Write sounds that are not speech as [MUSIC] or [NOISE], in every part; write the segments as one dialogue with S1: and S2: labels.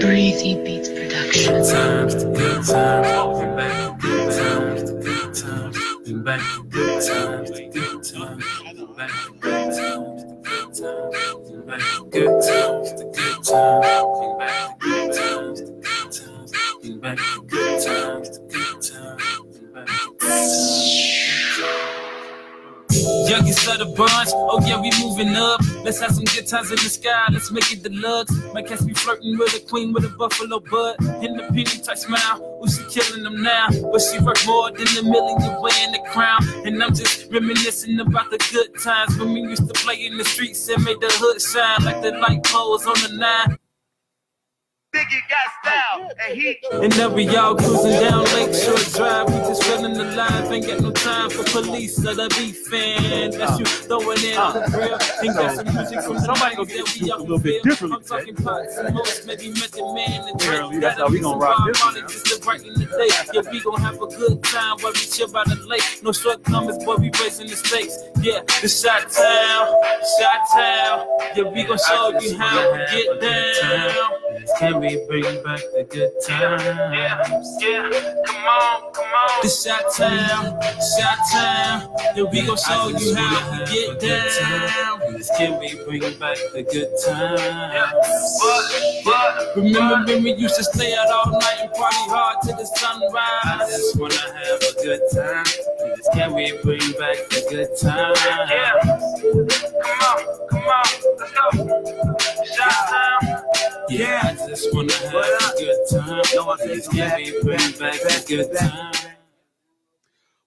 S1: Breathy Beats Production.
S2: Good times, the good times, been back to good times, the good times, been back to good times, the good times, been back to good times, the good times, been back to good times, the good times, been back to good times, the good times, been back to good times, the good times, been back to good times. Youngest of the bunch, oh yeah, we moving up. Let's have some good times in the sky, let's make it deluxe. My cats be flirting with a queen with a buffalo butt. In the penny type smile, ooh, she killing them now. But she worth more than a million wearing the crown. And I'm just reminiscing about the good times when we used to play in the streets and made the hood shine like the light poles on the nine.
S3: Biggie got style, and he
S2: And now we all cruising down Lakeshore Drive. We just feeling alive, ain't got no time for police or the beef. And that's you throwing in on the grill. Ain't got some music from somebody gonna get a little bit different. I'm talking pots and most, maybe Method Man and Drake. That's how we gonna rock this Just to brighten the day. Yeah, we gonna have a good time while we chill by the lake. No shortcomings, but we raising the stakes. Yeah, the shot town, shot town. Yeah, we gonna show you how to get down. Can we bring back the good times? Yeah, yeah. Come on, come on. The shot town, shot town. Yeah, we gon' show you how to get down. Can we bring back the good times? But, but, remember when we used to stay out all night and party hard till the sunrise? I just wanna have a good time. Please, Can we bring back the good times? Yeah. Come on, come on, let's go. Shot town. Yeah, I just wanna have a good time. No, I just can't be bring back a good time.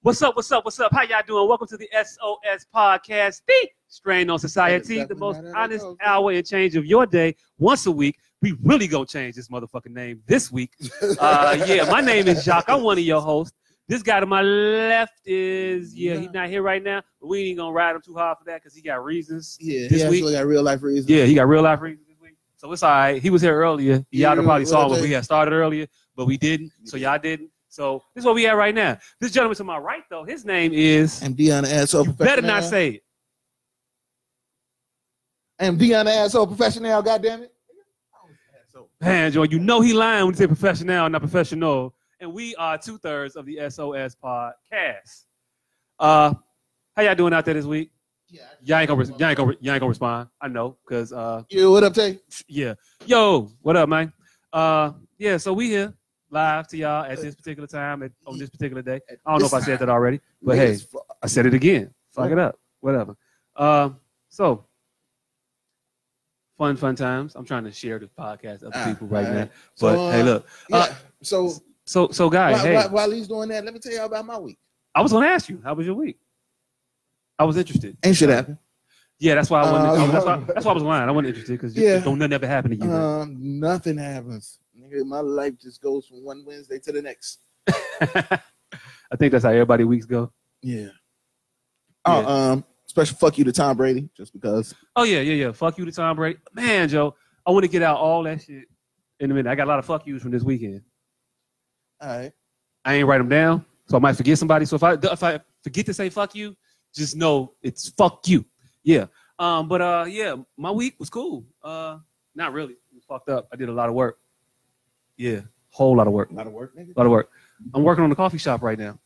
S4: What's up? What's up? What's up? How y'all doing? Welcome to the SOS podcast, the Strain on Society, the most honest hour and change of your day once a week. We really gonna change this motherfucking name this week. Uh, yeah, my name is Jacques. I'm one of your hosts. This guy to my left is yeah, he's not here right now. But we ain't gonna ride him too hard for that because he got reasons.
S5: Yeah,
S4: This
S5: he actually
S4: week?
S5: got real life reasons.
S4: Yeah, he got real life reasons this week. So it's all right. He was here earlier.
S5: Yeah,
S4: Y'all done probably saw him
S5: well,
S4: when we
S5: they-
S4: had started earlier, but we didn't. So y'all didn't. So this is what we at right now. This gentleman to my right, though, his name is.
S5: I'm Deanna Asshole
S4: You better
S5: Professional.
S4: not say it.
S5: I'm Deanna Asshole Professional, goddamn it.
S4: Man, Joy, you know he lying when he say professional, not professional. And we are two thirds of the SOS podcast. Uh, how y'all doing out there this week?
S5: Yeah.
S4: Y'all ain't gonna, res- y'all ain't gonna, re- y'all ain't gonna respond. I know, cause uh,
S5: Yeah, what up, Tay?
S4: yeah. Yo, what up, man? Uh, yeah. So we here live to y'all at this particular time at, on this particular day. I don't know if I said that already, but hey, uh,
S5: Niggas, fuck.
S4: I said it again. Fuck it up. Whatever. Um, so fun, fun times. I'm trying to share the podcast with other
S5: Ah,
S4: people right
S5: all
S4: now.
S5: right.
S4: But
S5: So, uh,
S4: hey, look.
S5: Yeah.
S4: Uh,
S5: so
S4: So so guys,
S5: while,
S4: hey,
S5: while, while he's doing that, let me tell y'all about my week.
S4: I was gonna ask you, how was your week? I was interested.
S5: Ain't shit happen.
S4: Yeah, that's why I
S5: Uh,
S4: wasn't.
S5: I was-
S4: that's, why, that's why I was lying. I wasn't interested because
S5: Yeah.
S4: don't nothing ever happen to you. man.
S5: Um, nothing happens. Nigga, my life just goes from one Wednesday to the next.
S4: I think that's how everybody weeks go.
S5: Yeah. Oh,
S4: Yeah.
S5: um, special fuck you to Tom Brady, just because.
S4: Oh yeah, yeah, yeah. Fuck you to Tom Brady, man, Joe. I want to get out all that shit in a minute. I got a lot of fuck yous from this weekend.
S5: All right.
S4: I ain't write them down, so I might forget somebody. So if I if I forget to say fuck you, just know it's fuck you. Yeah. Um. But uh. Yeah. My week was cool. Uh. Not really. It was fucked up. I did a lot of work. Yeah. Whole lot of work.
S5: A lot of work, nigga.
S4: A lot of work. I'm working on the coffee shop right now,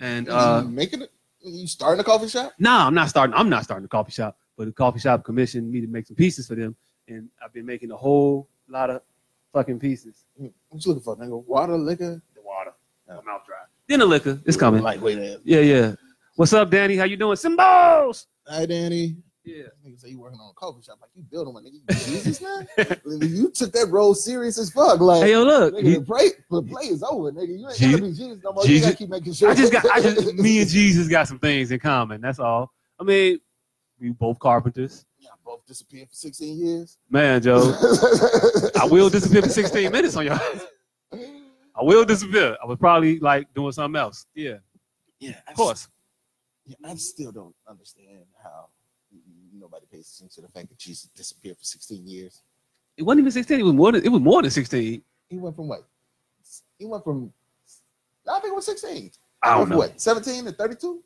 S4: and uh.
S5: you making it? You starting a coffee shop?
S4: Nah, I'm not starting. I'm not starting a coffee shop, but the coffee shop commissioned me to make some pieces for them, and I've been making a whole lot of fucking pieces.
S5: What you looking for, nigga? Water, liquor? Water.
S4: My mouth dry. Then the liquor. It's coming.
S5: Lightweight ass.
S4: Yeah. Yeah. What's up, Danny? How you doing? Symbols.
S5: Hi, Danny.
S4: Yeah.
S5: Nigga say you working on a coffee shop, like you building one, nigga. You Jesus now?
S4: [LAUGHS]
S5: Nigga, you took that role serious as fuck. Like,
S4: Hey, yo, look.
S5: nigga,
S4: you-
S5: the break, the play is over, nigga. You ain't
S4: Jesus-
S5: gotta be Jesus no more. You
S4: Jesus-
S5: gotta keep making sure.
S4: I just got, I
S5: [LAUGHS]
S4: just, me and Jesus got some things in common. That's all. I mean, we both carpenters.
S5: Yeah, both disappeared for 16 years.
S4: Man,
S5: [LAUGHS]
S4: Joe, I will disappear for 16 minutes on y'all. I will disappear. I was probably like doing something else. Yeah,
S5: yeah,
S4: of course.
S5: Yeah, I still don't understand how nobody pays attention to the fact that Jesus disappeared for 16 years.
S4: It wasn't even 16. It was more than, it was more than 16.
S5: He went from what? He went from, I think it was 16.
S4: I don't
S5: From
S4: know.
S5: What, 17 to 32?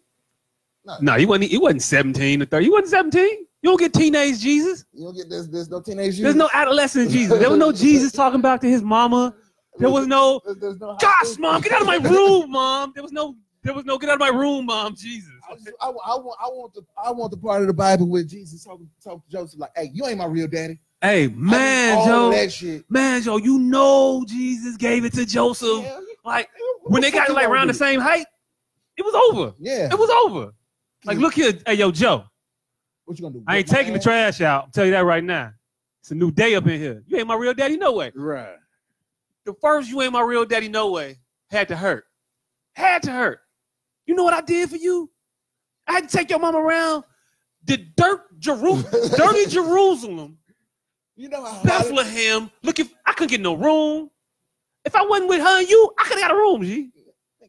S4: No, he wasn't, he wasn't 17 to 30. He wasn't 17. He You don't get teenage Jesus.
S5: You don't get this. There's no teenage.
S4: There's no
S5: [LAUGHS]
S4: adolescent Jesus. There was no Jesus talking back to his mama. There was no
S5: There's, there's no.
S4: gosh, mom, get out
S5: [LAUGHS]
S4: of my room, mom. There was no there was no get out of my room, mom, Jesus.
S5: I, just, I, wa- I want. I want the. I want the part of the Bible where Jesus talking talk to Joseph like, "Hey, you ain't my real daddy."
S4: Hey,
S5: I need
S4: man,
S5: all
S4: Joe.
S5: that shit.
S4: Man, Joe, you know Jesus gave it to Joseph.
S5: Yeah, you-
S4: Like
S5: what
S4: when they
S5: fuck
S4: got
S5: you
S4: like
S5: gonna
S4: around the
S5: do?
S4: same height, it was over.
S5: Yeah.
S4: It was over. Like, look here, hey yo, Joe.
S5: What you gonna do?
S4: I ain't
S5: whip my
S4: taking the
S5: ass?
S4: trash out. I'll tell you that right now. It's a new day up in here. You ain't my real daddy, no way.
S6: Right.
S4: The first you ain't my real daddy, no way had to hurt. Had to hurt. You know what I did for you? I had to take your mom around the dirt Jerusalem, dirty Jerusalem,
S5: You know how Hollywood,
S4: Bethlehem. Look, if I couldn't get no room. If I wasn't with her and you, I could have got a room, G.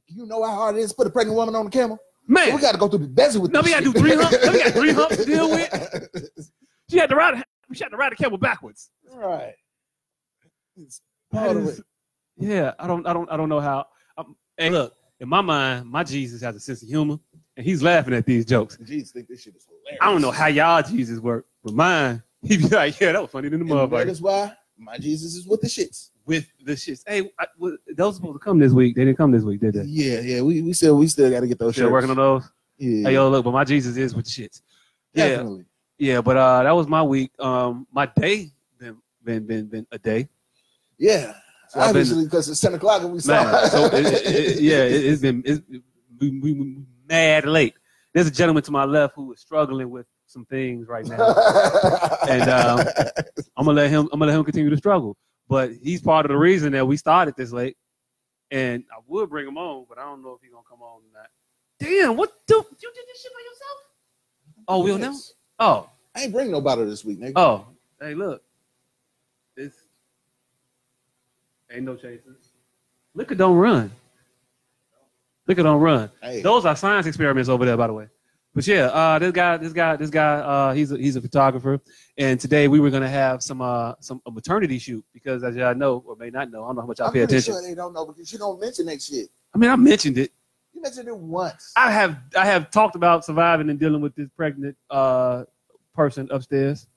S5: you know how hard it is to put a pregnant woman on the camel.
S4: Man,
S5: We got to go through the desert with.
S4: Now we
S5: this
S4: gotta
S5: shit.
S4: do three humps- now we got three humps to deal she had to ride. She had to ride the camel backwards.
S5: [LAUGHS] Right. It's
S4: That
S5: all the way.
S4: is- yeah, I don't, I don't, I don't know how. I'm, hey, look, in my mind, my Jesus has a sense of humor, and he's laughing at these jokes.
S5: Jesus think this shit is hilarious.
S4: I don't know how y'all Jesus work, but mine, [LAUGHS] he be like, yeah, that was funny than the
S5: And that
S4: motherfucker
S5: is why my Jesus is with the shits.
S4: with the shits. Hey, I, well, those supposed to come this week. They didn't come this week, did they?
S5: Yeah, yeah. We, we still we still got to get those
S4: Still
S5: shirts.
S4: working on those.
S5: Yeah,
S4: Hey, yo, look, but my Jesus is with the shits. Yeah,
S5: definitely.
S4: yeah, but uh, that was my week. Um, my day been been been, been a day.
S5: Yeah.
S4: So I've been-
S5: Obviously, because it's ten o'clock and we saw.
S4: Man, so it, it-
S5: [LAUGHS]
S4: it- yeah, it, has been it's, we, we, we mad late. There's a gentleman to my left who is struggling with some things right now. And, um, I'm gonna let him. I'm gonna let him continue to struggle. But he's part of the reason that we started this late. And I would bring him on, but I don't know if he's gonna come on or not. Damn, what the? You did this shit by yourself? Oh, we'll know.
S5: Yes.
S4: Oh,
S5: I ain't bring no bottle this week, nigga.
S4: oh. Hey, look. This ain't no chasers. Liquor don't run. Liquor don't run.
S5: Hey,
S4: Those are science experiments over there, by the way. But yeah, uh, this guy, this guy, this guy, uh, he's a, he's a photographer, and today we were gonna have some uh, some a maternity shoot because as y'all know or may not know, I don't know how much y'all
S5: I'm
S4: pay
S5: pretty
S4: attention.
S5: sure they don't know because you don't mention that shit.
S4: I mean, I mentioned it.
S5: You mentioned it once.
S4: I have I have talked about surviving and dealing with this pregnant uh, person upstairs.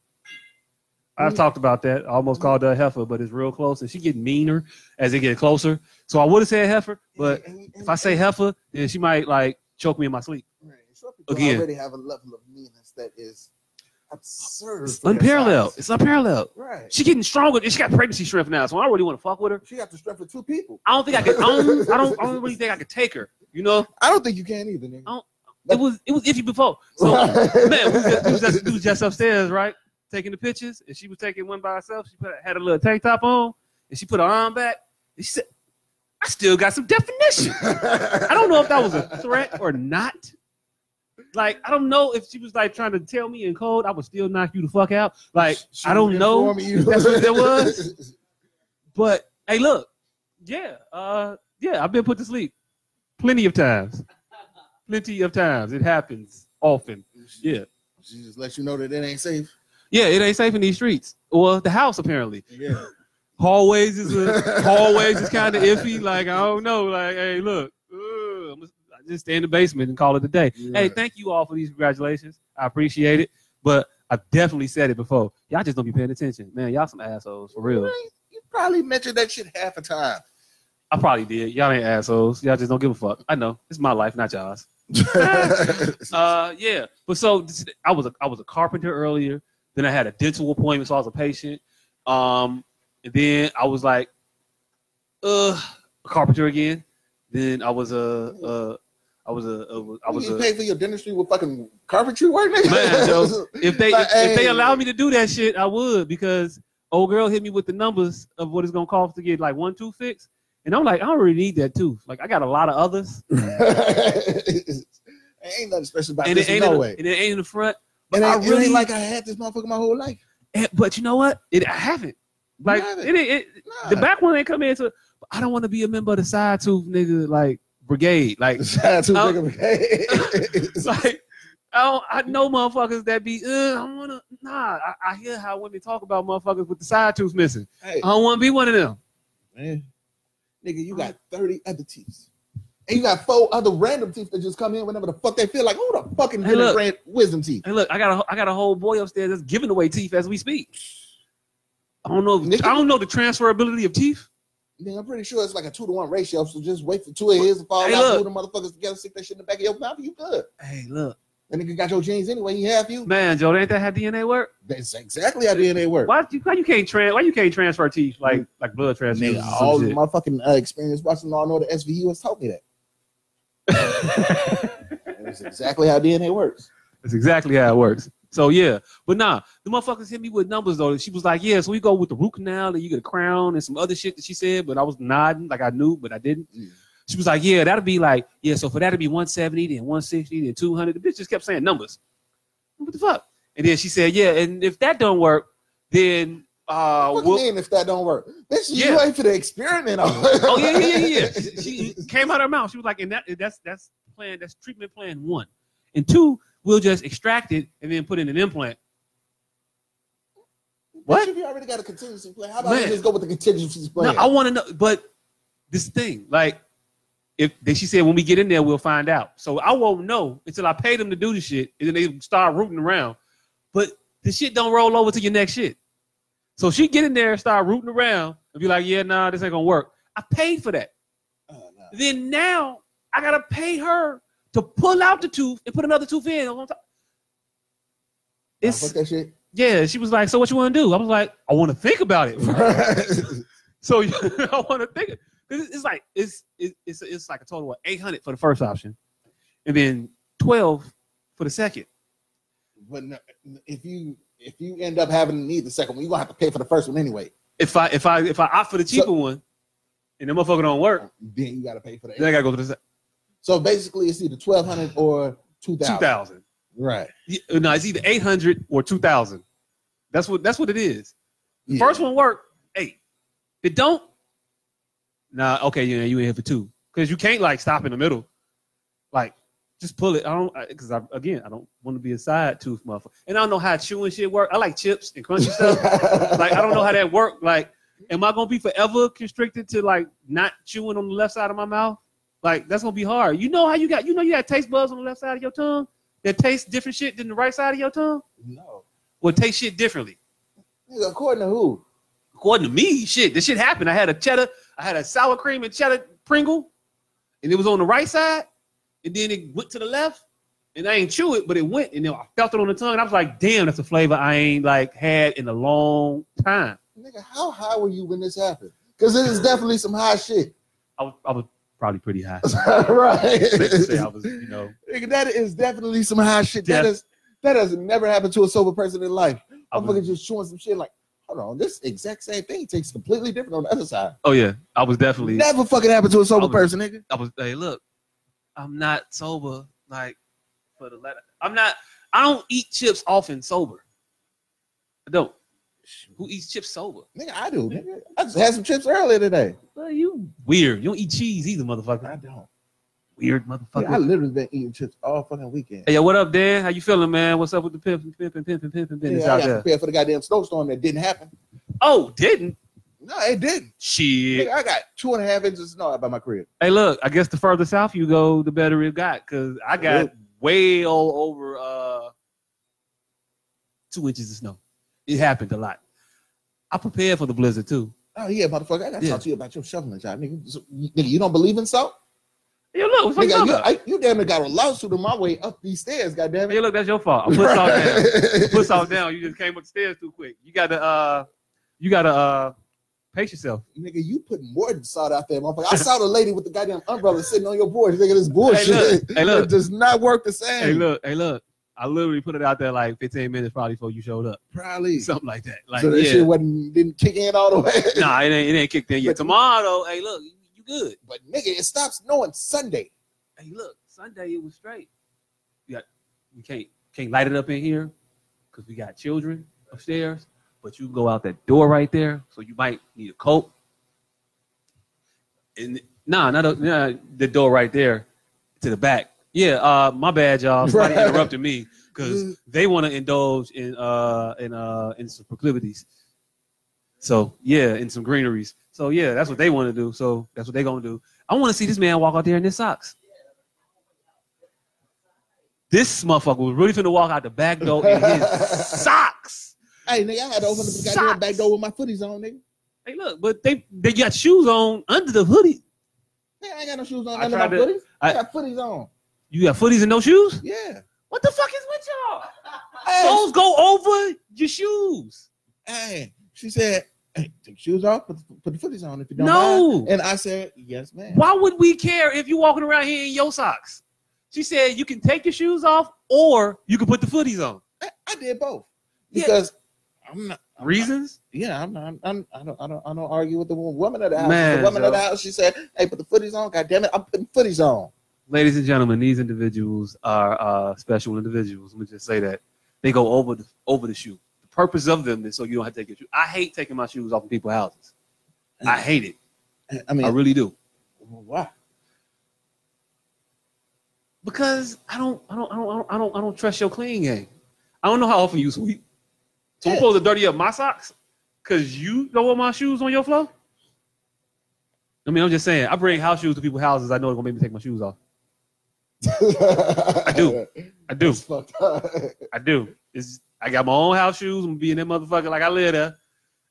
S5: Mm.
S4: I've talked about that. I almost called her a heifer, but it's real close, and she getting meaner as it get closer. So I would have said heifer, but
S5: And- and-
S4: if I say heifer, then she might like choke me in my sleep.
S5: Right. Some people
S4: Again.
S5: already have a level of meanness that is absurd.
S4: It's
S5: for their
S4: unparalleled.
S5: size.
S4: It's unparalleled.
S5: Right.
S4: She getting stronger. She got pregnancy shrimp now, so I don't really want to fuck with her.
S5: She got the strength of two people.
S4: I don't think I could. I don't. I don't, I don't really think I could take her. You know,
S5: I don't think you can either, nigga.
S4: Oh, it was it was iffy before. So man, we was, just, we, was just, we was just upstairs, right, taking the pictures, and she was taking one by herself. She put, had a little tank top on, and she put her arm back, and she said, "I still got some definition." I don't know if that was a threat or not. Like, I don't know if she was like trying to tell me in code, I would still knock you the fuck out. Like,
S5: She
S4: I don't know.
S5: informed you.
S4: That's what that
S5: [LAUGHS]
S4: was? But hey, look, yeah, uh, yeah, I've been put to sleep plenty of times, plenty of times. It happens often. Yeah,
S5: She just let you know that it ain't safe.
S4: yeah, it ain't safe in these streets or the house apparently. [LAUGHS]
S5: Yeah.
S4: Hallways is a, hallways is kind of iffy. Like I don't know. Like hey, look, ugh, I'm just- I just stay in the basement and call it a day. Hey, thank you all for these congratulations. I appreciate it, but. I've definitely said it before. Y'all just don't be paying attention. Man, y'all some assholes, for real.
S5: You ain't- You probably mentioned that shit half
S4: [LAUGHS]
S5: a time.
S4: I probably did. Y'all ain't assholes. Y'all just don't give a fuck. I know. It's my life, not y'all's. Uh, yeah. But so this- I was a I was a carpenter earlier. Then I had a dental appointment, so I was a patient. Um, and then I was like, uh, a carpenter again. Then I was a, a I was a, a I was
S5: you
S4: a.
S5: pay for your dentistry with fucking carpentry work, nigga.
S4: Man, Joe, If they if, if they
S5: Hey.
S4: allow me to do that shit, I would because old girl hit me with the numbers of what it's gonna cost to get like one tooth fixed, and I'm like, I don't really need that tooth. Like I got a lot of others.
S5: [LAUGHS] ain't nothing special about
S4: and
S5: this.
S4: it ain't
S5: no
S4: in the,
S5: way.
S4: and it ain't in the front. But
S5: And
S4: I
S5: I
S4: really
S5: like I had this motherfucker my whole life.
S4: and- But you know what? It I haven't. Like
S5: haven't.
S4: it, it, it- the
S5: Nah.
S4: back one ain't come into. I don't want to be a member of the side tooth nigga like brigade.
S5: [LAUGHS]
S4: Like
S5: Shout
S4: Oh.
S5: out to Jacob.
S4: it's [LAUGHS] like I don't. I know motherfuckers that be. Uh, I don't wanna. Nah. I, I hear how women talk about motherfuckers with the side tooth missing.
S5: Hey,
S4: I don't want to be one of them.
S5: man. Nigga, you got 30 other teeth. And you got four other random teeth that just come in whenever the fuck they feel like. Who the fucking
S4: Hey,
S5: did
S4: look.
S5: a brand wisdom teeth?
S4: Hey, look, I got a, I got a whole boy upstairs that's giving away teeth as we speak. I don't know.
S5: Nigga.
S4: I don't know the transferability of teeth.
S5: Then I'm pretty sure it's like a two to one ratio. So just wait for two of his to fall
S4: Hey,
S5: out,
S4: look.
S5: glue the motherfuckers together, stick that shit in the back of your mouth, you good.
S4: Hey, look,
S5: That nigga got your genes anyway. He half you.
S4: man, Joe, ain't that how DNA work?
S5: That's exactly how DNA works.
S4: Why you why you can't trans why you can't transfer teeth like like blood transfusions?
S5: Nigga,
S4: or some
S5: all
S4: shit?
S5: the motherfucking uh, experience watching Law and Order SVU has taught
S4: [LAUGHS]
S5: me that. That's exactly how DNA works.
S4: That's exactly how it works. So yeah, but nah, the motherfuckers hit me with numbers though. She was like, "Yeah, so we go with the root canal and you get a crown and some other shit that she said." But I was nodding like I knew, but I didn't.
S5: Mm.
S4: She was like, "Yeah, that'll be like yeah, so for that to be one seventy, then one sixty, then two hundred. The bitch just kept saying numbers. What the fuck? And then she said, "Yeah, and if that don't work, then uh,
S5: Fuck
S4: we'll."
S5: you mean if that don't work? Bitch, you
S4: Yeah.
S5: wait for the experiment.
S4: Oh yeah, yeah, yeah, yeah. She she came out her mouth. She was like, and that that's that's plan that's treatment plan one, and two we'll just extract it and then put in an implant.
S5: What? If you already got a contingency plan, how about
S4: Man.
S5: you just go with the contingency
S4: No,
S5: plan?
S4: I want to know, but this thing, like, if then she said when we get in there, we'll find out. So I won't know until I pay them to do the shit, and then they start rooting around. But the shit don't roll over to your next shit. So she get in there and start rooting around and be like, yeah, nah, this ain't gonna work. I paid for that.
S5: Oh, no.
S4: Then now I gotta pay her to pull out the tooth and put another tooth in. on top.
S5: Nah,
S4: It's
S5: fuck
S4: [LAUGHS]
S5: that shit.
S4: yeah. She was like, so what you wanna do? I was like, I want to think about it. [LAUGHS] So [LAUGHS] I want to think it- it's it's like it's it's it's, it's like a total of eight hundred for the first option, and then twelve for the second.
S5: [LAUGHS] but no, if you if you end up having to need the second one, you're gonna have to pay for the first one anyway.
S4: If I if I if I opt for the cheaper
S5: So-
S4: one, and the motherfucker don't work,
S5: Then you gotta pay for
S4: then I
S5: that.
S4: gotta go to the
S5: So basically, it's either twelve hundred or
S4: two
S5: two thousand.
S4: thousand.
S5: Right.
S4: No, it's either eight hundred or two thousand. That's what that's what it is. The
S5: Yeah.
S4: First one work eight. If It don't. Nah, okay, yeah, you in here for two because you can't like stop in the middle, like just pull it. I don't because I, again I don't want to be a side tooth motherfucker, and I don't know how chewing shit work. I like chips and crunchy [LAUGHS] stuff.
S5: [LAUGHS]
S4: like I don't know how that work. Like, am I gonna be forever constricted to like not chewing on the left side of my mouth? Like that's gonna be hard. You know how you got you know you got taste buds on the left side of your tongue that taste different shit than the right side of your tongue.
S5: No.
S4: Well, taste shit differently.
S5: Nigga, according to who?
S4: according to me, shit, this shit happened. I had a cheddar, I had a sour cream and cheddar Pringle, and it was on the right side, and then it went to the left, and I ain't chew it, but it went, and then I felt it on the tongue, and I was like, damn, that's a flavor I ain't like had in a long time.
S5: Nigga, how high were you when this happened? Because it is definitely some high shit. [LAUGHS]
S4: I was, I was probably pretty high.
S5: right.
S4: Safe to say I was, you know,
S5: Nigga, that is definitely some high shit. That
S4: Def-
S5: is that has never happened to a sober person in life.
S4: I
S5: I'm
S4: was-
S5: fucking just chewing some shit like, hold on, this exact same thing tastes completely different on the other side.
S4: oh yeah, I was definitely,
S5: Never fucking happened to a
S4: I
S5: sober
S4: was-
S5: person, nigga.
S4: I was. Hey, look, I'm not sober. Like for the letter, I'm not. I don't eat chips often sober. I don't. Who eats chips sober?
S5: Nigga, I do, nigga. I just had some chips earlier today.
S4: Well, you weird. You don't eat cheese either, motherfucker.
S5: I don't.
S4: Weird motherfucker.
S5: Nigga, I literally been eating chips all fucking weekend.
S4: hey, yo, what up, Dan? How you feeling, man? What's up with the pimping, pimping, pimping, pimping business
S5: yeah, I
S4: out
S5: got
S4: there?
S5: prepared for the goddamn snowstorm that didn't happen.
S4: Oh, didn't
S5: No, it didn't.
S4: shit?
S5: Nigga, I got two and a half inches of snow out by my crib.
S4: Hey, look. I guess the further south you go, the better it got. Cause I got
S5: Yep.
S4: way all over uh two inches of snow. It happened a lot. I prepared for the blizzard too.
S5: Oh yeah, motherfucker! I gotta
S4: Yeah.
S5: talk to you about your shoveling job, nigga. So, you- nigga, you don't believe in salt?
S4: Hey, Yo, look. What you
S5: Nigga,
S4: talking
S5: you,
S4: about?
S5: I, you damn near got a lawsuit on my way up these stairs, goddamn
S4: Hey,
S5: it!
S4: look. That's your fault. I put salt [LAUGHS] down.
S5: [LAUGHS]
S4: Put salt down. You just came upstairs too quick. You gotta uh, you gotta uh, pace yourself.
S5: nigga, you put more than salt out
S4: [LAUGHS]
S5: there, motherfucker. I saw the lady with the goddamn umbrella sitting on your board. Nigga, this bullshit. [LAUGHS]
S4: look, hey, look.
S5: It does not work the same.
S4: Hey, look, hey, look. I literally put it out there like 15 minutes probably before you showed up,
S5: Probably. So,
S4: something like that. Like,
S5: that
S4: yeah,
S5: shit wasn't didn't kick in all the way.
S4: [LAUGHS] nah, it ain't, it ain't kicked in yet.
S5: But-
S4: Tomorrow, hey, look, you- you good?
S5: But nigga, it stops snowing Sunday.
S4: Hey, look, Sunday it was straight. Yeah, we can't can't light it up in here because we got children upstairs. But you can go out that door right there, so you might need a coat. And nah, not a, nah, the door right there to the back. Yeah, uh, my bad, y'all. Somebody
S5: Right.
S4: interrupted me because they want to indulge in uh in uh in some proclivities. So yeah, and some greeneries. So yeah, that's what they want to do. So that's what they're gonna do. I want to see this man walk out there in his socks. This motherfucker was really finna walk out the back door in his socks.
S5: Hey, nigga, I had to open the goddamn
S4: Socks.
S5: back door with my footies on, nigga.
S4: Hey, look, but they they got shoes on under the hoodie.
S5: Man, I ain't got no shoes on.
S4: I
S5: I my
S4: tried to-
S5: footies. I,
S4: I-
S5: got footies on.
S4: You got footies and no shoes?
S5: Yeah.
S4: What the fuck is with y'all?
S5: [LAUGHS] Hey,
S4: Soles go over your shoes.
S5: hey, she said, hey, take your shoes off, put, the- put the footies on if you don't
S4: No.
S5: mind. And I said, yes, ma'am.
S4: Why would we care if you're walking around here in your socks? She said you can take your shoes off or you can put the footies on.
S5: I, I did both
S4: Yeah.
S5: because I'm not. I'm not-
S4: Reasons?
S5: yeah, I'm not. I'm, I'm, I don't. I don't. I don't argue with the wo- woman of the house.
S4: Man,
S5: the woman of the
S4: though.
S5: house. She said, "Hey, put the footies on." God damn it, I'm putting footies on.
S4: ladies and gentlemen, these individuals are uh, special individuals. Let me just say that they go over the over the shoe. The purpose of them is so you don't have to take your shoe. I hate taking my shoes off in people's houses. I hate it.
S5: I mean,
S4: I really do
S5: why?
S4: because I don't I don't I don't I don't I don't trust your clean game. I don't know how often you sweep. So I'm
S5: Yeah.
S4: supposed to dirty up my socks because you don't want my shoes on your floor. I mean, I'm just saying. I bring house shoes to people's houses. I know it's gonna make me take my shoes off.
S5: I
S4: do. I do.
S5: It's fucked up.
S4: I do. It's I got my own house shoes. I'm being that motherfucker like I live there.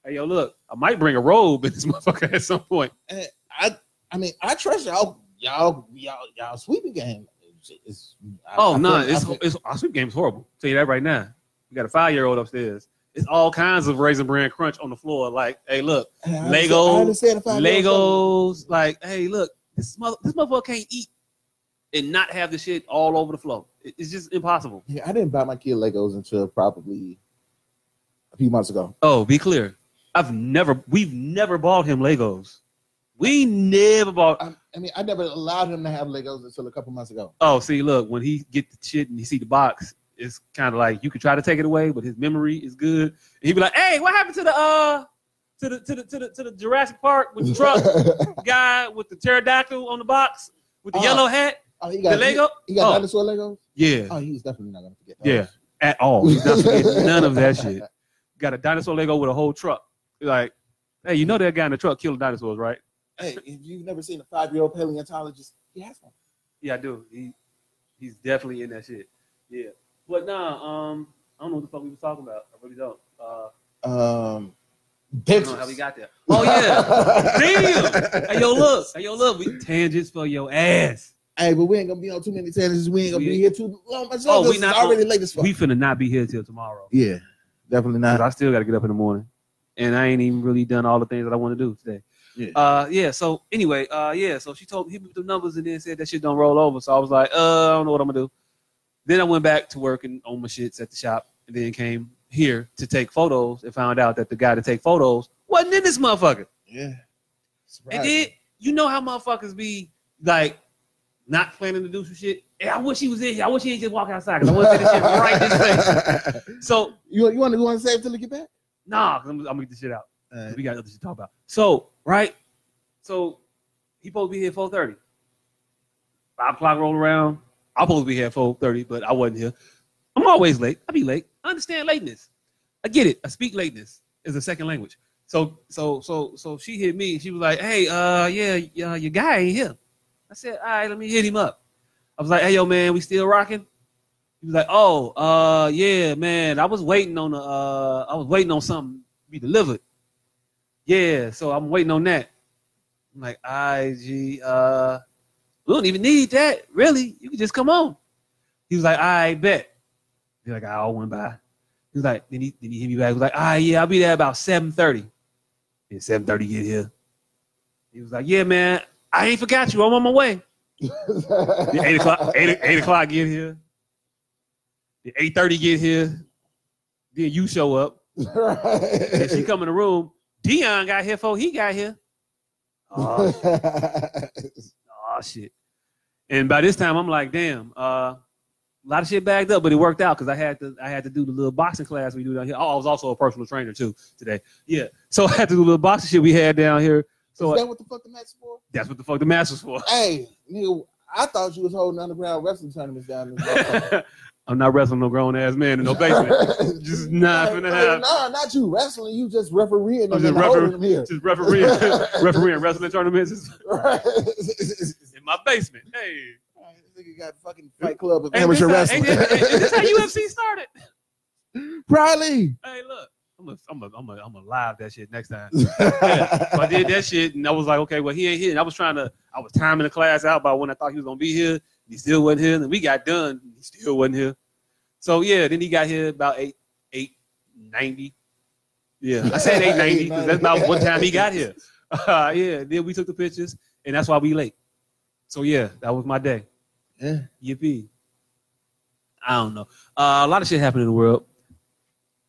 S4: Hey, yo, look, I might bring a robe in this [LAUGHS] motherfucker at some point.
S5: And I. I mean, I trust y'all. Y'all. Y'all. Y'all sweeping game. It's, it's, I-
S4: Oh
S5: I
S4: no,
S5: feel- I
S4: it's,
S5: feel-
S4: it's our sleep game's horrible. Tell you that right now. We got a five year old upstairs. It's all kinds of raisin bran crunch on the floor. Like, hey, look,
S5: I understand-
S4: Lego-
S5: I understand if I know something.
S4: Legos. Like, hey, look, this mother, this motherfucker can't eat and not have the shit all over the floor. It- It's just impossible.
S5: Yeah, I didn't buy my kid Legos until probably a few months ago.
S4: Oh, be clear. I've never, we've never bought him Legos. We never bought.
S5: I, I mean, I never allowed him to have Legos until a couple months ago.
S4: Oh, see, look, when he get the shit and he see the box, it's kind of like you could try to take it away, but his memory is good. And he'd be like, "Hey, what happened to the uh, to the to the to the to the Jurassic Park with the truck
S5: [LAUGHS]
S4: guy with the pterodactyl on the box with the
S5: Oh,
S4: yellow hat,
S5: oh, he
S4: the
S5: got
S4: Lego?
S5: He, got
S4: Oh.
S5: dinosaur Legos.
S4: Yeah,
S5: Oh, he's definitely not gonna forget. Those.
S4: Yeah. at all. He's not forgetting none of that shit. Got a dinosaur Lego with a whole truck. Like, hey, you know that guy in the truck killed dinosaurs, right?
S5: Hey, if you've never seen a five-year-old paleontologist, he has one.
S4: Yeah, I do. He he's definitely in that shit. Yeah, but nah, um, I don't know what the fuck we was talking about. I really don't. Uh,
S5: Um,
S4: I don't know how we got there. Oh yeah. [LAUGHS] Damn! Hey yo, look. Hey yo, look. We tangents for your ass.
S5: [LAUGHS] Hey, but we ain't gonna be on too many tangents. We ain't gonna
S4: We-
S5: be here too long. Much
S4: Oh,
S5: longer.
S4: we
S5: It's
S4: not
S5: already late as fuck.
S4: We finna not be here till tomorrow.
S5: yeah, definitely
S4: 'Cause
S5: not.
S4: I still gotta get up in the morning, and I ain't even really done all the things that I want to do today.
S5: Yeah.
S4: Uh, yeah. So anyway, uh, yeah. So she told me hit me with the numbers, and then said that shit don't roll over. So I was like, uh, I don't know what I'm gonna do. Then I went back to work and owned my shits at the shop, and then came here to take photos and found out that the guy to take photos wasn't in this motherfucker.
S5: Yeah.
S4: And then you know how motherfuckers be like not planning to do some shit. Yeah, I wish he was in here. I wish he didn't just walk outside. 'cause I want to say this shit right
S5: [LAUGHS]
S4: this second. So
S5: You, you want to go and save till you get back?
S4: nah, 'cause I'm, I'm gonna get this shit out. 'Cause We got other shit to talk about. So right, so he supposed to be here four thirty. Five o'clock roll around. I'm supposed to be here four thirty, but I wasn't here. I'm always late. I be late. I understand lateness. I get it. I speak lateness as a second language. So so so so she hit me. She was like, "Hey, uh, yeah, uh, your guy ain't here." I said, "All right, let me hit him up." I was like, "Hey, yo, man, we still rocking?" He was like, "Oh, uh, yeah, man, I was waiting on the, uh, I was waiting on something to be delivered. Yeah, so I'm waiting on that." I'm like, "IG, uh, we don't even need that, really. You can just come on." He was like, "I bet." He's like, "I all went by." He was like, "Then he then he hit me back." He was like, "Ah, yeah, I'll be there about 7.30. Then 7.30 get here. He was like, "Yeah, man, I ain't forgot you. I'm on my way." The eight o'clock, [LAUGHS] eight,
S5: [LAUGHS]
S4: eight o'clock get here. The eight thirty get here. Then you show up. And
S5: [LAUGHS]
S4: she come in the room. Dion got here before he got here. [LAUGHS] Oh, aw, shit. And by this time, I'm like, damn. Uh, a lot of shit bagged up, but it worked out because I had to. I had to do the little boxing class we do down here. Oh, I was also a personal trainer too today. Yeah, so I had to do the little boxing shit we had down here. So
S5: Is that what the fuck the match for?
S4: that's what the fuck the master's for. [LAUGHS]
S5: Hey, nigga, I thought you was holding underground wrestling tournaments down in the
S4: I I'm not wrestling no grown ass man in [LAUGHS] no basement.
S5: [LAUGHS]
S4: Just not
S5: Like,
S4: finna
S5: like,
S4: have.
S5: nah, not you wrestling. You just refereeing
S4: I'm just
S5: them and
S4: refer-
S5: holding them here.
S4: Just [LAUGHS] refereeing, refereeing wrestling tournaments is
S5: [LAUGHS] Right. [LAUGHS]
S4: in my basement. Hey,
S5: This nigga got fucking Fight Club of
S4: Ain't
S5: amateur
S4: this how-
S5: wrestling.
S4: Ain't, ain't- ain't this how UFC started?
S5: [LAUGHS] Probably.
S4: Hey, look, I'm gonna, I'm gonna, I'm gonna, I'm gonna live that shit next time. So I did that shit, and I was like, okay, well, he ain't here. And I was trying to, I was timing the class out by when I thought he was gonna be here. and He still wasn't here, and we got done. and He still wasn't here. So yeah, then he got here about eight, eight ninety. Yeah, I said eight ninety because that's about what time he got here. [LAUGHS] Uh, yeah, then we took the pictures, and that's why we late. So yeah, that was my day.
S5: Yeah.
S4: Yippee! I don't know. Uh, a lot of shit happened in the world.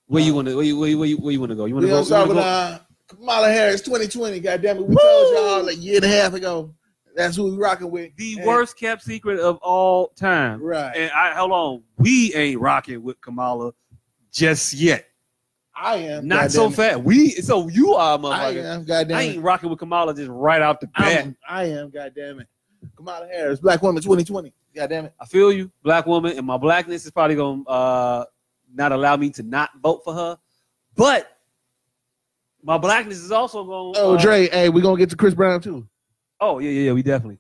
S4: Where you want to? Where you, where you, where you, where you want to go? You want
S5: We
S4: to go?
S5: gonna
S4: You wanna
S5: start
S4: go?
S5: with uh, Kamala Harris 2020. God damn it. We told y'all like a year and a half ago. That's who we rocking with.
S4: the
S5: And-
S4: worst kept secret of all time.
S5: Right.
S4: And I hold on, we ain't rocking with Kamala just yet.
S5: I am.
S4: Not
S5: God
S4: so
S5: damn it.
S4: fast. We so you are a
S5: I
S4: motherfucker.
S5: am. God
S4: I,
S5: damn it.
S4: ain't rocking with Kamala just right out the bat.
S5: I'm, I am. God damn it. Kamala Harris, Black Woman 2020. God damn it.
S4: I feel you, black woman, and my blackness is probably gonna uh, not allow me to not vote for her. But my blackness is also going.
S5: Oh, Dre. Hey, we gonna get to Chris Brown too.
S4: Oh yeah, yeah, yeah, we definitely.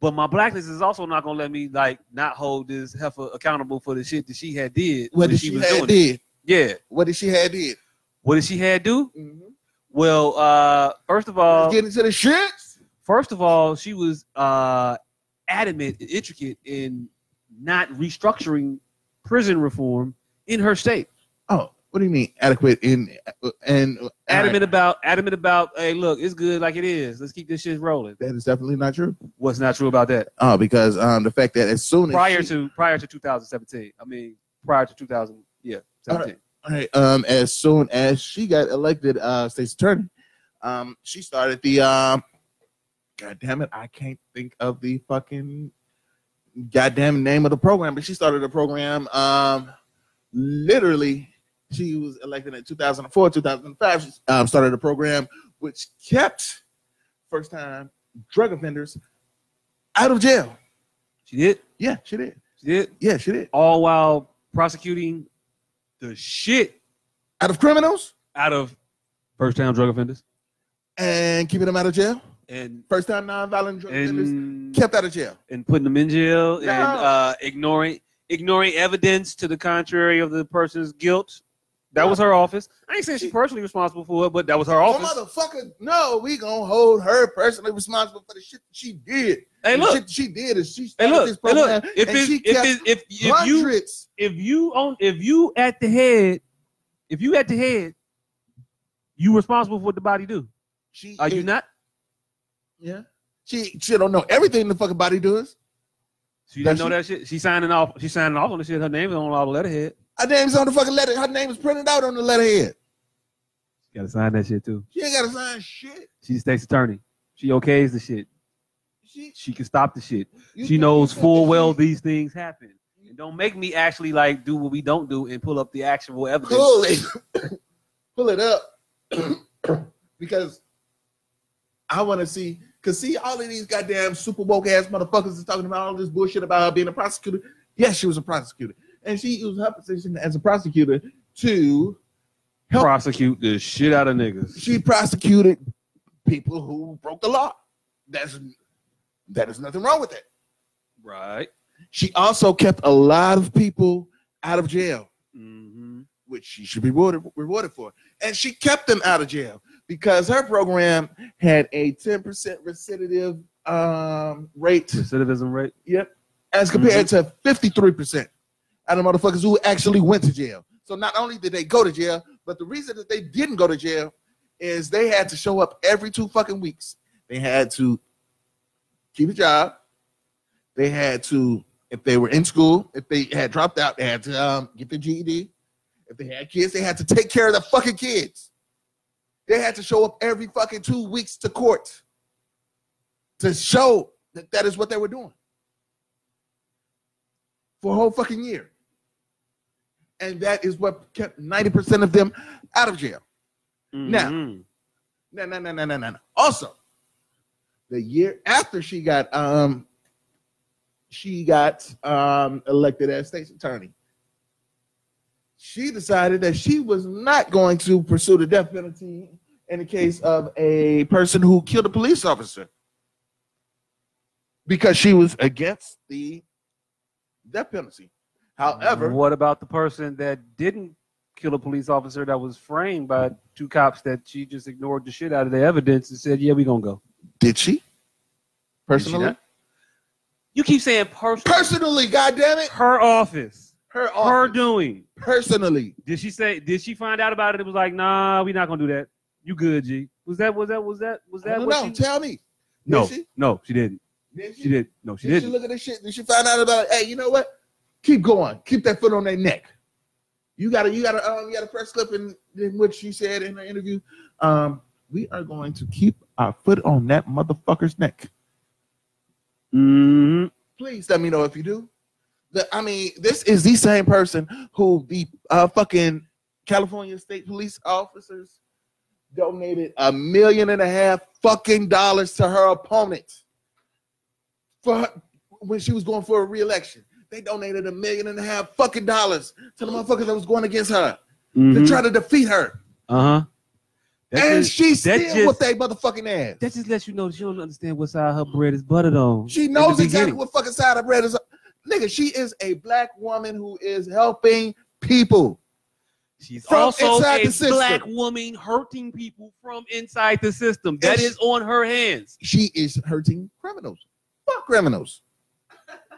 S4: But my blackness is also not gonna let me like not hold this heifer accountable for the shit that she had did.
S5: What
S4: when
S5: did she, had did?
S4: Yeah.
S5: What did she had did?
S4: What did she had do?
S5: Mm-hmm.
S4: Well, uh, first of all,
S5: get into the shits.
S4: first of all, she was uh, adamant and intricate in not restructuring prison reform in her state.
S5: Oh, what do you mean adequate in uh, and
S4: Adamant about adamant about. Hey, look, it's good like it is. Let's keep this shit rolling.
S5: That is definitely not true.
S4: What's not true about that?
S5: Oh, because um the fact that as soon as
S4: Prior
S5: she-
S4: to prior to 2017, I mean, prior to 2000, yeah, 17.
S5: All right, um as soon as she got elected uh state's attorney, um she started the um God damn it, I can't think of the fucking goddamn name of the program, but she started a program um literally she was elected in 2004, 2005. She um, started a program which kept first time drug offenders out of jail.
S4: She did.
S5: Yeah, she did.
S4: She did.
S5: Yeah, she did.
S4: All while prosecuting the shit
S5: Out of criminals
S4: out of first time drug offenders
S5: and keeping them out of jail.
S4: and
S5: First time nonviolent drug offenders
S4: and
S5: kept out of jail.
S4: and putting them in jail and
S5: No.
S4: uh, ignoring ignoring evidence to the contrary of the person's guilt. That was her office. I ain't saying she's personally responsible for it, but that was her
S5: Oh,
S4: office.
S5: motherfucker, no, we gonna hold her personally responsible for the shit that she did.
S4: Hey,
S5: the
S4: look.
S5: shit she did is she
S4: Hey,
S5: started
S4: look.
S5: this
S4: Hey,
S5: program
S4: look. If
S5: and
S4: it's,
S5: she
S4: if
S5: kept
S4: it's, if if you
S5: hundreds.
S4: if you own if you at the head, if you at the head, you responsible for what the body do.
S5: She
S4: Are you
S5: is-
S4: not?
S5: Yeah. She she don't know everything the fucking body does.
S4: She didn't
S5: Does
S4: know
S5: she?
S4: that shit. She signing off. She signing off on the shit. Her name is on all the letterhead.
S5: Her name's on the fucking letter. Her name is printed out on the letterhead.
S4: She gotta sign that shit too.
S5: She ain't gotta sign shit.
S4: She's state's attorney. She okays the shit.
S5: She
S4: She can stop the shit.
S5: you
S4: she
S5: think-
S4: knows
S5: you think
S4: full well
S5: she-
S4: these things happen. And don't make me actually like do what we don't do and pull up the actual evidence.
S5: pull it, [COUGHS] pull it up, because I want to see. Cause see, all of these goddamn super woke ass motherfuckers is talking about all this bullshit about her being a prosecutor. Yes, she was a prosecutor, and she used her position as a prosecutor to help.
S4: Prosecute the shit out of niggas.
S5: she prosecuted people who broke the law. That's that is nothing wrong with that.
S4: Right.
S5: She also kept a lot of people out of jail.
S4: Mm-hmm.
S5: which she should be rewarded, rewarded for. And she kept them out of jail because her program had a 10% recidive um, rate
S4: Recidivism rate.
S5: as compared to 53% out of motherfuckers who actually went to jail. So not only did they go to jail, but the reason that they didn't go to jail is they had to show up every two fucking weeks. They had to keep a job. They had to, if they were in school, if they had dropped out, they had to um, get their GED. If they had kids, they had to take care of the fucking kids. They had to show up every fucking two weeks to court to show that that is what they were doing for a whole fucking year. And that is what kept 90% of them out of jail. Now-
S4: Mhm.
S5: No, no, no, no, no, no, no. Also, the year after she got um she got um elected as state's attorney, she decided that she was not going to pursue the death penalty in the case of a person who killed a police officer because she was against the death penalty. However,
S6: What about the person that didn't kill a police officer that was framed by two cops that she just ignored the shit out of the evidence and said, "Yeah, we gonna go."
S5: did she? Personally?
S6: not?
S4: You keep saying personal.
S5: Personally, goddammit.
S4: her office.
S5: Her,
S4: Her
S5: office.
S4: doing.
S5: personally.
S4: Did she say? Did she find out about it? It was like, nah, we not gonna do that. You good, G? Was that? Was that? Was that? Was
S5: I
S4: that?
S5: don't
S4: What
S5: know.
S4: she,
S5: Tell me.
S4: no,
S5: Did she?
S4: no, she didn't.
S5: Did
S4: She did. No, she
S5: Did she
S4: didn't.
S5: look at this shit? Did she find out about? Hey, you know what? Keep going. Keep that foot on their neck. You got to you got to um you got a press clip in, in what she said in her interview. Um, we are going to keep our foot on that motherfucker's neck.
S4: hmm
S5: Please let me know if you do. The, I mean, this is the same person who the uh, fucking California State Police officers donated a million and a half fucking dollars to her opponent for her, when she was going for a reelection. They donated a million and a half fucking dollars to the motherfuckers that was going against her to try to defeat her,
S4: Uh huh.
S5: and she still
S4: Mm-hmm. that just-
S5: with that motherfucking ass.
S4: That just lets you know she don't understand what side her bread is buttered on.
S5: She
S4: at
S5: knows
S4: the
S5: exactly
S4: beginning.
S5: what fucking side of bread is. Nigga, she is a black woman who is helping people.
S4: She's
S5: from
S4: also
S5: inside
S4: a
S5: the system.
S4: black woman hurting people from inside the system. That
S5: And
S4: is
S5: she-
S4: on her hands.
S5: She is hurting criminals. Fuck criminals.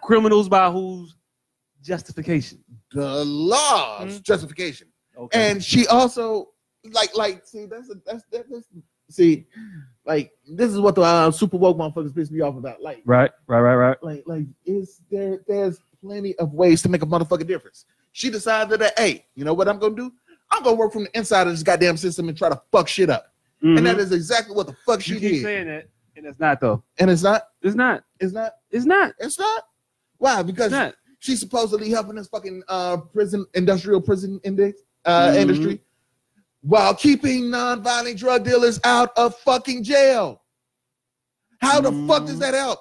S4: Criminals by whose justification?
S5: The law's
S4: Mm-hmm.
S5: justification.
S4: Okay.
S5: And she also like like see that's a, that's that, that's see like this is what the uh, super woke motherfuckers piss me off about. Like
S4: right, right, right, right.
S5: like like is there there's plenty of ways to make a motherfucking difference. She decided that hey, you know what I'm gonna do? I'm gonna work from the inside of this goddamn system and try to fuck shit up. and that is exactly what the fuck she
S4: Mm-hmm. you keep
S5: did.
S4: saying that, and it's not though.
S5: And it's not,
S4: It's not.
S5: it's not,
S4: It's not.
S5: it's not. Why? Because
S4: It's not.
S5: she's supposedly helping this fucking uh, prison industrial prison index uh,
S4: Mhm.
S5: industry while keeping non-violent drug dealers out of fucking jail. How the fuck does
S4: Mhm.
S5: that help?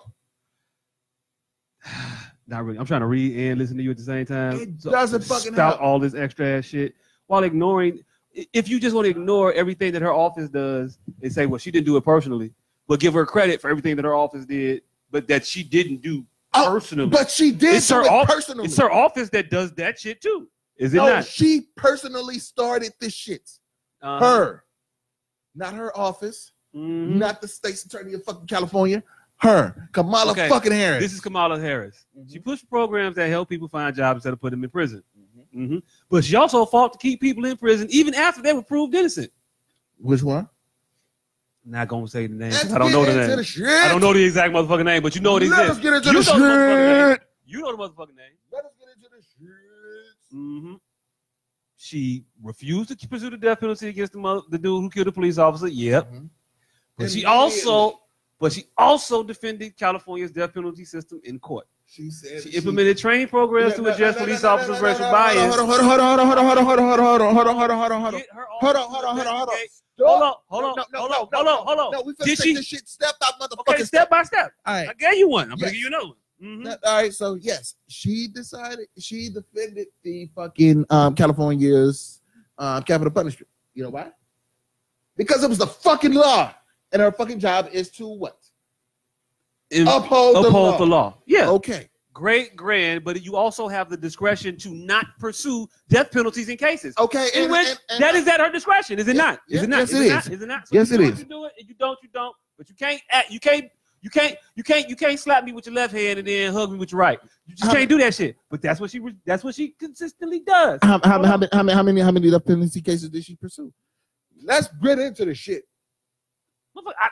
S4: Not really. I'm trying to read and listen to you at the same time.
S5: It doesn't fucking
S4: Mm-hmm. stop
S5: help.
S4: all this extra ass shit while ignoring. i- If you just want to ignore everything that her office does and say, "Well, she didn't do it personally," but give her credit for everything that her office did, but that she didn't do
S5: Oh,
S4: personally.
S5: But she did
S4: It's
S5: do
S4: her
S5: it
S4: off-
S5: personally.
S4: it's her office that does that shit too. Is it
S5: no,
S4: not?
S5: she personally started this shit.
S4: Uh,
S5: Her, not her office.
S4: mhm.
S5: not the state's attorney of fucking California. Her, Kamala
S4: Okay,
S5: fucking Harris.
S4: This is Kamala Harris. She pushed programs that help people find jobs instead of put them in prison. hmm But she also fought to keep people in prison even after they were proved innocent.
S5: Which one?
S4: Not gonna say the name. 'cause I don't know the
S5: Let's get into
S4: name.
S5: the shit.
S4: I don't know the exact motherfucking name, but you know it
S5: Let us
S4: exists.
S5: get into
S4: You
S5: the
S4: know the motherfucking name.
S5: shit.
S4: You know the motherfucking name.
S5: Let us get into the shit.
S4: hmm She refused to pursue the death penalty against the, mother, the dude who killed the police officer. Yep.
S5: Mhm.
S4: But she
S5: Immediately.
S4: also, but she also defended California's death penalty system in court.
S5: She said
S4: She implemented training programs to address police officers' racial bias.
S5: Hold on, hold on, hold on, hold on, hold on, hold on, hold on, hold on, hold on, hold on, hold on.
S4: Get her off
S5: Hold on,
S4: the
S5: hold on, hold on, hold on.
S4: investigate.
S5: Hold
S4: Hold on,
S5: No, no,
S4: hold
S5: no,
S4: on,
S5: no,
S4: hold on, hold
S5: No,
S4: on.
S5: we finna
S4: Did
S5: take
S4: she-
S5: this shit step by motherfucking
S4: Okay, step by step.
S5: All right.
S4: I gave you one. I'm
S5: Yes.
S4: gonna give you another one. Mhm.
S5: No, all right, so yes, she decided she defended the fucking um, California's um, capital punishment. You know why? Because it was the fucking law, and her fucking job is to what?
S4: And
S5: Uphold, the, law. Oh.
S4: uphold the law. Yeah.
S5: Okay,
S4: great grand, but you also have the discretion to not pursue death penalties in cases.
S5: okay,
S4: In which that is at her discretion, is it
S5: Yeah,
S4: not? Is
S5: yeah,
S4: it not?
S5: yes,
S4: is
S5: it
S4: it
S5: is.
S4: not? Is it not? So
S5: Yes,
S4: you
S5: it
S4: do it
S5: is.
S4: You do it, and you don't, you don't. But you can't act. You can't. You can't. You can't. You can't slap me with your left hand and then hug me with your right. You just
S5: How-
S4: can't do that shit. But that's what she. re- That's what she consistently does.
S5: how, how, how, many- how many how many how many death penalty cases did she pursue? Let's get into the shit.
S4: Motherfucker, I,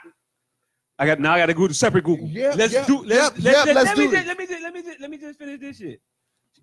S4: I got now. I got to go to separate Google.
S5: Yep,
S4: let's
S5: yep,
S4: do.
S5: yep,
S4: Let's, let's,
S5: yep,
S4: let
S5: let's
S4: let
S5: do
S4: me
S5: it.
S4: just, let me just, let me just, let me just finish this shit.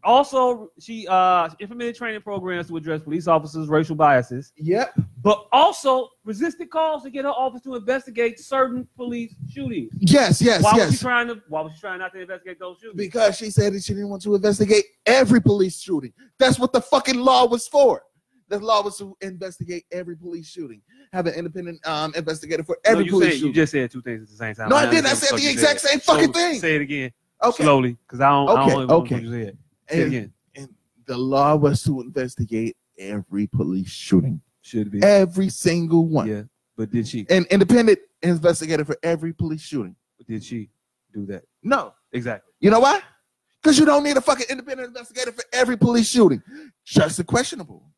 S4: Also, she uh implemented training programs to address police officers' racial biases,
S5: Yep,
S4: but also resisted calls to get her office to investigate certain police shootings.
S5: yes, yes,
S4: why was she
S5: yes.
S4: trying to? Why was she trying not to investigate those shootings?
S5: because she said that she didn't want to investigate every police shooting. That's what the fucking law was for. The law was to investigate every police shooting, have an independent um, investigator for
S4: No,
S5: every
S4: you,
S5: police
S4: said, you
S5: shooting.
S4: just said two things at the same time.
S5: no, I
S4: don't
S5: didn't. I
S4: understand what the fuck
S5: said the
S4: you
S5: exact same
S4: So,
S5: fucking thing.
S4: Say it again
S5: Okay,
S4: slowly, because I don't. I
S5: Okay,
S4: don't even know what
S5: okay.
S4: you said. Say it
S5: and,
S4: again.
S5: and the law was to investigate every police shooting,
S7: Should be.
S5: every single one.
S7: Yeah. But did she?
S5: An independent investigator for every police shooting.
S7: Did she do that?
S5: No.
S7: Exactly.
S5: You know why? Because you don't need a fucking independent investigator for every police shooting. Just the questionable ones.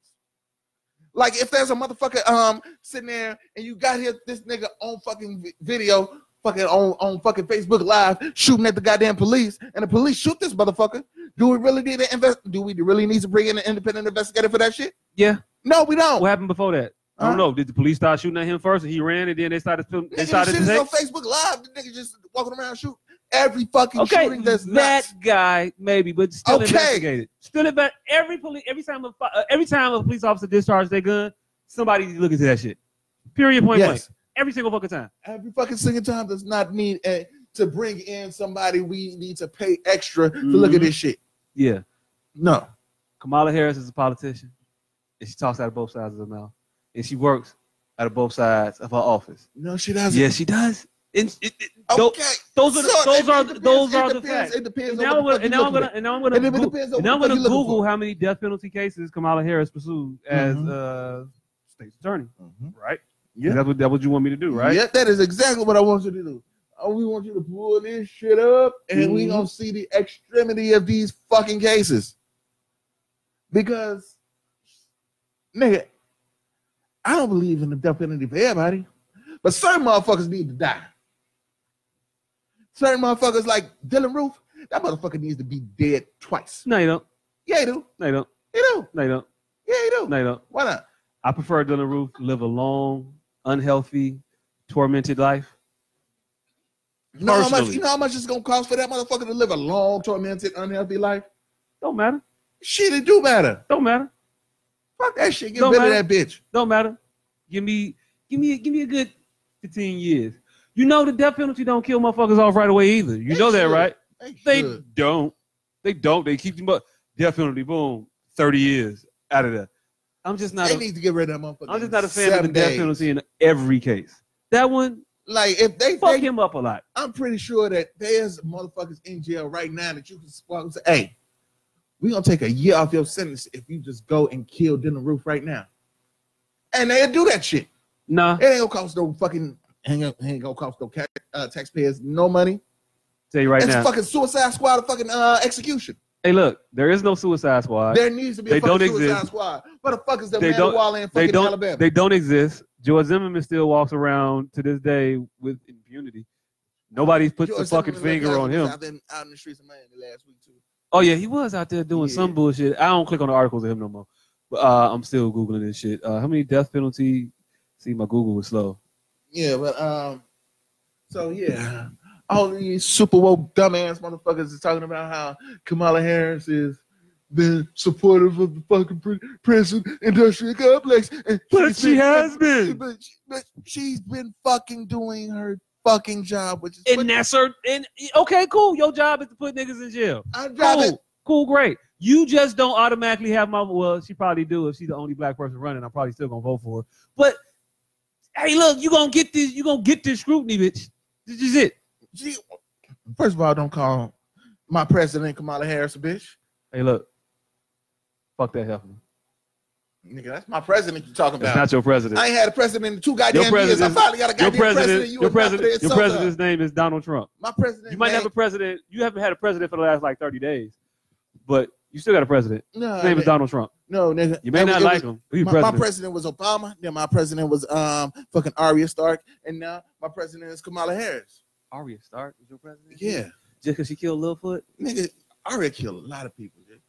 S5: Like if there's a motherfucker um sitting there and you got here this nigga on fucking vi- video, fucking on, on fucking Facebook Live shooting at the goddamn police, and the police shoot this motherfucker. Do we really need to invest? Do we really need to bring in an independent investigator for that shit?
S4: Yeah.
S5: No, we don't.
S4: What happened before that? I
S5: Oh. Huh?
S4: don't know. Did the police start shooting at him first, and he ran, and then they started filming? They
S5: Nigga, the
S4: started
S5: shit is
S4: to
S5: on Facebook Live. The nigga just walking around shooting every fucking
S4: Okay,
S5: shooting that's
S4: that
S5: nuts.
S4: guy maybe, but still
S5: Okay.
S4: investigated. Still investigate. Every police, every time, a, uh, every time a police officer discharges their gun, somebody look into that shit. Period. Point blank.
S5: Yes.
S4: Every single fucking time.
S5: Every fucking single time does not need uh, to bring in somebody we need to pay extra to look
S4: Mm-hmm.
S5: at this shit.
S4: Yeah.
S5: No.
S4: Kamala Harris is a politician, and she talks out of both sides of her mouth, and she works out of both sides of her office.
S5: No, she doesn't.
S4: Yeah, she does. And it, it, tho-
S5: Okay.
S4: those are the,
S5: So
S4: those
S5: it-
S4: are
S5: it
S4: the,
S5: depends-
S4: those
S5: it
S4: are the
S5: depends-
S4: facts.
S5: It depends.
S4: And
S5: on
S4: now I'm
S5: what
S4: gonna
S5: the
S4: and
S5: fuck
S4: now I'm
S5: you
S4: gonna and now I'm
S5: looking
S4: gonna
S5: for. It
S4: Goo-
S5: depends on
S4: and now I'm
S5: what the
S4: gonna
S5: fuck you looking
S4: Google
S5: for.
S4: how many death penalty cases Kamala Harris pursued as
S5: Mhm.
S4: uh, state's attorney.
S5: Mhm.
S4: Right?
S5: Yeah.
S4: That's what that's what you want me to do, right?
S5: Yeah, that is exactly what I want you to do. Oh, we want you to pull this shit up, and we
S4: Mhm.
S5: gonna see the extremity of these fucking cases. Because, nigga, I don't believe in the death penalty for everybody, but certain motherfuckers need to die. Certain motherfuckers like Dylan Roof, that motherfucker needs to be dead twice.
S4: No, you don't.
S5: Yeah, he do.
S4: No, you don't.
S5: He do.
S4: No, you don't.
S5: Yeah, he do.
S4: No, you don't.
S5: Why not?
S4: I prefer Dylan Roof live a long, unhealthy, tormented life.
S5: You know how much?
S4: Personally.
S5: You know how much it's gonna cost for that motherfucker to live a long, tormented, unhealthy life?
S4: Don't matter.
S5: Shit, it do matter.
S4: Don't matter.
S5: Fuck that shit. Get
S4: Don't
S5: rid
S4: matter.
S5: of that bitch.
S4: Don't matter. Give me give me give me a good 15 years. You know the death penalty don't kill motherfuckers off right away either. You
S5: They
S4: know that,
S5: should.
S4: right? They
S5: should.
S4: don't. They don't. They keep them up. Death penalty, boom, 30 years out of there. I'm just not
S5: They
S4: a,
S5: need to get rid of that motherfucker.
S4: I'm
S5: in
S4: just not a fan of the
S5: seven
S4: death
S5: days.
S4: penalty in every case. That one,
S5: Like if they,
S4: fuck
S5: they
S4: him up a lot.
S5: I'm pretty sure that there's motherfuckers in jail right now that you can walk and say, "Hey, we gonna take a year off your sentence if you just go and kill Dylan Roof right now." And they'll do that shit.
S4: Nah,
S5: It ain't gonna cost no fucking. Ain't gonna, ain't gonna cost no ca- uh, taxpayers no money.
S4: tell you right
S5: it's
S4: now.
S5: a fucking Suicide Squad, a fucking uh, execution.
S4: hey, look, there is no Suicide Squad.
S5: There needs to be
S4: They
S5: a fucking
S4: don't
S5: Suicide
S4: exist.
S5: Squad. But the fuck is the
S4: They
S5: man
S4: don't-
S5: wall in
S4: they
S5: fucking
S4: don't.
S5: Alabama?
S4: They don't exist. George Zimmerman still walks around to this day with impunity. Nobody puts
S5: George
S4: the fucking
S5: Zimmerman left
S4: finger
S5: out
S4: on
S5: because
S4: him.
S5: I've been out in the streets of Miami last week too.
S4: Oh yeah, he was out there doing
S5: Yeah.
S4: some bullshit. I don't click on the articles of him no more. But uh, I'm still googling this shit. Uh, how many death penalty? See, my Google was slow.
S5: Yeah, but um, so yeah, all these super woke dumbass motherfuckers is talking about how Kamala Harris is been supportive of the fucking pri- prison industrial complex, and
S4: But
S5: she's
S4: she has been,
S5: But, she, but she's been fucking doing her fucking job, which is what-
S4: and that's her. And okay, cool. Your job is to put niggas in jail.
S5: I'm driving.
S4: Cool, cool, great. You just don't automatically have my. Well, she probably do if she's the only black person running. I'm probably still gonna vote for her. But hey, look, you gonna get this. You gonna get this scrutiny, bitch. This is it.
S5: She, first of all, don't call my president Kamala Harris a bitch.
S4: Hey, look. Fuck that heifer.
S5: Nigga, that's my president you talking
S4: That's
S5: about.
S4: not your president.
S5: I ain't had a president in two goddamn years. I
S4: president-
S5: finally got a
S4: Your
S5: goddamn president.
S4: president.
S5: You
S4: Your
S5: was not for the
S4: president. Your
S5: insult of.
S4: president's name is Donald Trump.
S5: My president.
S4: You might
S5: name-
S4: have a president. You haven't had a president for the last like 30 days, but you still got a president.
S5: No,
S4: His name is
S5: nigga.
S4: Donald Trump.
S5: No, nigga.
S4: You may
S5: It was-
S4: not
S5: it
S4: like
S5: was-
S4: him. but He's
S5: My, my
S4: president.
S5: president was Obama. Then my president was um fucking Arya Stark, and now my president is Kamala Harris.
S4: Arya Stark is your president?
S5: Yeah,
S4: Just because she killed Littlefoot?
S5: nigga, Arya killed a lot of people. Dude.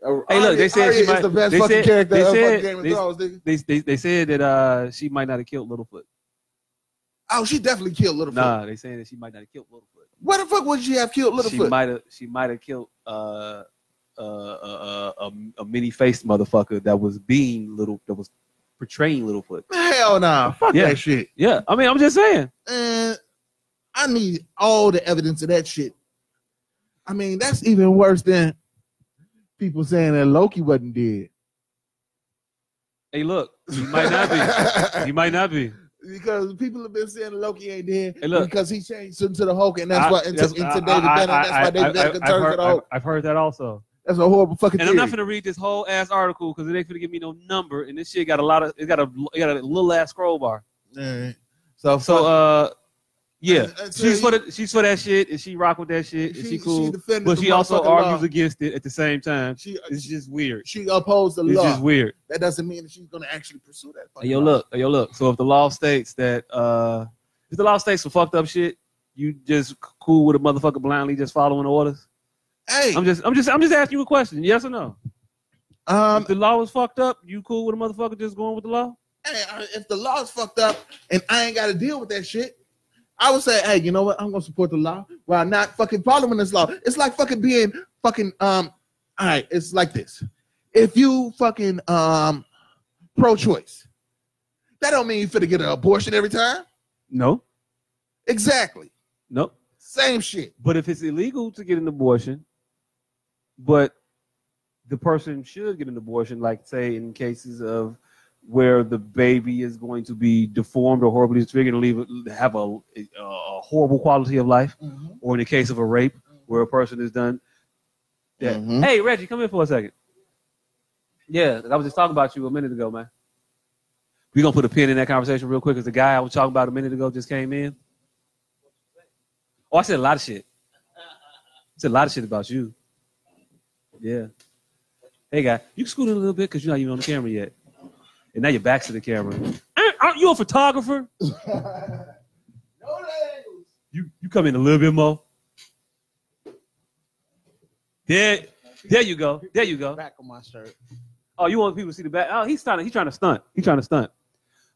S5: Uh,
S4: Hey, look,
S5: Arya-
S4: they said
S5: Arya
S4: she
S5: is
S4: might-
S5: the best
S4: they
S5: fucking
S4: said-
S5: character
S4: they
S5: of fucking
S4: said-
S5: Game of
S4: they-
S5: Thrones. Nigga.
S4: They, they, they said that uh, she might not have killed Littlefoot.
S5: Oh, she definitely killed Littlefoot.
S4: Nah, they saying that she might not have killed Littlefoot.
S5: Why the fuck would she have killed
S4: She
S5: Littlefoot?
S4: might have she might have killed uh, uh, uh, uh, a, a mini faced motherfucker that was being little that was portraying Littlefoot.
S5: Hell nah, fuck
S4: Yeah.
S5: that shit.
S4: Yeah, I mean I'm just saying.
S5: And I need all the evidence of that shit. I mean, that's even worse than people saying that Loki wasn't dead.
S4: Hey, look, he might
S5: [LAUGHS]
S4: not be. He might not be.
S5: because people have been saying Loki ain't dead
S4: Hey, look.
S5: because he changed into the Hulk, and that's
S4: I-
S5: why into,
S4: that's-
S5: into
S4: I-
S5: David
S4: I-
S5: Banner.
S4: I-
S5: That's why
S4: I-
S5: David
S4: I-
S5: Banner
S4: I've
S5: turned to
S4: heard-
S5: the Hulk.
S4: I've- I've heard that also.
S5: That's a horrible fucking
S4: And I'm
S5: theory.
S4: not gonna read this whole ass article because it ain't gonna give me no number. And this shit got a lot of it got a it got a little ass scroll bar.
S5: Alright. So,
S4: So
S5: fuck-
S4: uh, yeah,
S5: And- and so
S4: she's for
S5: you-
S4: the, she's for that shit, and she rock with that shit, and she, cool.
S5: defended
S4: but
S5: the
S4: she also
S5: motherfucking law.
S4: argues against it at the same time.
S5: She
S4: It's just weird.
S5: she opposed the
S4: It's
S5: law.
S4: just weird.
S5: that doesn't mean that she's gonna actually pursue that.
S4: Hey,
S5: fucking
S4: yo,
S5: law.
S4: look. Hey, yo, look. So if the law states that uh, if the law states some fucked up shit, you just c- cool with a motherfucker blindly just following orders.
S5: Hey,
S4: I'm just, I'm just, I'm just asking you a question. Yes or no?
S5: um,
S4: If the law was fucked up, you cool with a motherfucker just going with the law?
S5: hey, I- if the law's fucked up and I ain't got to deal with that shit, I would say, hey, you know what? I'm gonna support the law while not fucking following this law. It's like fucking being fucking um. All right, it's like this. If you fucking um pro-choice, that don't mean you finna get an abortion every time.
S4: No,
S5: Exactly,
S4: no.
S5: same shit.
S4: But if it's illegal to get an abortion, but
S6: the person should get an abortion, like say in cases of where the baby is going to be deformed or horribly disfigured and leave have a, a horrible quality of life,
S4: Mm-hmm.
S6: or in the case of a rape where a person is done. Yeah.
S5: Mhm.
S6: Hey Reggie, come in for a second. Yeah, I was just talking about you a minute ago, man.
S4: we're gonna put a pin in that conversation real quick because the guy I was talking about a minute ago just came in. Oh, I said a lot of shit. I said a lot of shit about you. Yeah. Hey, guy, you can scoot in a little bit because you're not even on the camera yet. And now your back's to the camera. Aren't aren't you a photographer? You you come in a little bit more. There, there you go. There you go.
S8: Back on my shirt.
S4: Oh, you want people to see the back? Oh, he's trying to he's trying to stunt. He's trying to stunt.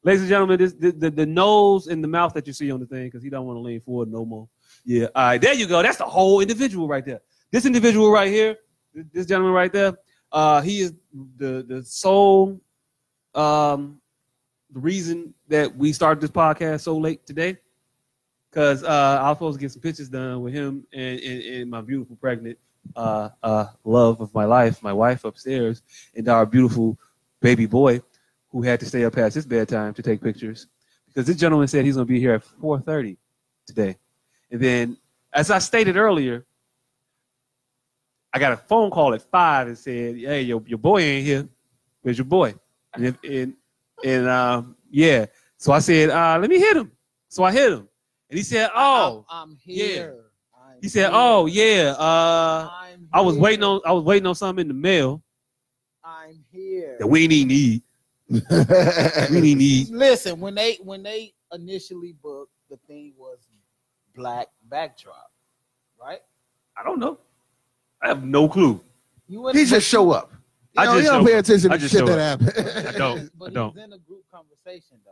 S4: Ladies and gentlemen, this the, the, the nose and the mouth that you see on the thing because he don't want to lean forward no more. Yeah, all right, there you go. That's the whole individual right there. This individual right here, th- this gentleman right there, uh, he is the the sole um the reason that we started this podcast so late today. Cause uh, I was supposed to get some pictures done with him and, and, and my beautiful pregnant uh, uh, love of my life, my wife upstairs and our beautiful baby boy who had to stay up past his bedtime to take pictures because this gentleman said he's going to be here at 4.30 today and then as i stated earlier i got a phone call at 5 and said hey your, your boy ain't here where's your boy and, if, and, and um, yeah so i said uh, let me hit him so i hit him and he said oh
S8: I'm, I'm
S4: yeah.
S8: here. I'm
S4: he said
S8: here.
S4: oh yeah uh,
S8: I'm
S4: i was
S8: here.
S4: waiting on i was waiting on something in the mail
S8: I'm here.
S4: that we didn't need [LAUGHS] we
S5: That's
S4: didn't need
S8: Listen, when they when they initially booked, the thing was black backdrop, right?
S4: [LAUGHS] I don't know. I have no clue.
S8: You
S5: [LAUGHS]
S8: wouldn't-
S5: he just show up.
S4: I
S5: You know,
S4: just
S5: he don't
S4: show
S5: pay attention
S4: I
S5: to
S4: just
S5: shit
S4: show
S5: that
S4: I [LAUGHS]
S5: happened. [LAUGHS]
S4: don't. I
S8: but
S4: don't.
S8: he's in a group conversation though.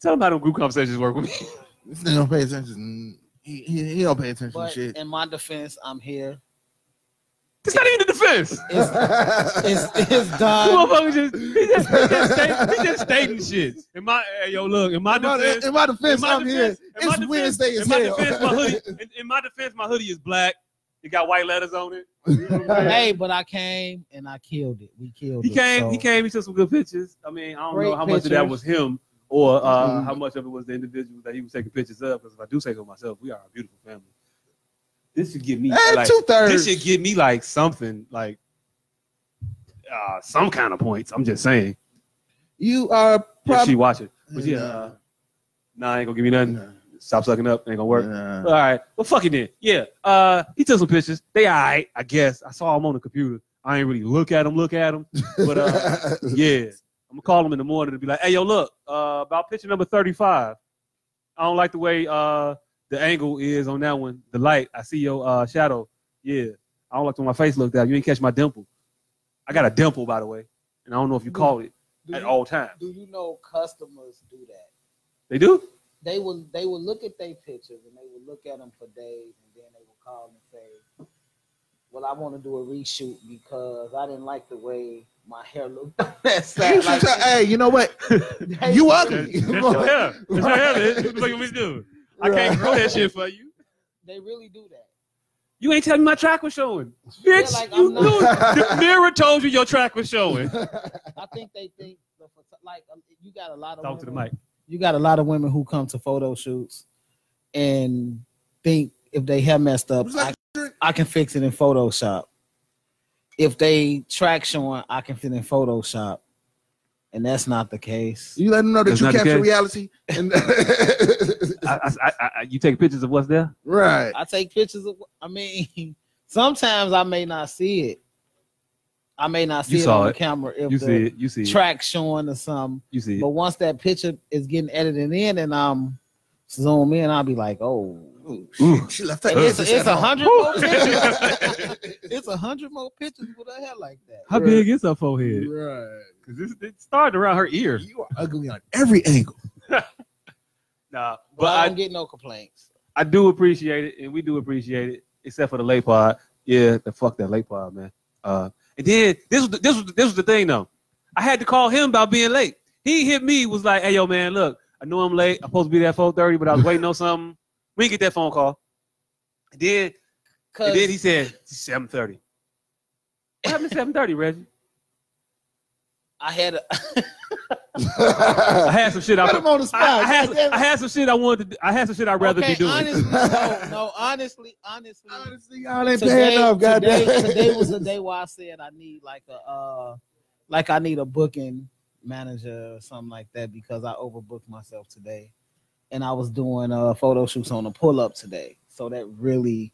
S4: Tell them how them group conversations work with me. [LAUGHS]
S5: This nigga don't pay attention. He, he, he don't pay attention
S8: But
S5: to shit.
S8: in my defense,
S5: [LAUGHS]
S8: I'm here.
S4: It's not even the defense.
S8: It's it's, [LAUGHS] it's
S2: Uh,
S8: done.
S4: Motherfucker just, he just, he just, state, he just stating shit. In my, hey, yo, look, [LAUGHS] in my
S5: In my,
S4: defense,
S5: in my defense,
S4: in my
S5: I'm
S4: defense,
S5: here.
S4: in my
S5: It's
S4: defense-
S5: Wednesday as
S4: in my
S5: hell.
S4: defense, my
S5: [LAUGHS]
S4: hoodie, in, in my defense, my hoodie is black. It got white letters on it.
S8: Hey, but I came and I killed it. We killed
S4: He
S8: it.
S4: came,
S8: so-
S4: he came, he took some good pictures. I mean, I don't know
S8: Great
S4: how much of that
S8: pictures.
S4: was him or uh,
S5: Mhm.
S4: how much of it was the individual that he was taking pictures of. Because if I do say so myself, we are a beautiful family. This should give me like,
S5: two
S4: this
S5: thirds.
S4: should give me like something like uh some kind of points. I'm just saying.
S5: You are
S4: if she
S5: probably.
S4: watch it. But yeah, uh, nah, ain't gonna give me nothing. Stop sucking up, ain't gonna work.
S5: Nah.
S4: All right. Well fuck it then. Yeah. Uh he took some pictures. They all right, I guess. I saw him on the computer. I ain't really look at him, look at him. But uh
S5: [LAUGHS]
S4: [LAUGHS] yeah. I'm gonna call him in the morning to be like, hey yo, look, uh about picture number 35. I don't like the way uh the angle is on that one. The light. I see your uh shadow. Yeah. I don't like the way my face looked at. You ain't catch my dimple. I got a dimple, by the way. And I don't know if you called it
S8: Do
S4: at
S8: you-
S4: all times.
S8: Do you know customers do that?
S4: They
S8: [LAUGHS]
S4: do?
S8: They will they will look at their pictures and they will look at them for days and then they will call and say, "Well, I want to do a reshoot because I didn't like the way my hair looked." That's
S5: You should tell- hey, you know what? You ugly.
S4: That's your hair. That's your hair, man. What the fuck you want me to do? I can't grow that shit for you.
S8: They really do that.
S4: You ain't telling me my track was showing. Bitch,
S8: like,
S4: you
S8: I'm
S4: knew [LAUGHS]
S8: not-
S4: it. the mirror told you your track was showing.
S8: I think they think the, photo- like um, you got a lot of
S4: Talk to the
S8: women-
S4: mic.
S8: You got a lot of women who come to photo shoots and think if they hair messed up, I, I can fix it in Photoshop. if they track showing, I can fit in Photoshop, and that's not the case.
S5: You let them know that
S4: That's
S5: you
S4: not the
S5: capture
S4: case.
S5: reality. And
S4: I, I, I, I, you take pictures of what's there.
S5: [LAUGHS] right.
S8: I take pictures of. I mean, [LAUGHS] sometimes I may not see it. I may not see
S4: You
S8: it
S4: saw
S8: on the
S4: it.
S8: camera if
S4: You
S8: the
S4: see it. You see it.
S8: track showing or something.
S4: You see
S8: But
S4: it.
S8: once that picture is getting edited in and I'm zoom in, I'll be like, oh,
S4: Ooh.
S5: She left
S8: And it's, it's a hundred more
S5: [LAUGHS]
S8: pictures.
S5: hundred.
S8: It's a hundred more pictures with her hair like that.
S4: How big is her forehead?
S5: Right.
S4: Because it started around her ear.
S5: You are ugly on every angle.
S4: Nah,
S8: But,
S4: but
S8: I
S4: I
S8: don't get no complaints.
S4: I do appreciate it, and we do appreciate it, except for the late pod. Yeah, the fuck that late pod, man. Uh, and then this was the, this was the, this was the thing though. I had to call him about being late. He hit me was like, "Hey yo, man, look, I know I'm late. I'm supposed to be there at 4:30, but I was waiting on something. We didn't get that phone call." And then
S8: Cause
S4: and then he said 7:30. What happened to 7:30, Reggie?
S8: I had a
S4: [LAUGHS] I had some shit I,
S5: Put him on the
S4: I, I, had,
S5: spot.
S4: I had some shit I wanted to. Do. I had some shit I'd rather
S8: okay,
S4: be doing.
S8: Honestly, no, no, honestly, honestly,
S5: Honestly, y'all ain't
S8: today,
S5: paying up, goddamn.
S8: today, today was
S5: [LAUGHS]
S8: the day where I said I need like a uh, like I need a booking manager or something like that because I overbooked myself today, and I was doing uh photo shoots on a pull up today, so that really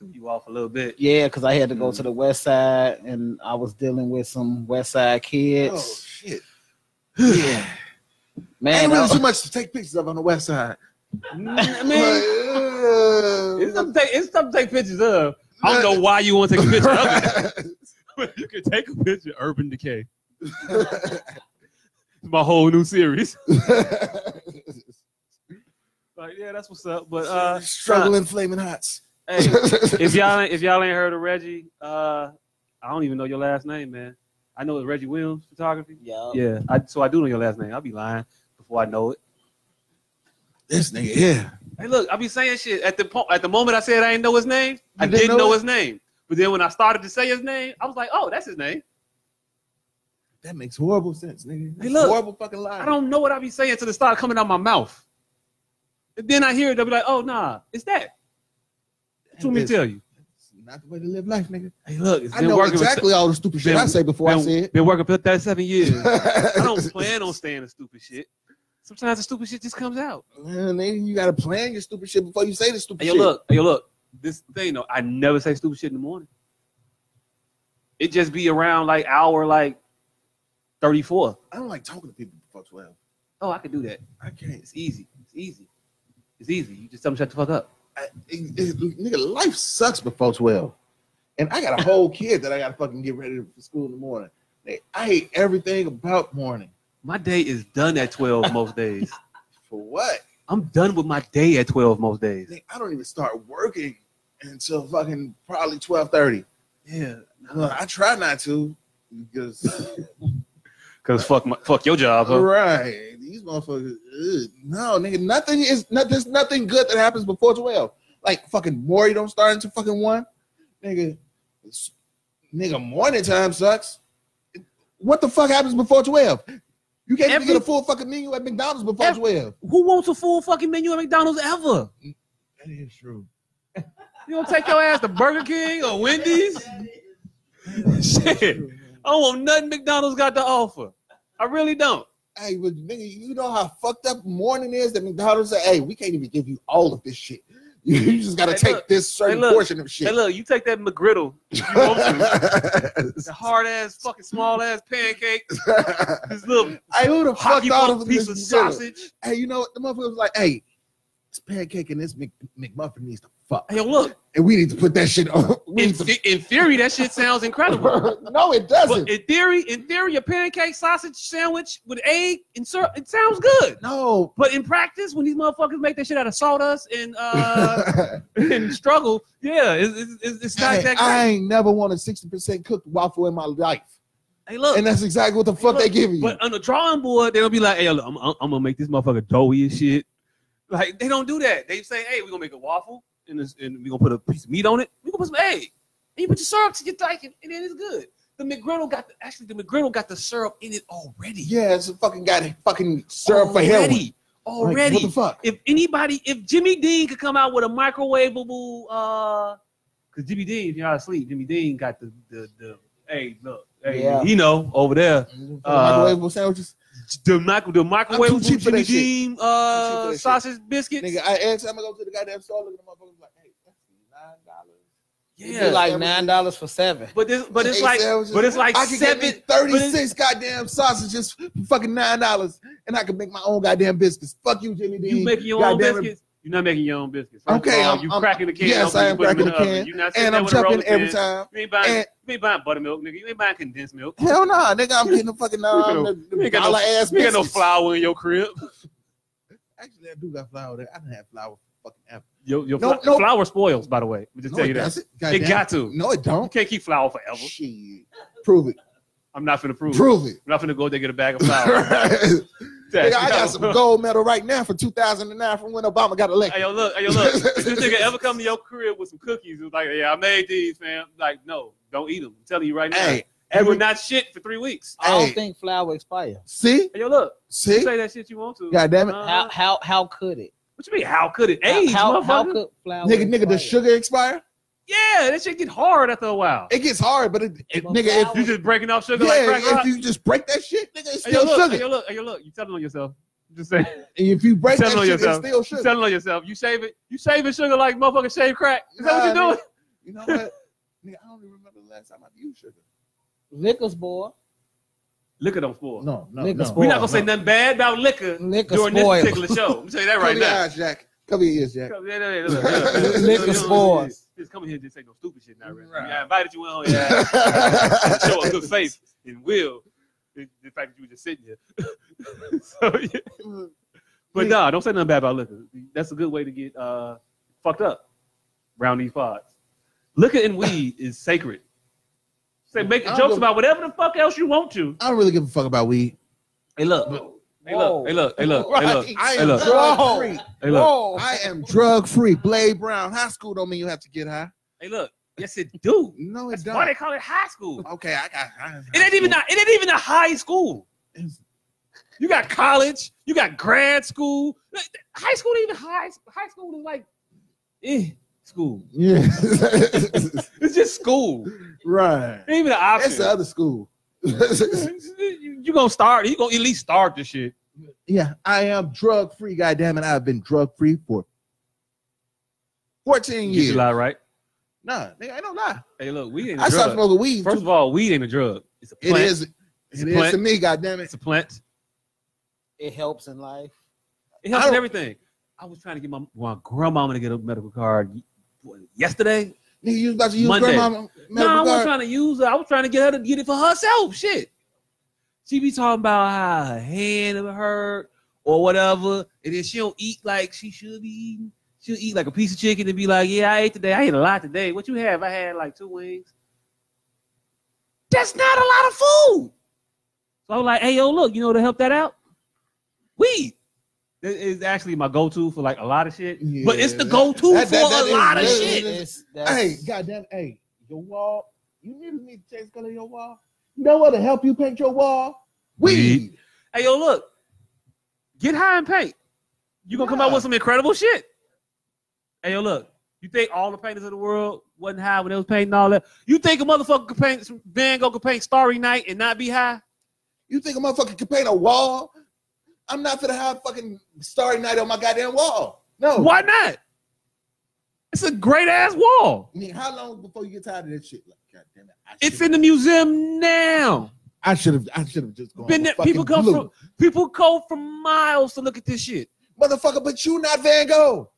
S4: [LAUGHS] you off a little bit.
S8: yeah, because I had to go
S5: Mm.
S8: to the west side and I was dealing with some west side
S5: Oh
S8: kids.
S5: shit!
S8: yeah, man, Mm,
S5: Ain't
S8: I-
S5: really too much to take pictures of on the west side.
S4: I
S5: Like,
S4: mean, It's
S5: uh,
S4: something to take, it's something to take pictures of. I don't know why you want to take a
S5: [LAUGHS]
S4: picture of it. But [LAUGHS] you can take a picture of Urban Decay. It's my whole new series. [LAUGHS] Like, yeah, that's what's up. But uh
S5: Struggling flaming hots.
S4: hey, if y'all ain't- if y'all ain't heard of Reggie, uh I don't even know your last name, man. I know it's Reggie Williams photography.
S8: yeah,
S4: Yeah, I, so I do know your last name. I'll be lying before I know it.
S5: [LAUGHS] this nigga, yeah.
S4: Hey, look, I be saying shit at the po- at the moment I said I didn't know his name. I
S5: didn't
S4: didn't
S5: know
S4: know
S5: it?
S4: his name, but then when I started to say his name, I was like, oh, that's his name.
S5: That makes horrible sense, nigga.
S4: Hey, look.
S5: horrible fucking lie.
S4: I don't know what I be saying till it start coming out my mouth. And then I hear it, they'll be like, oh nah, it's that. That's what me
S5: It's
S4: tell you.
S5: not the way to live life, nigga.
S4: Hey, look, it's
S5: I
S4: been
S5: know
S4: working
S5: exactly all the stupid shit
S4: been-
S5: I say before
S4: for
S5: I say it.
S4: Been working for that seven
S5: [LAUGHS]
S4: years. I
S5: I
S4: don't plan on staying in stupid shit. Sometimes the stupid shit just comes out.
S5: Man, nigga, you gotta plan your stupid shit before you say the stupid
S4: Hey, yo,
S5: shit.
S4: look, hey, yo, look. This thing though, I never say stupid shit in the morning. It just be around like hour like 34.
S5: I don't like talking to people before twelve.
S4: Oh, I could do that.
S5: I can't.
S4: It's easy. It's easy. It's easy. You just tell them shut the fuck up.
S5: I, it, it, nigga, life sucks before twelve, and I got a whole kid that I gotta fucking get ready for school in the morning. Nigga, I hate everything about morning.
S4: My day is done at 12 most days.
S5: For what?
S4: I'm done with my day at 12 most days.
S5: Nigga, I don't even start working until fucking probably twelve thirty.
S4: Yeah.
S5: Look, I try not to because.
S4: Cause fuck my fuck your job,
S5: Uh-huh.
S4: huh?
S5: Right. These motherfuckers. Ugh. No, nigga, nothing is not there's nothing good that happens before 12. Like fucking more you don't start until fucking one. Nigga. it's- Nigga, morning time sucks. What the fuck happens before 12? You can't even
S4: Every-
S5: get a full fucking menu at McDonald's before
S4: Ev-
S5: 12.
S4: Who wants a full fucking menu at McDonald's ever?
S5: That is true.
S4: You gonna take your ass to Burger King or Wendy's? Shit. I don't want nothing McDonald's got to offer. I really don't.
S5: Hey, but nigga, you know how fucked up morning is that McDonald's say, hey, we can't even give you all of this shit. [LAUGHS] You, you just gotta
S4: Hey,
S5: take
S4: look.
S5: this certain
S4: Hey, look.
S5: portion of shit.
S4: Hey, look, you take that McGriddle, if you want to. the hard ass, fucking small ass pancake,
S5: [LAUGHS]
S4: this little
S5: I would have fucked
S4: hockey
S5: all
S4: puck
S5: of
S4: piece
S5: this
S4: of
S5: McGriddle.
S4: sausage.
S5: Hey, you know what? The motherfucker was like, hey, this pancake and this Mc, McMuffin needs to fuck.
S4: Hey, yo, look,
S5: And we need to put that shit on. [LAUGHS] We
S4: in,
S5: need to-
S4: in theory, that shit sounds incredible.
S5: [LAUGHS] no, it doesn't.
S4: But in theory, in theory, a pancake sausage sandwich with egg and syrup, it sounds good.
S5: no.
S4: But in practice, when these motherfuckers make that shit out of sawdust and
S5: [LAUGHS]
S4: uh and struggle, yeah, it's, it's, it's- it's not
S5: Hey,
S4: that
S5: I
S4: great.
S5: ain't never wanted 60% cooked waffle in my life.
S4: Hey, look,
S5: And that's exactly what the fuck they give you.
S4: but uh, on the drawing board, they'll be like, "Hey, look, I'm, I'm, I'm gonna make this motherfucker doughy and shit." Like they don't do that. They say, "Hey, we're gonna make a waffle and this, and we're gonna put a piece of meat on it. We're gonna put some egg, and you put your syrup to your like, and then it's good." The McGriddle got the, actually the McGriddle got the syrup in it already.
S5: yeah, it's a fucking guy fucking syrup for heroin. Like,
S4: already, already.
S5: what the fuck?
S4: if anybody, if Jimmy Dean could come out with a microwavable uh Because Jimmy Dean, if y'all asleep, Jimmy Dean got the the the. Hey, look, hey,
S8: Yeah.
S4: he know over there. Uh,
S5: Microwavable sandwiches.
S4: The micro, the
S5: too
S4: microwave
S5: cheap for
S4: Jimmy
S5: that shit.
S4: Dean
S5: Too cheap for
S4: uh,
S5: that shit.
S4: sausage biscuits.
S5: Nigga, I every time I go to the goddamn store, look at the motherfuckers like, hey, that's nine dollars.
S8: Yeah,
S4: yeah,
S8: like nine dollars for seven.
S4: but this, but it's
S5: Eight
S4: like,
S5: sandwiches.
S4: but it's like
S5: I can
S4: seven.
S5: get thirty six goddamn sausages for fucking nine dollars, and I can make my own goddamn biscuits. Fuck you, Jimmy Dean.
S4: You making your own
S5: Goddamn it.
S4: biscuits? You're not making your own biscuits. First
S5: Okay,
S4: of all,
S5: I'm-
S4: you
S5: I'm-
S4: cracking the can.
S5: yes,
S4: open,
S5: I
S4: you
S5: am
S4: put 'em
S5: cracking
S4: in
S5: the
S4: oven.
S5: can,
S4: You're not sitting
S5: And
S4: there
S5: I'm
S4: with a
S5: jumping
S4: rolling
S5: every
S4: pin.
S5: time.
S4: You ain't buying,
S5: And-
S4: you ain't buying buttermilk, nigga. You ain't buying condensed milk.
S5: Hell no, nigga, I'm getting the
S4: [LAUGHS]
S5: fucking
S4: You ain't got
S5: um, the, the
S4: You ain't got,
S5: dollar
S4: no,
S5: ass
S4: you ain't got no
S5: biscuits.
S4: flour in your crib.
S5: Actually, I do got flour there. I done had flour for fucking ever.
S4: Your, your
S5: No,
S4: fla-
S5: no.
S4: flour spoils, by the way. Let me just
S5: No,
S4: tell
S5: it
S4: you that.
S5: doesn't. Goddamn.
S4: It got to.
S5: No, it
S4: You
S5: don't.
S4: can't keep flour forever.
S5: Shit. Prove it.
S4: I'm not finna prove. it.
S5: Prove it.
S4: I'm not finna go there get a bag of flour.
S5: [LAUGHS] Nigga, I
S4: That's- [LAUGHS]
S5: got some gold medal right now for 2009 from when Obama got
S4: Hey
S5: elected.
S4: yo, look, hey yo, look. If this nigga ever come to your crib with some cookies, it's like, yeah, I made these, fam. Like, no, don't eat them. I'm telling you right now.
S5: Hey,
S4: you
S5: every-
S4: would not shit for three weeks.
S8: I don't
S5: Hey.
S8: think flour expire.
S5: See?
S4: Hey yo, look. You
S5: See?
S4: say that shit you want to.
S5: God damn it.
S4: Uh-huh.
S8: How how how could it?
S4: What you mean? How could it age,
S8: how, how,
S4: motherfucker?
S8: how could flour?
S5: Nigga, nigga,
S8: expire?
S5: does sugar expire?
S4: yeah, that shit get hard after a while.
S5: It gets hard, but it, it-
S8: Well,
S5: nigga, if
S8: flour-
S4: you just breaking off sugar like crack
S5: yeah,
S4: rock.
S5: if you just break that shit, nigga, it's
S4: Hey, yo, look,
S5: still
S4: hey,
S5: sugar.
S4: yo, look, hey, yo, look. You telling on yourself. I'm just
S5: [LAUGHS]
S4: saying.
S5: And if you break that
S4: telling
S5: shit,
S4: on
S5: it's
S4: yourself.
S5: still
S4: You
S5: sugar.
S4: telling on yourself. You save it. You saving sugar like motherfucker shave crack. Is that what
S5: Nah,
S4: you're doing?
S5: You know what? nigga, I don't even remember the last time I used sugar.
S8: liquor's boy.
S4: Liquor don't spoil.
S5: No, no,
S8: Nigga,
S5: no.
S8: spoil.
S4: We're not gonna say nothing bad about liquor
S8: Liquor
S4: during
S8: spoil.
S4: this particular show. I'm tell you that
S5: Cover
S4: right
S5: your
S4: now.
S5: eyes, Jack. Cover your ears, Jack.
S4: Come- yeah, yeah, yeah, look, look, look,
S8: Liquor
S4: look,
S8: spoils.
S4: look, Just come in here and just say no stupid shit now, right? I invited you in on your ass.
S5: Show [LAUGHS]
S4: show a good faith and will. The the fact that you were just sitting here. [LAUGHS] so, yeah. But nah, don't say nothing bad about liquor. That's a good way to get uh, fucked up around these pods. Liquor and weed is sacred. Say make
S5: I don't
S4: jokes
S5: give-
S4: about whatever the fuck else you want to.
S5: I don't really give a fuck about weed.
S4: Hey look, hey look, hey look, hey look, hey look,
S5: I
S4: Hey,
S5: am
S4: look.
S5: drug free.
S4: hey look,
S5: I am drug free. Blade Brown High School don't mean you have to get high.
S4: hey look. Yes, it do.
S5: No, it
S4: That's why they
S5: don't.
S4: call it high school.
S5: Okay, I got. I,
S4: It ain't even not. It ain't even a high school. You got college. You got grad school. Like, th- High school ain't even high. High school is like, eh, school.
S5: Yeah, [LAUGHS]
S4: It's just school.
S5: right.
S4: It ain't even an
S5: That's the
S4: option.
S5: other school.
S4: you you gonna start. You gonna at least start the shit.
S5: yeah, I am drug free. God damn it, I've been drug free for fourteen
S4: You
S5: years.
S4: should lie, right?
S5: Nah, nigga, I don't lie.
S4: Hey, look, weed ain't a
S5: I stopped
S4: drug.
S5: smoking weed.
S4: First
S5: too.
S4: of all, weed ain't a drug. It's a
S5: it
S4: plant.
S5: is.
S4: It's a
S5: It is
S4: plant.
S5: to me. God damn it.
S4: It's a plant.
S8: It helps in life.
S4: It helps in
S5: don't-
S4: everything. I was trying to get my my grandmama to get a medical card boy, yesterday.
S5: Nigga, you was about to use
S4: Monday.
S5: grandma
S4: No, I
S5: medical
S4: wasn't
S5: card.
S4: trying to use her. I was trying to get her to get it for herself. Shit. She be talking about how her hand hurt or whatever. And then she don't eat like she should be eating. She'll eat like a piece of chicken and be like, yeah, I ate today. I ate a lot today. What you have? I had like two wings. That's not a lot of food. So I was like, hey, yo, look, you know to help that out? Weed. That is actually my go-to for like a lot of shit. but it's the
S5: Yeah.
S4: go-to
S5: That-
S4: for
S5: that- that
S4: a
S5: is
S4: lot of
S5: really-
S4: shit.
S8: It's- that's-
S5: Hey, goddamn, hey, your wall. You need to need to change the color of your wall. You know what to help you paint your wall? Weed.
S4: Hey, yo, look, get high and paint. You gonna come out
S5: Yeah.
S4: with some incredible shit. Hey, yo, look, you think all the painters of the world wasn't high when they was painting all that? You think a motherfucker could paint Van Gogh could paint Starry Night and not be high?
S5: You think a motherfucker can paint a wall? I'm not gonna have fucking Starry Night on my goddamn wall. No.
S4: Why not? It's a great ass wall.
S5: I mean, how long before you get tired of that shit? Like, goddamn it. I
S4: It's
S5: should've-
S4: in the museum now.
S5: I should have. I should have just gone.
S4: Been
S5: with
S4: there, people
S5: fucking
S4: come
S5: blue.
S4: from people go from miles to look at this shit.
S5: motherfucker, but you not Van Gogh.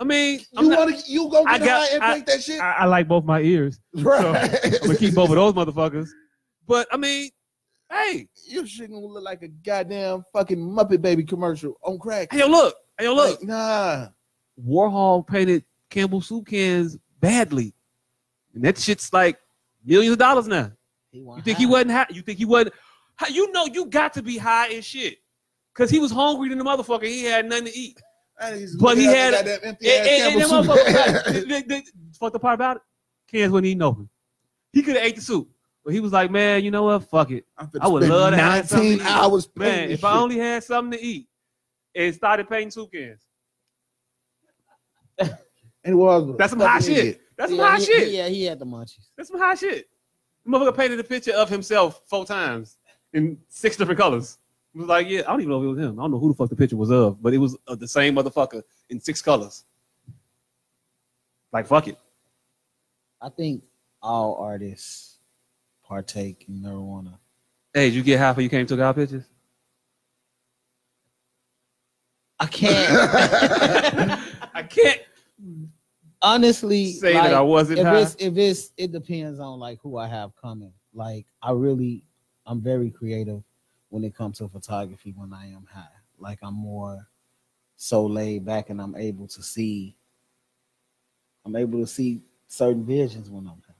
S4: I mean, I'm
S5: You
S4: not,
S5: want to? You go
S4: I
S5: get
S4: got-
S5: high and
S4: I-
S5: paint that shit?
S4: I, I like both my ears.
S5: right.
S4: I'm
S5: [LAUGHS]
S4: gonna keep both of those motherfuckers. But I mean, hey,
S5: You shouldn't look like a goddamn fucking Muppet Baby commercial on crack.
S4: Hey, yo, look. Hey, yo, look.
S5: Like, nah.
S4: Warhol painted Campbell soup cans badly, and that shit's like millions of dollars now.
S8: He
S4: You think he wasn't high? You think he wasn't? How, you know, you got to be high as shit, cause he was hungry than the motherfucker. He had nothing to eat. But he had- And- and- and that
S5: [LAUGHS]
S4: motherfucker- the- the- the- fuck the part about it, cans wasn't eating open. He could have ate the soup, but he was like, man, you know what? Fuck it. I would love to have something
S5: Nineteen
S4: to eat.
S5: hours,
S4: Man, if I only had something to eat, and started painting soup cans.
S5: and
S4: [LAUGHS]
S5: was
S4: That's some hot shit. That's some
S8: yeah,
S4: hot
S8: he,
S4: shit.
S8: Yeah, he had the munchies.
S4: That's some hot shit. Motherfucker painted a picture of himself four times in six different colors. It was like, yeah, I don't even know if it was him. I don't know who the fuck the picture was of, but it was of the same motherfucker in six colors. Like, fuck it.
S8: I think all artists partake in marijuana.
S4: Hey, did you get half of you came took our pictures?
S5: [LAUGHS]
S8: I can't
S4: I can't
S8: honestly
S4: say
S8: like,
S4: that I wasn't
S8: if
S4: high.
S8: it's if it's it depends on like who I have coming. Like I really I'm very creative when it comes to photography when I am high. Like I'm more so laid back and I'm able to see I'm able to see certain visions when I'm high.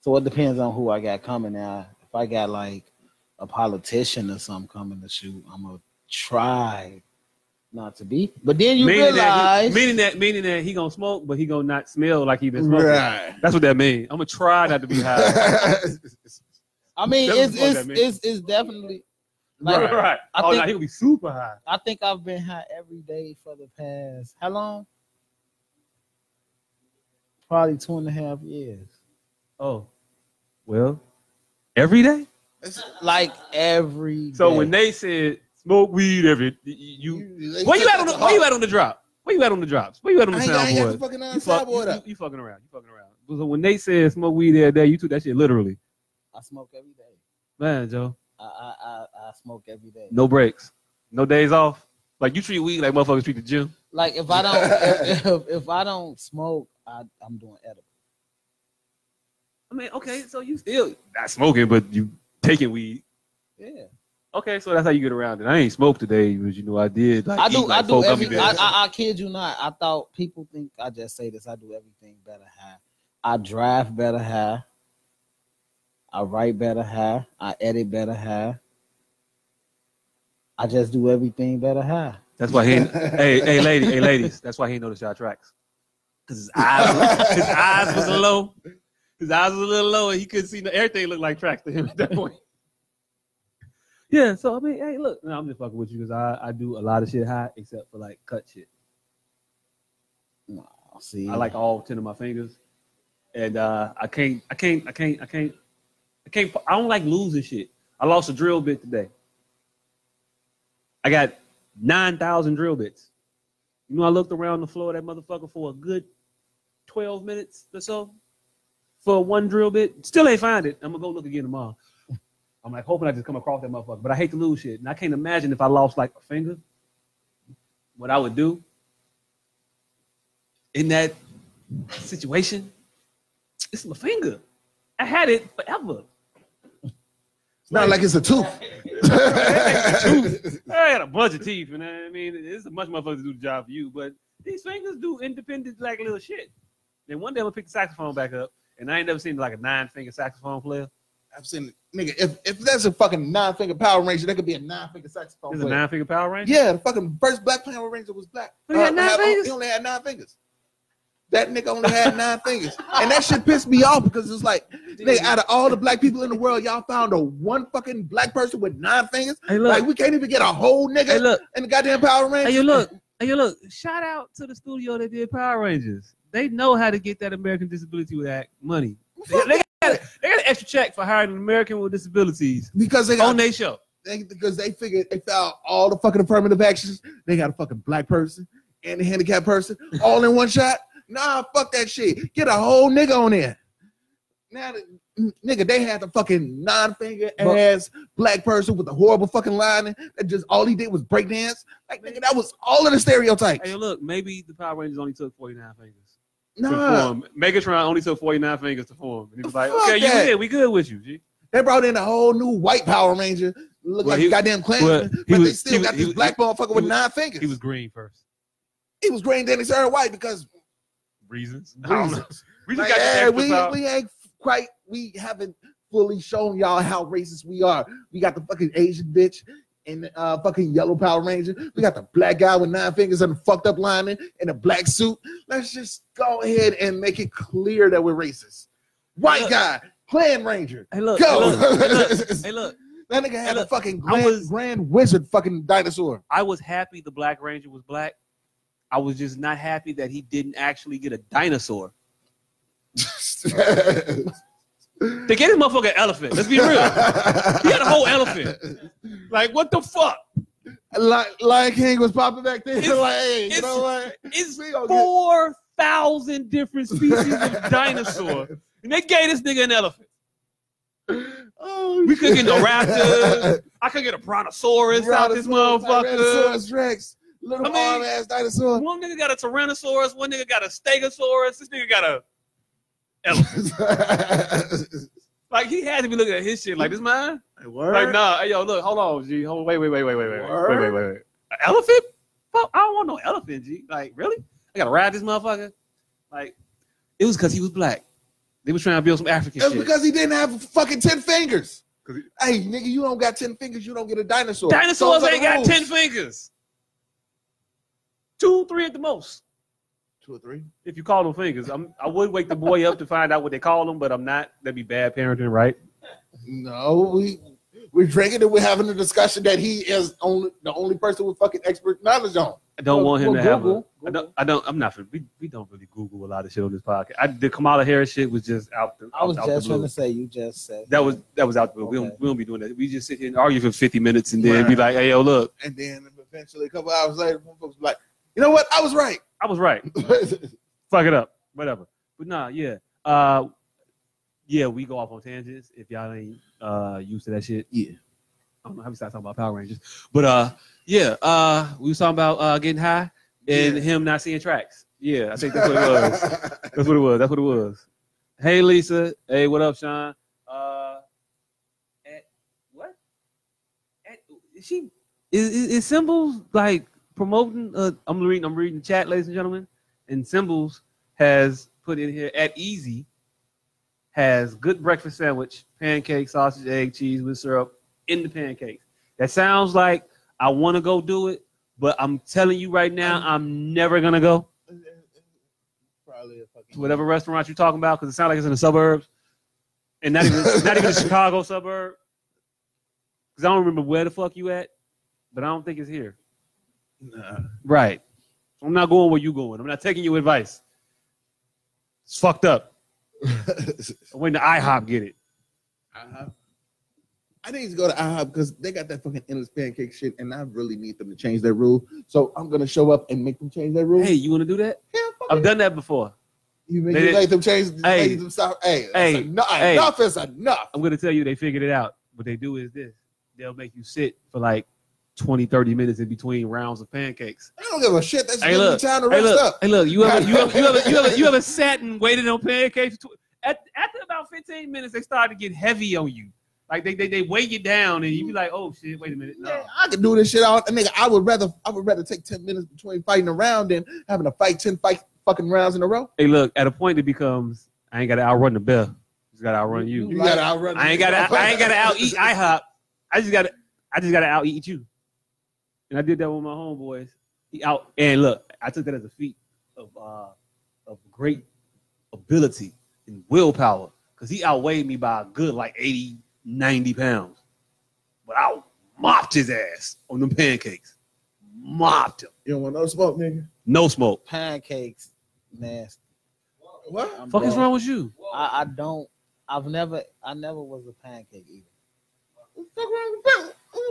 S8: So it depends on who I got coming now. If I got like a politician or something coming to shoot, I'm gonna try not to be. But then you
S4: meaning, that he,
S8: realize
S4: meaning that meaning that he gonna smoke, but he gonna not smell like he been smoking.
S5: Right.
S4: That's what that means. I'm gonna try not to be high.
S8: I mean,
S4: That's
S8: it's
S4: what
S8: it's,
S4: that means.
S8: it's it's definitely like
S4: right.
S8: I
S4: oh,
S8: think-
S4: nah, he gonna be super high.
S8: I think I've been high every day for the past how long? Probably two and a half years.
S4: [LAUGHS] Oh, well, every day.
S8: Like every
S4: So
S8: day.
S4: when they said smoke weed every, you,
S5: They
S4: where you
S5: took
S4: at on the
S5: that
S4: where you
S5: to
S4: at on the drop? Where you at on the drops? Where you at on
S5: heart.
S4: the
S5: I ain't, I ain't got the
S4: soundboard?
S5: fucking
S4: You, fuck, you,
S5: soundboard
S4: you,
S5: up.
S4: you fucking around. You fucking around. So when they said smoke weed every day, you took that shit literally.
S8: I smoke every day.
S4: Man, Joe,
S8: I I I, I smoke every day.
S4: no breaks, no days off. Like you treat weed like motherfuckers treat the gym.
S8: Like if I don't if, [LAUGHS] if, if I don't smoke, I I'm doing edible.
S4: I mean, okay, so you still not smoking, but you taking weed.
S8: Yeah,
S4: Okay, so that's how you get around it. I ain't smoked today, but you know I did. Like,
S8: I do.
S4: eat, like,
S8: I
S4: four
S8: do.
S4: gummy
S8: Every, I,
S4: bears.
S8: I I kid you not. I thought people think I just say this. I do everything better high. I drive better high. I write better high. I edit better high. I just do everything better high.
S4: That's why he. ain't- hey, hey, lady, hey, ladies. That's why he ain't noticed y'all tracks. Cause his eyes, his eyes was low. His eyes was a little low, and he couldn't see. no- Everything looked like tracks to him at that point. Yeah, so I mean, hey, look, no, I'm just fucking with you because I, I do a lot of shit high except for like cut shit.
S8: See,
S4: I like all ten of my fingers, and uh, I can't, I can't, I can't, I can't, I can't. I don't like losing shit. I lost a drill bit today. I got nine thousand drill bits. You know, I looked around the floor of that motherfucker for a good twelve minutes or so for one drill bit. Still ain't find it. I'm gonna go look again tomorrow. I'm like hoping I just come across that motherfucker, but I hate to lose shit, and I can't imagine if I lost like a finger, what I would do in that situation. It's my finger. I had it forever.
S5: It's not like it's a tooth.
S4: I got a bunch of teeth, and I mean, it's a bunch of motherfuckers to do the job for you, but these fingers do independent, like little shit. Then one day I'm gonna pick the saxophone back up, and I ain't never seen like a nine finger saxophone player.
S5: [LAUGHS] I've seen it. Nigga, if, if that's a fucking nine finger Power Ranger, that could be a nine finger saxophone.
S4: This is a
S5: player.
S4: nine finger Power Ranger.
S5: Yeah, the fucking first black Power Ranger was black. Uh,
S4: But he had nine
S5: had-
S4: fingers?
S5: He only had nine fingers. That nigga only had nine fingers, and that shit pissed me off because it's like, nigga, out of all the black people in the world, y'all found a one fucking black person with nine fingers.
S4: Hey, look.
S5: Like we can't even get a whole nigga
S4: hey, look.
S5: in the goddamn Power Ranger.
S4: Hey, you [LAUGHS] look. Hey, you look. Shout out to the studio that did Power Rangers. They know how to get that American Disability Act money. They, they got, a- they got an extra check for hiring an American with disabilities
S5: because they got
S4: on their show.
S5: they, because they figured they found all the fucking affirmative actions. They got a fucking black person and a handicapped person all in one shot. Nah, fuck that shit. Get a whole nigga on there. Now, the- n- nigga, they had the fucking nine finger
S8: But-
S5: ass black person with a horrible fucking lining that just all he did was break dance. Like, nigga, that was all of the stereotypes.
S4: Hey, look, maybe the Power Rangers only took 49 fingers to
S5: Nah,
S4: form. Megatron only took 49 fingers to form. And he was like,
S5: Fuck
S4: okay,
S5: that.
S4: you good. We good with you, G.
S5: they brought in a whole new white Power Ranger, look
S4: Well,
S5: like
S4: he-
S5: goddamn Clan,
S4: well, he
S5: but they
S4: was-
S5: still
S4: he was-
S5: got this
S4: he was-
S5: black motherfucker with
S4: was-
S5: nine fingers.
S4: He was green first.
S5: he was green, then he turned white because
S4: Reasons. I don't know. We just
S5: Like,
S4: got this
S5: yeah,
S4: extra
S5: we,
S4: power.
S5: we ain't quite we haven't fully shown y'all how racist we are. We got the fucking Asian bitch and the, uh fucking yellow Power Ranger. We got the black guy with nine fingers and a fucked up lineman in a black suit. Let's just go ahead and make it clear that we're racist. White
S4: Look.
S5: guy, Klan Ranger.
S4: Hey, look.
S5: Go.
S4: Hey, look. Hey,
S5: [LAUGHS]
S4: look. Hey, look.
S5: That nigga had a
S4: look,
S5: fucking
S4: I
S5: grand,
S4: was-
S5: grand wizard fucking
S4: [LAUGHS]
S5: dinosaur. [LAUGHS]
S4: I was happy the Black Ranger was black. I was just not happy that he didn't actually get a dinosaur. They gave this motherfucker an elephant. Let's be real. he had a whole elephant.
S5: [LAUGHS]
S4: Like, what the fuck?
S5: Lion, Lion King was popping back then.
S4: It's-
S5: [LAUGHS] like, hey, you
S4: it's-
S5: know what?
S4: It's
S5: We gonna get-
S4: 4,000 different species
S5: [LAUGHS]
S4: of dinosaur. And they gave this nigga an elephant.
S5: Oh,
S4: We cooking the
S5: shit. [LAUGHS]
S4: raptors. [LAUGHS] I could get a brontosaurus out this
S5: Tyrannosaurus,
S4: motherfucker.
S5: Tyrannosaurus Rex, little
S4: I mean-
S5: arm ass
S4: [LAUGHS]
S5: dinosaur.
S4: One nigga got a tyrannosaurus. One nigga got a stegosaurus. This nigga got a elephant. Like, he had to be looking at his shit like, this mine? Like, nah, hey, yo, look, hold on, G. Hold, wait, wait, wait, wait, wait, wait, wait, wait, wait, wait, wait. An elephant? Fuck, I don't want no elephant, G. Like, really? I gotta ride this motherfucker? Like, it was because he was black. They was trying to build some African
S5: That's
S4: shit.
S5: because he didn't have fucking ten fingers. Hey, nigga, you don't got ten fingers, you don't get a dinosaur.
S4: Dinosaurs
S5: Those are
S4: ain't
S5: the
S4: got
S5: rules.
S4: ten fingers. Two, three at the most.
S5: Two or three.
S4: If you call them fingers, I'm, I would wake the boy up to find out what they call them, but I'm not. That'd be bad parenting, right?
S5: No, we we're drinking and we're having a discussion that he is only the only person with fucking expert knowledge on.
S4: I don't
S6: Well-
S4: want him
S6: well,
S4: to
S6: Google-
S4: have a. I don't, I don't. I'm not. We, we don't really Google a lot of shit on this podcast. I, the Kamala Harris shit was just out. The,
S8: I was
S4: out the
S8: just
S4: blue.
S8: trying to say you just said
S4: That was that was out the blue. We,
S8: Okay.
S4: don't, we don't be doing that. We just sit here and argue for 50 minutes and then be like, hey, yo, look,
S5: And then eventually a couple hours later, one folks be like, you know what? I was right.
S4: I was right. Fuck it up. Whatever. But nah, yeah. Uh yeah, we go off on tangents if y'all ain't uh used to that shit.
S5: Yeah.
S4: I don't know how we started talking about Power Rangers. But uh yeah, uh we was talking about uh getting high and
S5: Yeah.
S4: him not seeing tracks. Yeah, I think that's what it [LAUGHS] was.
S5: uh, [LAUGHS]
S4: That's what it was. That's what it was. Hey, Lisa. Hey, what up, Sean? Uh, at, what? At, is she is, is, is symbols like promoting? Uh, I'm reading. I'm reading the chat, ladies and gentlemen. And symbols has put in here at easy has good breakfast sandwich, pancake, sausage, egg, cheese with syrup in the pancakes. That sounds like I want to go do it, but I'm telling you right now, I'm never gonna go
S5: Probably a fucking
S4: to whatever restaurant you're talking about because it sounds like it's in the suburbs, and not even it's not even a Chicago suburb. Because I don't remember where the fuck you at, but I don't think it's here.
S5: Uh,
S4: [LAUGHS] Right. I'm not going where you going. I'm not taking your advice. It's fucked up. I'm waiting to IHOP get it. Uh-huh.
S5: IHOP. I need to go to IHOP because they got that fucking endless pancake shit, and I really need them to change that rule. So I'm gonna show up and make them change that rule.
S4: Hey, you want to do that?
S5: Hell, fuck
S4: I've
S5: it.
S4: done that before.
S5: you make
S4: they
S5: you
S4: did-
S5: make them change. Hey,
S4: Hey.
S5: make them stop. Hey,
S4: Hey,
S5: hey, enough,
S4: hey.
S5: enough is enough.
S4: I'm gonna tell you they figured it out. What they do is this: they'll make you sit for like 20, 30 minutes in between rounds of pancakes.
S5: I don't give a shit. That's
S4: Hey,
S5: giving me
S4: look.
S5: time to
S4: Hey
S5: rest
S4: look,
S5: up.
S4: hey look, you ever you ever you ever you ever you ever sat and waited on pancakes for tw- at, after about 15 minutes they started to get heavy on you. Like they they, they weigh you down and you be like, oh shit, wait a minute. No.
S5: Yeah, I can do this shit all. Nigga, I would rather I would rather take ten minutes between fighting a round than having to fight ten fight fucking rounds in a row.
S4: Hey look, at a point it becomes I ain't gotta outrun the bell. Just gotta outrun you.
S5: You gotta outrun.
S4: I ain't gotta I
S5: [LAUGHS]
S4: ain't gotta out eat IHOP. I just gotta I just gotta out eat you. And I did that with my homeboys. He out and look, I took that as a feat of uh of great ability and willpower because he outweighed me by a good like 80, 90 pounds. But I mopped his ass on them pancakes. Mopped him.
S5: You don't want no smoke, nigga.
S4: No smoke.
S8: pancakes nasty.
S5: What?
S8: I'm
S4: Fuck is
S8: done.
S4: wrong with you?
S8: I, I don't. I've never. I never was a pancake eater.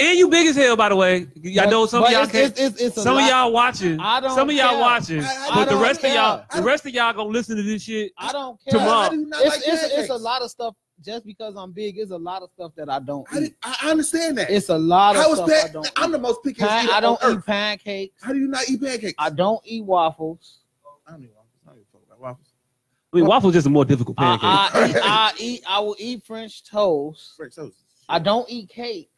S4: And you big as hell, by the way. I know some of
S8: But
S4: y'all
S8: it's-
S4: can't.
S8: it's- it's- it's a
S4: Some of
S8: lot.
S4: y'all watching.
S8: I don't
S4: some of y'all
S8: care.
S4: watching.
S5: I- I
S4: but the
S8: don't
S4: rest
S8: care.
S4: of y'all,
S5: I-
S4: the rest of y'all gonna listen to this shit.
S8: I don't care.
S4: Tomorrow.
S5: I do not
S8: It's,
S5: like
S8: it's, it's a
S5: pancakes.
S8: lot of stuff. Just because I'm big, it's a lot of stuff that I don't
S5: I,
S8: eat.
S5: didn't- I I understand that.
S8: It's a lot of
S5: How is
S8: stuff I
S5: that?
S8: don't.
S5: I'm
S8: eat.
S5: the most picky
S8: Pan-
S5: eater
S8: I don't
S5: on earth.
S8: eat pancakes.
S5: How do you not eat pancakes?
S8: I don't eat waffles.
S5: I don't eat waffles. I don't give a fuck about waffles.
S4: I mean, waffles just a more difficult
S8: I,
S4: pancake.
S8: I, eat, I eat. I will eat French toast.
S5: French toast.
S8: I don't eat cake.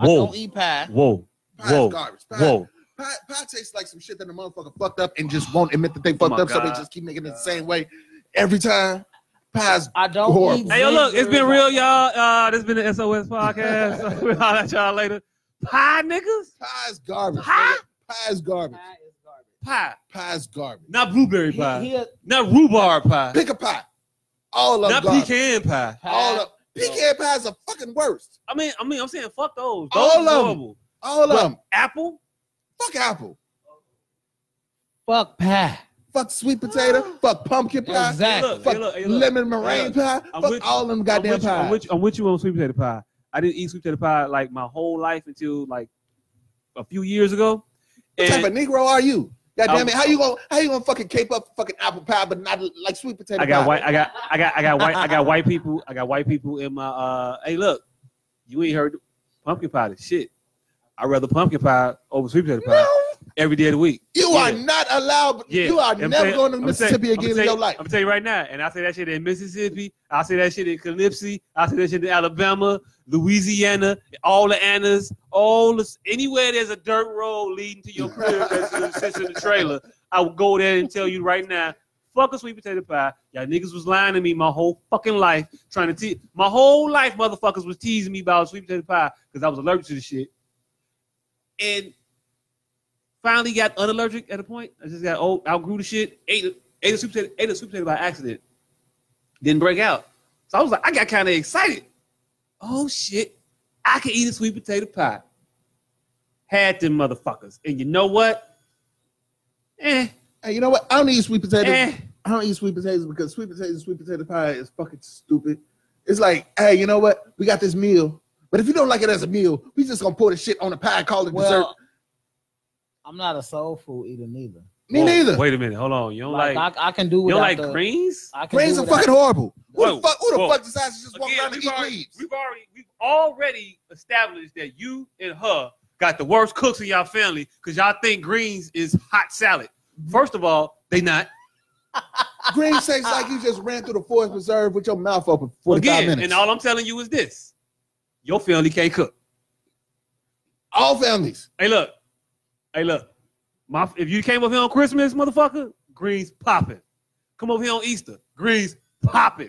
S8: I
S4: whoa,
S8: don't eat pie.
S4: whoa,
S5: Pie
S4: whoa,
S5: is garbage. Pie,
S4: whoa.
S5: Pie, pie tastes like some shit that the motherfucker fucked up and just won't admit that they fucked
S4: Oh my
S5: up, so they
S4: God.
S5: just keep making it the same way every time. Pie's
S8: I don't
S5: Horrible.
S8: eat.
S4: Hey, yo, look, it's been
S8: ginger.
S4: real, y'all. Uh, this been the SOS podcast. [LAUGHS] So we'll holler at y'all later. Pie, niggas.
S5: pie's garbage.
S4: Pie?
S5: nigga. Pie's garbage.
S8: Pie is garbage.
S4: Pie,
S5: Pie's garbage.
S4: not blueberry
S8: He-
S4: pie,
S8: he a-
S4: not rhubarb pie,
S5: Pick a pie. All of
S4: not
S5: them garbage.
S4: pecan pie.
S5: All
S8: pie-
S5: of pecan pies are fucking worst.
S4: I mean, I mean, I'm saying fuck those. Those are
S5: All of 'em.
S4: horrible.
S5: All of
S4: But
S5: them.
S4: Apple,
S5: Fuck apple.
S8: Fuck pie.
S5: Fuck sweet potato. fuck pumpkin pie.
S8: Exactly.
S5: Fuck
S4: Hey, look, hey, look.
S5: lemon meringue pie.
S4: I'm
S5: fuck
S4: with you.
S5: all them
S4: I'm
S5: goddamn
S4: with you- I'm
S5: pies.
S4: with, you, I'm with you on sweet potato pie. I didn't eat sweet potato pie like my whole life until like a few years ago.
S5: What type of
S4: And
S5: Negro are you? God damn
S4: I'm-
S5: it! How you gonna how you gonna fucking cape up fucking apple pie, but not like sweet potato
S4: I got
S5: pie?
S4: white. I got. I got. I got white. I got white people. I got white people in my. uh Hey, look, you ain't heard pumpkin pie. The shit. I rather pumpkin pie over sweet potato pie
S5: No,
S4: every day of the week.
S5: you
S4: Yeah.
S5: are not allowed.
S4: Yeah,
S5: You are
S4: I'm
S5: never
S4: saying-
S5: going to
S4: I'm
S5: Mississippi
S4: saying- I'm
S5: again in
S4: saying-
S5: your life.
S4: I'm telling you right now, and I say that shit in Mississippi. I say that shit in Calypso. I say that shit in Alabama, Louisiana, all the Annas, all the, anywhere there's a dirt road leading to your crib that sits in the trailer. I will go there and tell you right now, fuck a sweet potato pie. Y'all niggas was lying to me my whole fucking life, trying to tease my whole life. Motherfuckers was teasing me about sweet potato pie because I was allergic to the shit, and finally got unallergic at a point. I just got old, outgrew the shit, ate it ate a sweet potato, ate a sweet potato by accident. Didn't break out. So I was like, I got kind of excited. Oh shit, I can eat a sweet potato pie. Had them motherfuckers. And you know what? Eh,
S5: Hey, you know what? I don't eat sweet potatoes.
S4: eh.
S5: I don't eat sweet potatoes because sweet potatoes, sweet potato pie is fucking stupid. It's like, hey, you know what? We got this meal, but if you don't like it as a meal, we just gonna pour the shit on a pie, and call it dessert.
S8: Well, I'm not a soul food eater neither.
S5: Me
S4: Whoa,
S5: neither.
S4: Wait a minute, hold on. You don't like,
S8: Like, I, I can do
S4: you don't
S8: without
S4: like
S8: the,
S4: greens?
S8: I can
S5: Grains
S8: do
S5: are
S8: without-
S5: fucking horrible. Who
S4: Whoa,
S5: the fuck? Who the
S4: whoa.
S5: fuck decides to just walk
S4: Again,
S5: around and
S4: we've
S5: eat
S4: already,
S5: leaves?
S4: we've already we've already established that you and her got the worst cooks in y'all family because y'all think greens is hot salad.
S5: Mm-hmm.
S4: First of all, they not.
S5: Green tastes like you just ran through the forest preserve with your mouth open for 45
S4: Again,
S5: minutes.
S4: and all I'm telling you is this: your family can't cook.
S5: all families.
S4: Hey, look, hey, look. My, if you came over here on Christmas, motherfucker, greens popping. Come over here on Easter, greens popping.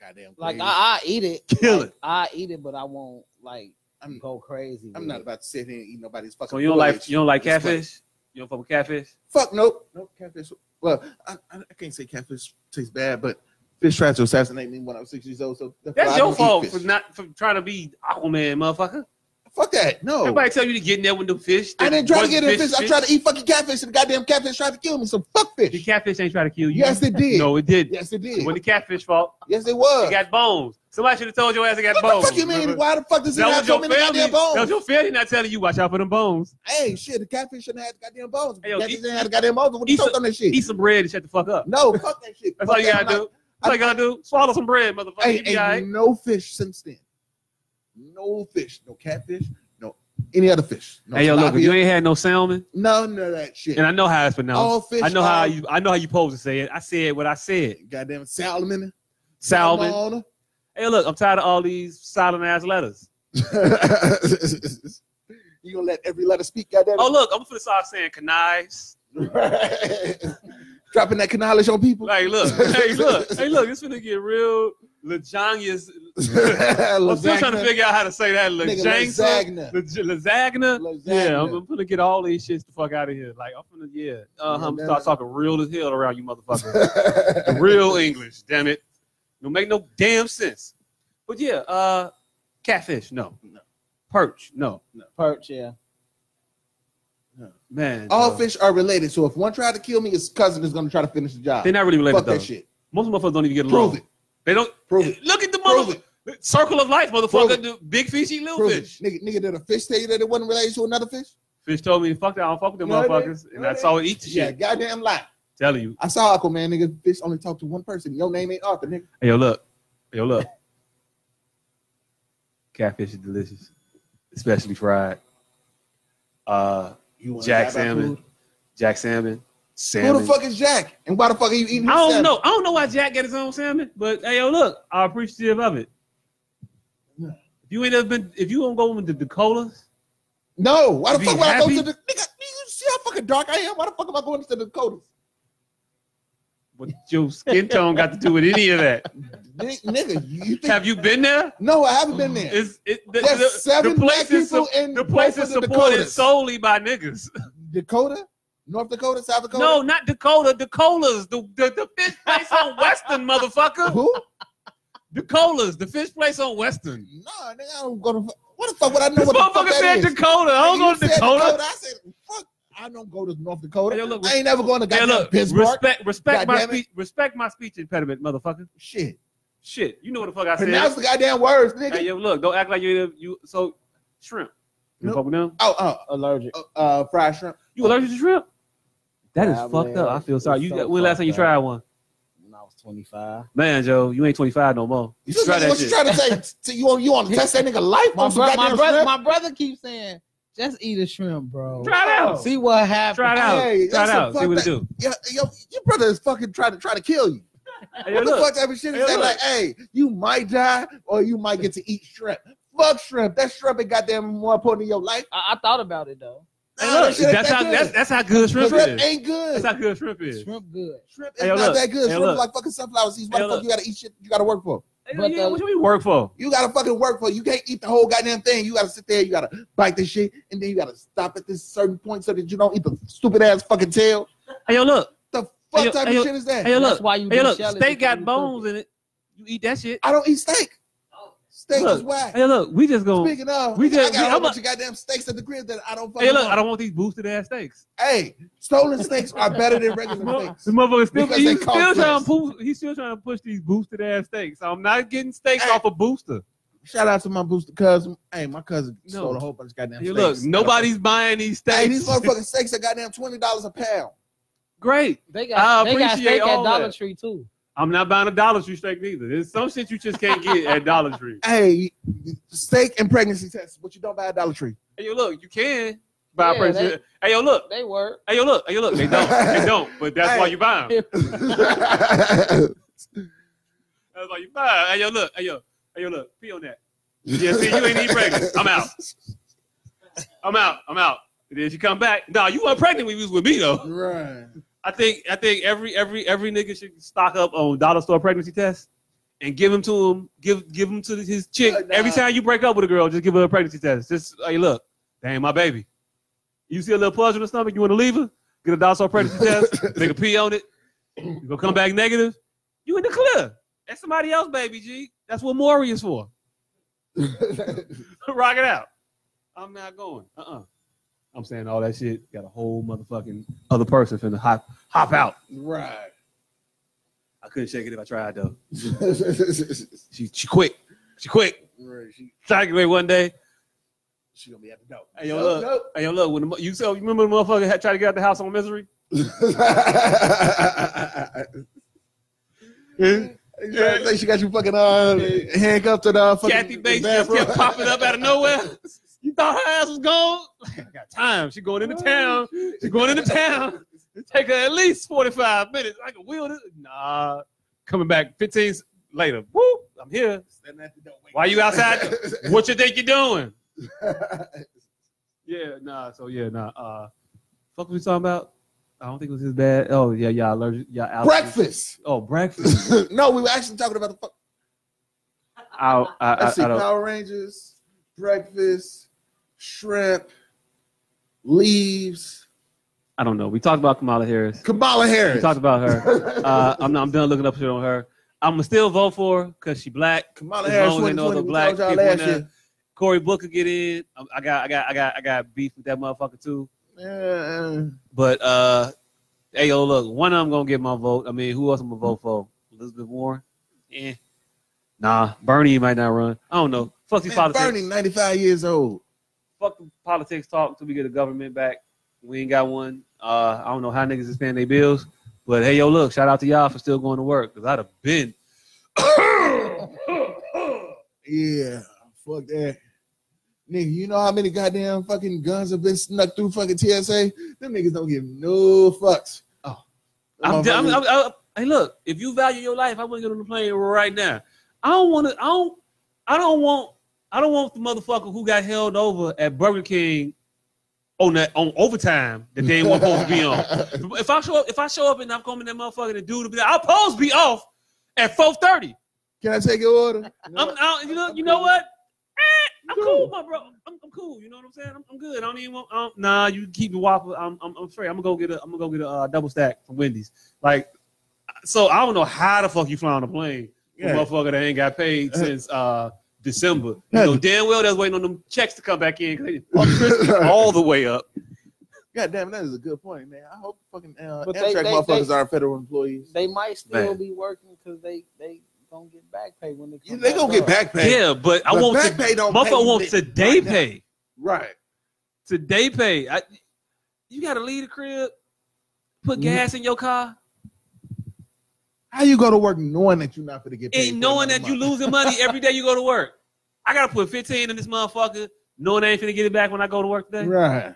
S5: Goddamn.
S8: Like
S5: greens.
S8: I, I eat it.
S4: Kill
S8: Like,
S4: it.
S8: I eat it, but I won't like
S5: I'm-
S8: go crazy.
S5: I'm
S8: with
S5: not
S8: it.
S5: about to sit here and eat nobody's fucking.
S4: So you don't like
S5: porridge.
S4: you don't like
S5: It's like-
S4: catfish. You don't fuck with catfish.
S5: Fuck nope. Nope. Catfish. Well, I, I, I can't say catfish tastes bad, but fish tried to assassinate me when I was six years old. So
S4: That's
S5: why I
S4: your
S5: don't eat
S4: fault
S5: fish.
S4: for not for trying to be Aquaman, motherfucker.
S5: Fuck that. No.
S4: Everybody tell you to get in there with them fish.
S5: Oh. I didn't try to get in
S4: Wasn't
S5: fish. I tried to eat fucking catfish, and the goddamn catfish tried to kill me. So fuck
S4: The
S5: fish.
S4: catfish ain't trying to kill you.
S5: Yes, it did.
S4: No, it did.
S5: Yes, it
S4: It
S5: did.
S4: wasn't the catfish fault.
S5: Yes, it was.
S4: It got bones. Somebody should have told your ass it got
S5: What
S4: bones.
S5: the fuck you mean? Why the fuck does it
S4: That
S5: have
S4: was
S5: so
S4: your
S5: many
S4: family. That
S5: goddamn
S4: was
S5: bones?
S4: your family not telling you watch out for them bones.
S5: Hey, shit, the catfish shouldn't have the goddamn bones.
S4: Hey, yo,
S5: catfish
S4: eat-
S5: didn't have the goddamn bones. What the
S4: eat
S5: fuck
S4: some-
S5: on that shit?
S4: Eat some bread and shut the fuck up.
S5: no, fuck that shit.
S4: [LAUGHS] That's
S5: Fuck
S4: all you
S5: that.
S4: gotta
S5: I'm
S4: do. That's all you gotta do. Swallow some bread, motherfucker.
S5: not- Hey,
S4: You be
S5: ain't
S4: all right.
S5: no fish since then. No fish, no catfish, no any other fish. No
S4: Hey, yo, look, if
S5: tilapia,
S4: you ain't had no salmon,
S5: none of that shit.
S4: and I know how it's pronounced.
S5: All fish.
S4: I know how
S5: all-
S4: you I know how you supposed to say it. I said what I said.
S5: Goddamn salmon.
S4: Salmon. Hey, look, I'm tired of all these silent ass letters.
S5: [LAUGHS] you gonna let every letter speak? Goddamn.
S4: Oh, look, I'm gonna start saying knives.
S5: [LAUGHS] Dropping that knowledge on people.
S4: Like,
S5: [LAUGHS]
S4: look, hey, look, hey, look, it's gonna get real lasagna's. I'm still trying to
S5: Lasagna.
S4: figure out how to say that.
S5: Nigga,
S4: Lasagna.
S5: lasagna.
S4: Laj- Lasagna.
S5: Lasagna.
S4: Yeah, I'm, I'm gonna get all these shits the fuck out of here. Like I'm gonna yeah, uh huh.
S5: Yeah,
S4: Start
S5: that-
S4: talking real as hell around you,
S5: [LAUGHS]
S4: motherfucker. [LAUGHS] real English, damn it. Don't make no damn sense. But yeah, uh, catfish, no, no. Perch, no.
S8: perch. Yeah,
S4: Man,
S5: All
S4: uh,
S5: fish are related, so if one tried to kill me, his cousin is gonna try to finish the job.
S4: They're not really related
S5: Fuck
S4: though.
S5: that shit.
S4: Most motherfuckers don't even get along.
S5: Prove it.
S4: They don't. [LAUGHS]
S5: Prove it.
S4: Look at the
S5: Prove
S4: mother
S5: it.
S4: circle of life,
S5: Prove
S4: motherfucker.
S5: it.
S4: The big fishy little
S5: Prove it.
S4: fish.
S5: Nigga, nigga, did a fish tell you that it wasn't related to another fish?
S4: Fish told me, "Fuck that, I don't fuck with them
S5: No, they-
S4: motherfuckers,"
S5: no,
S4: and that's
S5: they-
S4: all it eat the
S5: Yeah,
S4: shit.
S5: goddamn lie.
S4: Telling you.
S5: I saw Aquaman, nigga. Fish only talked to one person. Your name ain't Arthur, nigga.
S4: Hey, yo, look. Hey, yo, look. Catfish is delicious, especially fried. Uh,
S5: You wanna
S4: Jack
S5: die by
S4: Salmon.
S5: food?
S4: Jack salmon,
S5: Who
S4: salmon.
S5: the fuck is Jack? And why the fuck are you eating?
S4: I
S5: his
S4: don't
S5: salmon?
S4: know. I don't know why Jack got his own salmon, but hey, yo, look, I'm appreciative of it.
S5: Yeah.
S4: If you ain't ever been, if you don't go into Dakotas,
S5: No, why the
S4: Be
S5: fuck would I go
S4: happy?
S5: to the nigga? You see how fucking dark I am? Why the fuck am I going to the Dakotas?
S4: what your skin tone got to do with any of
S5: [LAUGHS]
S4: that?
S5: Ni- nigga, you think?
S4: Have you been there?
S5: no, I haven't been there.
S4: It's, it, the,
S5: There's
S4: the,
S5: seven
S4: the place
S5: black
S4: is,
S5: people
S4: su-
S5: in
S4: the place is
S5: both of the
S4: supported
S5: Dakotas.
S4: solely by niggas.
S5: Dakota, North Dakota, South Dakota.
S4: No, not Dakota. Dakotas. The, the, the fish place on Western, motherfucker.
S5: who?
S4: Dakotas. The fish place on Western.
S5: No, nigga, I don't go to. What the fuck would I know
S4: This
S5: what the fuck
S4: motherfucker
S5: that
S4: said
S5: is?
S4: Dakota. I don't
S5: Nigga,
S4: go
S5: you
S4: to
S5: said
S4: Dakota.
S5: I said, fuck. I don't go to North Dakota.
S4: Hey, yo, look,
S5: I ain't never going to
S4: Hey,
S5: goddamn
S4: look,
S5: Pittsburgh.
S4: respect, respect my
S5: Goddamn it.
S4: speech, respect my speech impediment, motherfucker.
S5: Shit.
S4: Shit, you know what the fuck I said.
S5: Pronounce the goddamn words, nigga.
S4: Hey, yo, look, don't act like you you so shrimp. You
S5: Nope.
S4: fuck with them?
S5: Oh, oh,
S8: allergic.
S5: uh, uh, fried shrimp.
S4: You allergic to shrimp? That is
S8: Nah,
S4: fucked
S8: man,
S4: up. I feel sorry.
S8: it's
S4: You
S8: so
S4: got when last
S8: fucked
S4: time you
S8: up.
S4: tried one?
S8: When I was 25.
S4: Man, Joe, you ain't 25 no more. You
S5: This
S4: try
S5: nigga,
S4: that
S5: what you
S4: shit.
S5: trying to say?
S8: [LAUGHS]
S5: T- you want you want to test that nigga life
S4: Oh,
S8: My,
S5: on some
S8: bro- my,
S5: goddamn
S8: brother,
S5: shrimp?
S8: my brother keeps saying, just eat a shrimp, bro.
S4: Try it out.
S8: See what happens.
S4: Try it out. try
S5: Hey,
S4: it
S5: that's a
S4: out. See what it
S5: fucked
S4: do.
S5: Yeah, yo, your brother is fucking trying to try to kill you.
S4: Hey, yo,
S5: What the
S4: look.
S5: fuck type of shit
S4: Hey,
S5: is that?
S4: look.
S5: Like, hey, you might die or you might get to eat shrimp. Fuck shrimp. That shrimp ain't goddamn more important in your life.
S8: I, I thought about it though.
S4: Hey,
S5: Nah, that
S4: look.
S5: shit ain't
S4: That's
S5: that
S4: how
S5: good.
S4: that's, that's how good shrimp
S5: shrimp
S4: is.
S5: ain't good.
S4: That's how good shrimp is.
S8: Shrimp good.
S5: Shrimp is
S4: Hey, yo,
S5: not
S4: look.
S5: that good.
S4: Hey,
S5: shrimp
S4: look.
S5: is like fucking sunflower seeds. Why
S4: Hey,
S5: the fuck
S4: look.
S5: you gotta eat shit you gotta work for?
S4: Hey,
S8: But
S4: yeah,
S8: the-
S4: what you mean work for?
S5: You gotta fucking work for it. You can't eat the whole goddamn thing. You gotta sit there, you gotta bite this shit, and then you gotta stop at this certain point so that you don't eat the stupid ass fucking tail.
S4: Hey, yo, look.
S5: The
S4: Hey,
S5: fuck
S4: yo-
S5: type
S4: hey, yo-
S5: of shit is that?
S4: Hey, yo,
S8: That's
S4: look.
S8: why you
S4: Hey,
S8: do
S4: look.
S8: shell it
S4: Steak
S8: before
S4: got
S8: you cook
S4: bones in it. You eat that shit.
S5: I don't eat steak. Steak
S4: Look.
S5: is whack.
S4: Hey, look. We just gonna.
S5: Speaking of,
S4: We
S5: we
S4: just-
S5: I
S4: we-
S5: got a whole
S4: I'm a-
S5: bunch of goddamn steaks at the crib that I don't fucking
S4: Hey, look. I
S5: want.
S4: don't want these boosted ass steaks.
S5: Hey, stolen steaks are better than regular
S4: Mo-
S5: steaks.
S4: The motherfucker still,
S5: Because
S4: he's
S5: they call
S4: still trying to
S5: flex.
S4: push, he's still trying to push these boosted ass steaks. I'm not getting steaks
S5: Hey.
S4: off a booster.
S5: Shout out to my booster cousin. Hey, my cousin
S4: No.
S5: stole a whole bunch of goddamn
S4: You
S5: steaks.
S4: look, nobody's buying these steaks.
S5: Hey, these motherfucking steaks are goddamn twenty dollars a pound.
S4: Great.
S8: They
S4: I
S8: got they got
S4: appreciate
S8: steak at
S4: all
S8: Dollar
S4: that.
S8: Tree too.
S4: I'm not buying a Dollar Tree steak neither. There's some shit you just can't get at
S8: [LAUGHS]
S4: Dollar Tree.
S5: Hey, steak and pregnancy tests, but you don't buy a Dollar Tree.
S4: Hey, yo, look, you can buy
S8: Yeah,
S4: a person. Hey, yo, look.
S8: They work.
S4: Hey, yo, look. Hey, yo, look. They don't. They don't. But that's why
S5: Hey.
S4: you
S8: [LAUGHS]
S4: buy them.
S5: That's
S4: That's why you buy 'em. Hey, yo, look. Hey, yo. Hey, yo, look. Pee on that. Yeah, see, you ain't even pregnant. I'm out. I'm out. I'm out. Did you come back? Nah, you weren't pregnant when you was with me though.
S5: right.
S4: I think I think every every every nigga should stock up on dollar store pregnancy tests and give them to him. Give give them to his chick
S5: Uh, nah.
S4: every time you break up with a girl. Just give her a pregnancy test. Just hey, look, that ain't my baby. You see a little pudge in the stomach, you want to leave her? Get a dollar store pregnancy test. Make a pee on it. You gonna come back negative? You in the clear. That's somebody else, baby G. That's what Maury is for. [LAUGHS] Rock it out. I'm not going. Uh-uh. I'm saying all that shit. Got a whole motherfucking other person finna hop hop out.
S5: Right.
S4: I couldn't shake it if I tried though.
S5: right.
S4: She she quick. She quick.
S5: She,
S4: Try to get away one day.
S5: she gonna be at the door.
S4: Hey, yo, look. Hey, yo, look. When the, mo- you saw, you remember the motherfucker had tried to get out the house on misery?
S5: Nope. You trying to say she got you fucking uh, handcuffed to the uh, fucking
S4: Kathy Bates just
S5: bathroom?
S4: kept popping up out of nowhere. You thought her ass was gone? [LAUGHS] I got time. She going into town. She going into town. It take her at least 45 minutes. I can wheel this. Nah. Coming back 15 later. Whoop. I'm here.
S5: Standing at the door waiting.
S4: Why you outside? What you think
S6: [LAUGHS]
S4: you're doing? Yeah, nah. So yeah, nah. Uh, fuck, was we talking about? I don't think it was as bad. Oh yeah, y'all allergic. Y'all allergies.
S5: Breakfast. [LAUGHS]
S4: Oh, breakfast.
S5: no, we were actually talking about the fuck.
S6: I, I, I,
S5: I, see
S6: I don't.
S5: Power Rangers, breakfast, shrimp, leaves,
S6: I don't know. We talked about Kamala Harris.
S5: Kamala Harris.
S6: We talked about her. Uh, I'm not, I'm done looking up shit on her. I'm gonna still vote for her because she black.
S5: Kamala
S6: as
S5: Harris
S6: long as they
S5: 2020.
S6: know the
S5: we
S6: black
S5: told y'all
S6: people
S5: last
S6: in
S5: year.
S6: Cory Booker get in. I- I got I got I got I got beef with that motherfucker too.
S5: Yeah,
S6: But uh, hey yo, look, one of them gonna get my vote. I mean, who else I'm gonna vote for? Elizabeth Warren. Eh. Nah, Bernie might not run. I don't know. Fuck these
S5: Man,
S6: politics.
S5: Bernie, 95 years old.
S6: Fuck the politics talk until we get a government back. We ain't got one. Uh, I don't know how niggas is paying their bills. But hey yo, look, shout out to y'all for still going to work because I'd have been.
S5: Yeah, fuck that. Nigga, you know how many goddamn fucking guns have been snuck through fucking TSA? Them niggas don't give no fucks. Oh,
S6: I'm, I'm, I'm,
S5: Motherfuckers-
S6: I'm,
S4: hey, look. If you value your life, I wouldn't get on the plane right now. I don't want to. I don't. I don't want. I don't want the motherfucker who got held over at Burger King on that on overtime that they weren't supposed to be
S5: [LAUGHS]
S4: on. If I show up, if I show up and I'm coming that motherfucker, the dude will be like, "I'll post be off at 4:30."
S5: Can I take your order?
S4: I'm out. You know, you know what? Eh, I'm cool, my bro. I'm, I'm cool. You know what I'm saying? I'm, I'm good. I don't even want. Um, nah, you keep the waffle. I'm, I'm, I'm straight. I'm gonna go get a. I'm gonna go get a uh, double stack from Wendy's. Like, so I don't know how the fuck you fly on a plane, for a
S5: Yeah. Uh-huh.
S4: motherfucker that ain't got paid since uh December. You
S5: Yeah. [LAUGHS]
S4: know damn well that's waiting on them checks to come back in. 'cause they fucked Christmas all the way up.
S5: God damn, that is a good point, man. I hope fucking uh,
S8: But they-
S5: Amtrak
S8: they-
S5: motherfuckers
S8: they-
S5: are federal employees.
S8: They might still
S6: Man.
S8: be working because they they gonna get back pay when they
S5: Yeah,
S8: come
S5: they gonna get
S8: up.
S5: back pay.
S2: Yeah, but I
S5: But
S2: want
S5: back
S2: to,
S5: pay don't pay
S2: motherfucker want
S5: shit
S2: today
S5: right now.
S2: pay.
S5: Right.
S2: Today pay. I, you gotta leave the crib, put
S5: Mm-hmm.
S2: gas in your car,
S5: How you go to work knowing that you're not gonna get paid?
S2: and
S5: for
S2: knowing
S5: another
S2: that you
S5: month?
S2: losing money every day you go to
S5: [LAUGHS]
S2: work. I gotta put 15 in this motherfucker, knowing I ain't finna get it back when I go to work today.
S5: Right.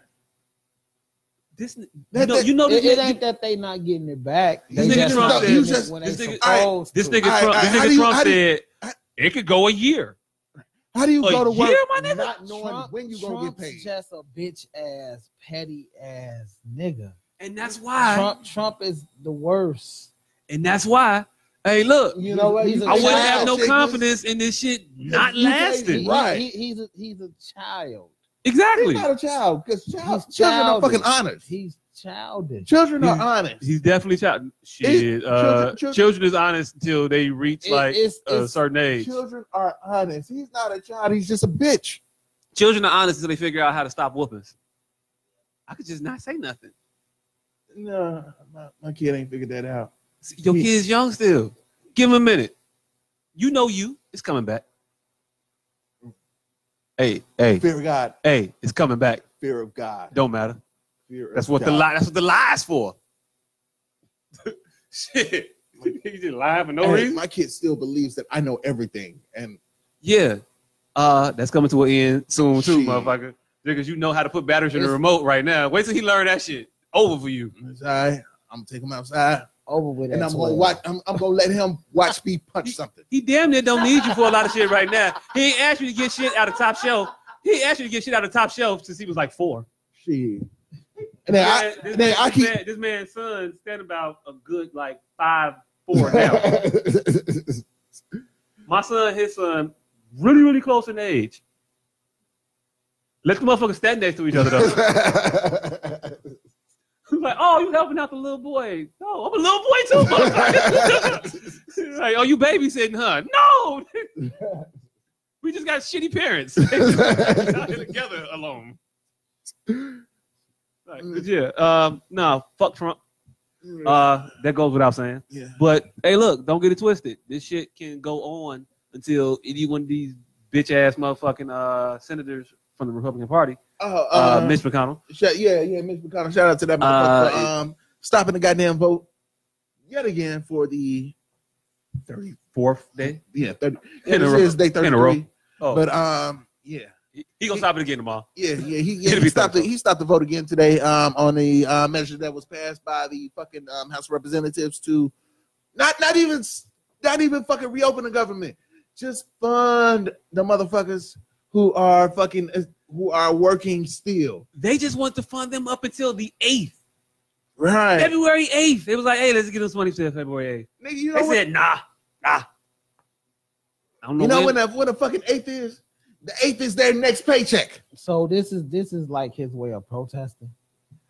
S2: This, n- you
S5: That-
S2: know,
S5: that-
S2: you know this,
S8: It, it
S2: nigga-
S8: ain't that they not getting it back.
S5: You
S8: They
S2: nigga
S8: just
S2: Trump
S8: not
S2: said-
S8: getting it
S5: just-
S8: when
S2: this
S8: they
S2: nigga-
S8: supposed
S2: this
S8: to.
S2: nigga
S5: I-
S2: Trump,
S5: I-
S2: this
S5: how
S2: nigga
S5: do you-
S2: Trump
S5: how do
S2: said it could go a year.
S5: How do you
S2: A
S5: go to work
S2: year, my nigga?
S5: not knowing
S8: Trump-
S5: when you gonna get
S8: Trump's
S5: paid?
S8: Just a bitch ass, petty ass nigga.
S2: And that's why.
S8: Trump Trump is the worst.
S2: And that's why. Hey, look,
S8: You know what? He's a
S2: I wouldn't
S8: child.
S2: have no
S5: Chickens.
S2: confidence in this shit not
S5: You can't
S2: lasting.
S8: He-
S5: Right.
S8: he- he's a he's a child.
S5: He's
S2: Exactly.
S5: not a child because child,
S8: He's
S5: children are fucking
S8: childish.
S5: honest.
S8: He's childish.
S5: Children are honest.
S4: He's definitely child. Shit, uh,
S5: children- children-
S4: children, is honest until they reach
S8: It-
S4: like uh,
S8: it's,
S4: a
S8: it's-
S4: certain age.
S5: Children are honest. He's not a child. He's just a bitch.
S4: Children are honest until they figure out how to stop whoopings. I could just not say nothing.
S5: No, my, my kid ain't figured that out.
S4: Your
S5: Yeah.
S4: kid's young still. Give him a minute. You know you. It's coming back. Hey, hey,
S5: Fear of God.
S4: hey! It's coming back.
S5: Fear of God.
S4: Don't matter.
S5: Fear of
S4: That's what the
S5: God.
S4: lie. That's what the lie's for. [LAUGHS] Shit, you just lying for no
S5: Hey, my kid still believes that I know everything, and
S4: Yeah. Uh, that's coming to an end soon too,
S5: Shit.
S4: motherfucker. Because you know how to put batteries in the
S5: It's-
S4: remote right now. Wait till he learn that shit. Over for you.
S5: I'm sorry. I'm gonna take him outside,
S8: over with.
S5: and
S8: at
S5: I'm
S8: 12.
S5: gonna watch. I'm, I'm gonna let him watch me punch something.
S4: He damn near don't need you for a lot of shit right now. He ain't asked you to get shit out of top shelf. He ain't asked you to get shit out of top shelf since he was like four.
S5: Shit. And then I,
S4: Man,
S5: and then I keep.
S4: man, this man's son stand about a good like five four
S5: [LAUGHS]
S4: now. My son, his son, really really close in age. Let the motherfuckers stand next to each other
S5: [LAUGHS]
S4: though. He's like, oh, you helping out the little boy. No, I'm a little boy too.
S5: [LAUGHS]
S4: motherfucker. [LAUGHS] like, oh, you babysitting, huh? No. [LAUGHS] we just got shitty
S5: [LAUGHS]
S4: parents.
S5: Oh,
S4: Out here together alone. Like, but yeah. Um, no, fuck Trump. Uh, that goes without saying.
S5: yeah.
S4: But hey, look, don't get it twisted. This shit can go on until any one of these bitch ass motherfucking uh, senators from the Republican Party,
S5: Oh,
S4: uh,
S5: uh,
S4: Mitch McConnell.
S5: Shout, yeah, yeah, Mitch McConnell. Shout out to that motherfucker for, um, stopping the goddamn vote yet again for the thirty
S4: Fourth day.
S5: yeah thirty.
S4: In a
S5: this
S4: row.
S5: is day
S4: In
S5: thirty
S4: a row.
S5: three.
S4: Oh,
S5: But um, yeah,
S4: he, he gonna stop it again tomorrow.
S5: yeah, yeah. He, yeah,
S4: It'll
S5: he
S4: be
S5: stopped. The,
S4: 34.
S5: he stopped the vote again today um, on the uh, measure that was passed by the fucking um, House of Representatives to not not even s- not even fucking reopen the government. Just fund the motherfuckers who are fucking uh, who are working still.
S2: They just want to fund them up until the 8th,
S5: Right.
S2: February 8th. It was like, hey, let's get this money till February
S5: Nigga, you
S2: 8th.
S5: know
S2: They
S5: what?
S2: said, nah, nah. I don't know,
S5: You know
S2: when,
S5: when the when the fucking eighth is? The eighth is their next paycheck.
S8: So this is this is like his way of protesting.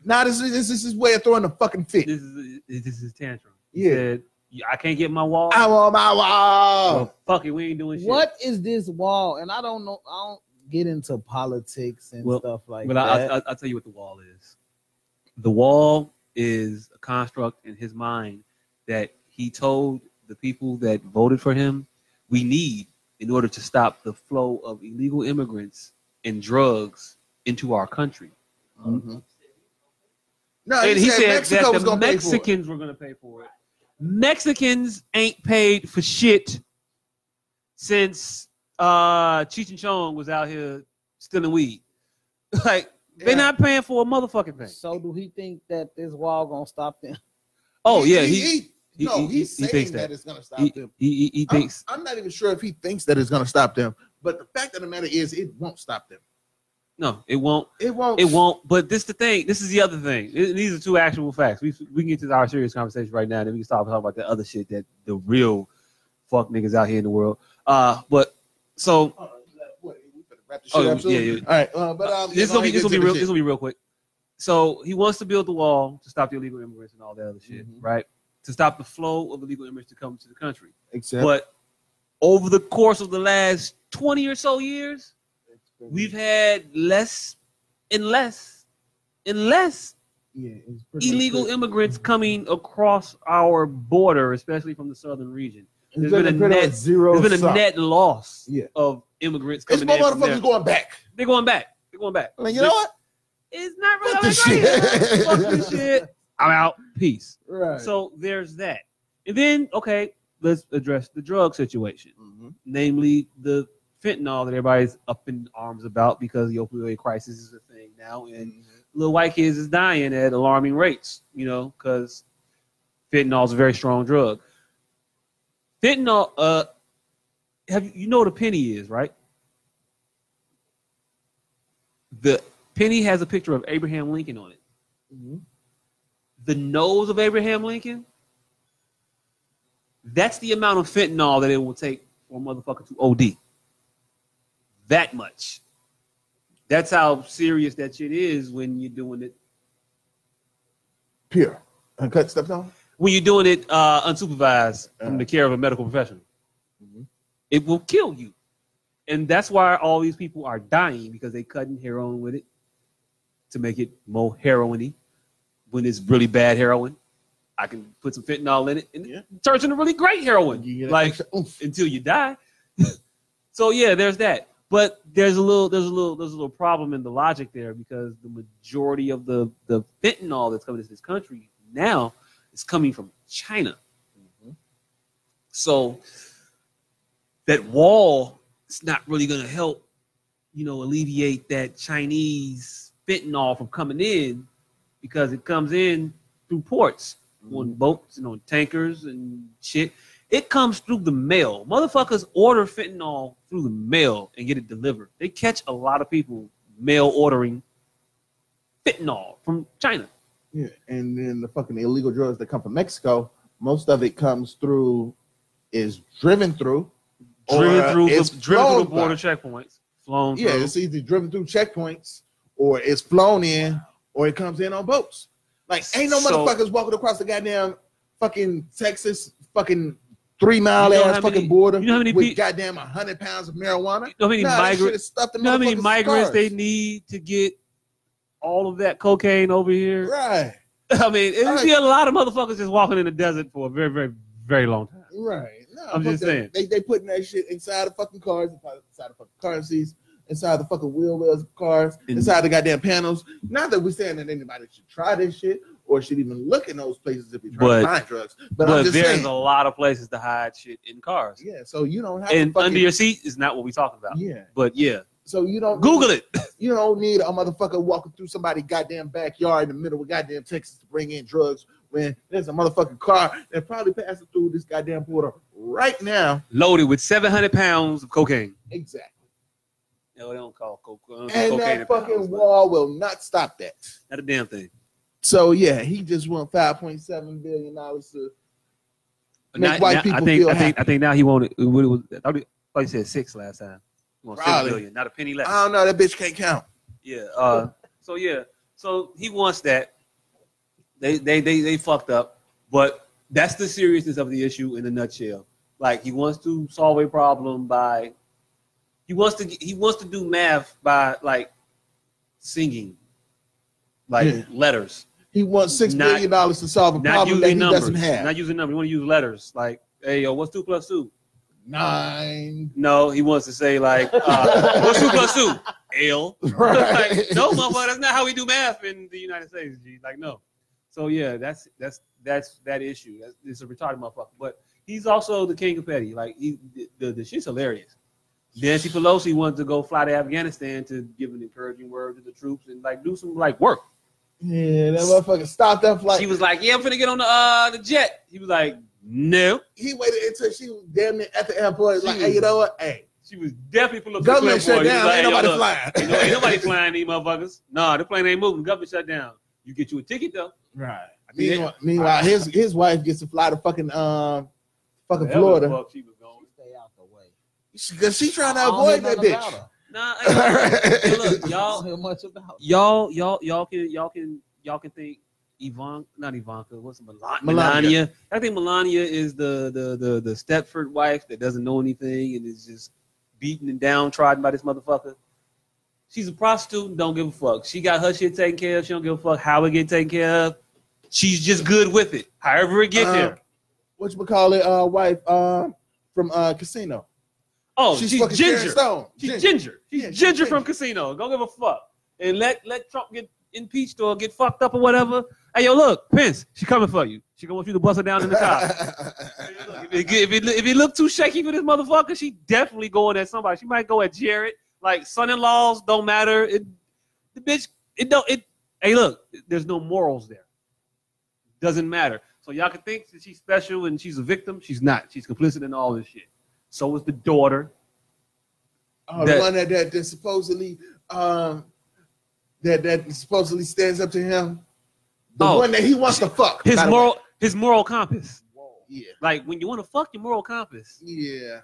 S5: Now this is this is his way of throwing a fucking fit.
S4: this is this is tantrum.
S5: Yeah.
S4: Said, "Yeah, I can't get my wall.
S5: I'm on my wall.
S4: Well, fuck it, we ain't doing shit.
S8: What is this wall? And I don't know. I don't get into politics and
S4: Well-
S8: stuff like
S4: But I,
S8: that.
S4: I, I'll tell you what the wall is. The wall is a construct in his mind that he told the people that voted for him we need in order to stop the flow of illegal immigrants and drugs into our country.
S5: No,
S4: and he said
S5: Mexico was
S4: that the
S5: gonna pay for it.
S4: Mexicans were going to pay for it. Mexicans ain't paid for shit since uh, Cheech and Chong was out here stealing weed. [LAUGHS] Like they're
S5: Yeah.
S4: not paying for a motherfucking thing.
S8: so do he think that this wall gonna stop [LAUGHS] them?
S4: Oh yeah,
S5: he,
S4: he he he-
S5: no,
S4: he-
S5: he's
S4: he
S5: saying
S4: thinks
S5: that.
S4: that.
S5: it's gonna stop
S4: he,
S5: them.
S4: he, he
S5: I'm-
S4: thinks
S5: I'm, not even sure if he thinks that it's gonna stop them, but the fact of the matter is, it won't stop them.
S4: no, it won't.
S5: It won't.
S4: It won't. But this the thing. This is the other thing. Th- these are two actual facts. We we can get to our serious conversation right now, and then we can stop talking about the other shit that the real fuck niggas out here in the world. Uh, but so
S5: Uh, what, we better wrap this
S4: Oh,
S5: shit up
S4: yeah,
S5: soon?
S4: yeah.
S5: All right, uh, but um,
S4: this
S5: yeah,
S4: gonna be
S5: go
S4: this
S5: ahead,
S4: gonna be
S5: get
S4: real. This
S5: to the
S4: gonna be real quick. So he wants to build the wall to stop the illegal immigrants and all that other shit,
S5: Mhm.
S4: right? To stop the flow of illegal immigrants to come to the country.
S5: shit. Except
S4: But over the course of the last twenty or so years, we've had less and less and less
S8: Yeah, it's pretty
S4: illegal immigrants coming across our border, especially from the southern region.
S5: It's
S4: There's been a
S5: pretty much
S4: net-
S5: zero.
S4: There's been a
S5: sum.
S4: net loss
S5: Yeah.
S4: of immigrants
S9: It's
S4: coming
S9: more
S4: in. from there.
S9: motherfuckers going back.
S4: They're going back. They're going back.
S9: Like, you know what?
S4: It's not really
S9: Fuck this shit. [LAUGHS]
S4: Fuck this shit. I'm out. Peace.
S5: Right.
S4: So there's that. And then, okay, let's address the drug situation, namely the fentanyl that everybody's up in arms about because the opioid crisis is a thing now, and little white kids is dying at alarming rates, you know, because fentanyl is a very strong drug. Fentanyl, uh, have you, you know what a penny is, right? The penny has a picture of Abraham Lincoln on it the nose of Abraham Lincoln, that's the amount of fentanyl that it will take for a motherfucker to OD. That much. That's how serious that shit is when you're doing it.
S9: Pure. Uncut stuff down?
S4: When you're doing it uh, unsupervised from
S9: Uh.
S4: the care of a medical professional,
S9: Mhm.
S4: it will kill you. And that's why all these people are dying because they cutting heroin with it to make it more heroiny when it's really bad heroin. I can put some fentanyl in it and
S9: Yeah.
S4: it turns into really great heroin.
S9: You get an
S4: like
S9: extra oomph.
S4: until you die. [LAUGHS] so yeah, there's that. But there's a little there's a little there's a little problem in the logic there because the majority of the the fentanyl that's coming to this country now is coming from China.
S9: Mm-hmm.
S4: So that wall is not really going to help, you know, alleviate that Chinese fentanyl from coming in because it comes in through ports
S5: Mm-hmm.
S4: on boats and on tankers and shit. It comes through the mail. Motherfuckers order fentanyl through the mail and get it delivered. They catch a lot of people mail ordering fentanyl from China.
S5: Yeah, and then the fucking illegal drugs that come from Mexico, most of it comes through, is driven through,
S4: Driven
S5: or
S4: through
S5: it's
S4: the, driven through the
S5: flown
S4: border
S5: by.
S4: checkpoints. Flown
S5: Yeah,
S4: through.
S5: it's either driven through checkpoints, or it's flown in, or it comes in on boats. Like, ain't no
S4: So-
S5: motherfuckers walking across the goddamn fucking Texas fucking three mile
S4: You know
S5: ass
S4: how
S5: fucking
S4: many-
S5: border
S4: you know how many
S5: with
S4: pe-
S5: goddamn hundred pounds of marijuana.
S4: You know how many
S5: Nah, that
S4: migrant-
S5: shit is stuffed in
S4: You know how many
S5: motherfuckers'
S4: migrants they
S5: cars.
S4: need to get all of that cocaine over here?
S5: Right,
S4: I mean, it would
S5: Right.
S4: be a lot of motherfuckers just walking in the desert for a very, very, very long time.
S5: right. No,
S4: I'm
S5: fuck
S4: just
S5: that.
S4: saying.
S5: They they putting that shit inside the fucking cars, inside the fucking car seats, inside the fucking wheel wells of cars, inside the goddamn panels. Not that we're saying that anybody should try this shit or should even look in those places if you're trying
S4: But-
S5: to find drugs. But,
S4: But,
S5: I'm just
S4: there's
S5: saying.
S4: a lot of places to hide shit in cars.
S5: yeah, so you don't have
S4: And
S5: to fucking,
S4: under your seat is not what we talking about.
S5: yeah.
S4: But yeah,
S5: So you don't
S4: Google it.
S5: You don't need a motherfucker walking through somebody goddamn backyard in the middle of goddamn Texas to bring in drugs when there's a motherfucking car that probably passing through this goddamn border right now.
S4: Loaded with 700 pounds of cocaine.
S5: Exactly.
S4: No, they don't call coke- they don't call cocaine.
S5: and that
S4: in
S5: fucking
S4: pounds, but
S5: wall will not stop that.
S4: Not a damn thing.
S5: So yeah, he just won five point seven billion dollars to
S4: But
S5: Make
S4: now-
S5: white
S4: now- I
S5: people
S4: think,
S5: feel
S4: I think,
S5: happy.
S4: I think now he wanted. It, what it was, I thought he, I thought he said six last time. He wants six
S5: Probably.
S4: billion, not a penny less.
S5: I don't know, that bitch can't count.
S4: Yeah. Uh, so yeah. So he wants that. They they they they fucked up, but that's the seriousness of the issue in a nutshell. Like he wants to solve a problem by he wants to he wants to do math by like singing, like
S5: Yeah.
S4: letters,
S5: He won six
S4: Not-
S5: billion dollars to solve a
S4: not
S5: problem that he
S4: using numbers,
S5: doesn't have.
S4: not using numbers. He want to use letters. Like hey yo, what's two plus two? [LAUGHS]
S5: Nine.
S4: No, he wants to say like
S5: [LAUGHS]
S4: uh, what's two plus two? L. [LAUGHS] like, no, motherfucker, that's not how we do math in the United States. G. Like, no. So yeah, that's that's that's that issue. That's it's a retarded motherfucker. But he's also the king of petty. Like, he, the, the the shit's hilarious. Nancy Pelosi wanted to go fly to Afghanistan to give an encouraging word to the troops and like do some like work.
S5: Yeah, [LAUGHS] that motherfucker stopped that flight.
S4: She was like, "Yeah, I'm finna get on the uh the jet." He was like, "No."
S5: he waited until she was damn near at the airport. Like,
S4: She
S5: hey, you
S4: was-
S5: know what? Hey,
S4: She was definitely full of
S5: government shut down. ain't nobody
S4: flying.
S5: flying.
S4: You know, ain't nobody flying these motherfuckers. Nah, the plane ain't moving. Government shut down. You get you a ticket though.
S5: Right.
S4: mean,
S5: [LAUGHS] Meanwhile, meanwhile, his his wife gets to fly to fucking um
S4: Whatever
S5: fucking
S4: the
S5: Florida
S4: fuck she was going.
S8: Stay out the way.
S5: because she trying
S8: I
S5: to
S8: don't
S5: avoid
S8: know
S5: that
S8: nothing about
S5: bitch.
S8: her.
S4: Nah,
S5: [LAUGHS]
S4: I- look,
S8: I don't
S4: y'all,
S8: hear much about her.
S4: y'all, y'all, y'all can, y'all can, y'all can think Ivanka, not Ivanka. What's Melania?
S5: Melania.
S4: Melania. I think Melania is the the the the Stepford wife that doesn't know anything and is just beaten and downtrodden by this motherfucker. She's a prostitute and don't give a fuck. She got her shit taken care of. She don't give a fuck how it get taken care of. She's just good with it. However it gets
S5: Uh,
S4: there.
S5: What you call it? Uh, wife um from uh Casino.
S4: Oh, she's,
S5: fucking Sharon
S4: ginger.
S5: Stone.
S4: She's ginger.
S5: Ginger.
S4: She's
S5: Yeah, she's
S4: ginger from Casino. Don't give a fuck. And let let Trump get impeached or get fucked up or whatever. Hey, yo, look, Pence, she coming for you. She gonna want you to bust her down in the
S5: [LAUGHS] Uh,
S4: [LAUGHS] car. if, it, get- if, it, if it look too shaky for this motherfucker, she definitely going at somebody. She might go at Jared. Like son-in-laws don't matter. It, the bitch, it don't. It hey, look, there's no morals there. Doesn't matter. So y'all can think that she's special and she's a victim. She's not. She's complicit in all this shit. So is the daughter.
S5: Uh,
S4: That-
S5: the one that, that that supposedly um that that supposedly stands up to him. The
S4: Oh.
S5: one that he wants to fuck.
S4: His
S5: by the way.
S4: moral, his moral compass.
S5: Yeah.
S4: Like when you want to fuck your moral compass,
S5: Yeah.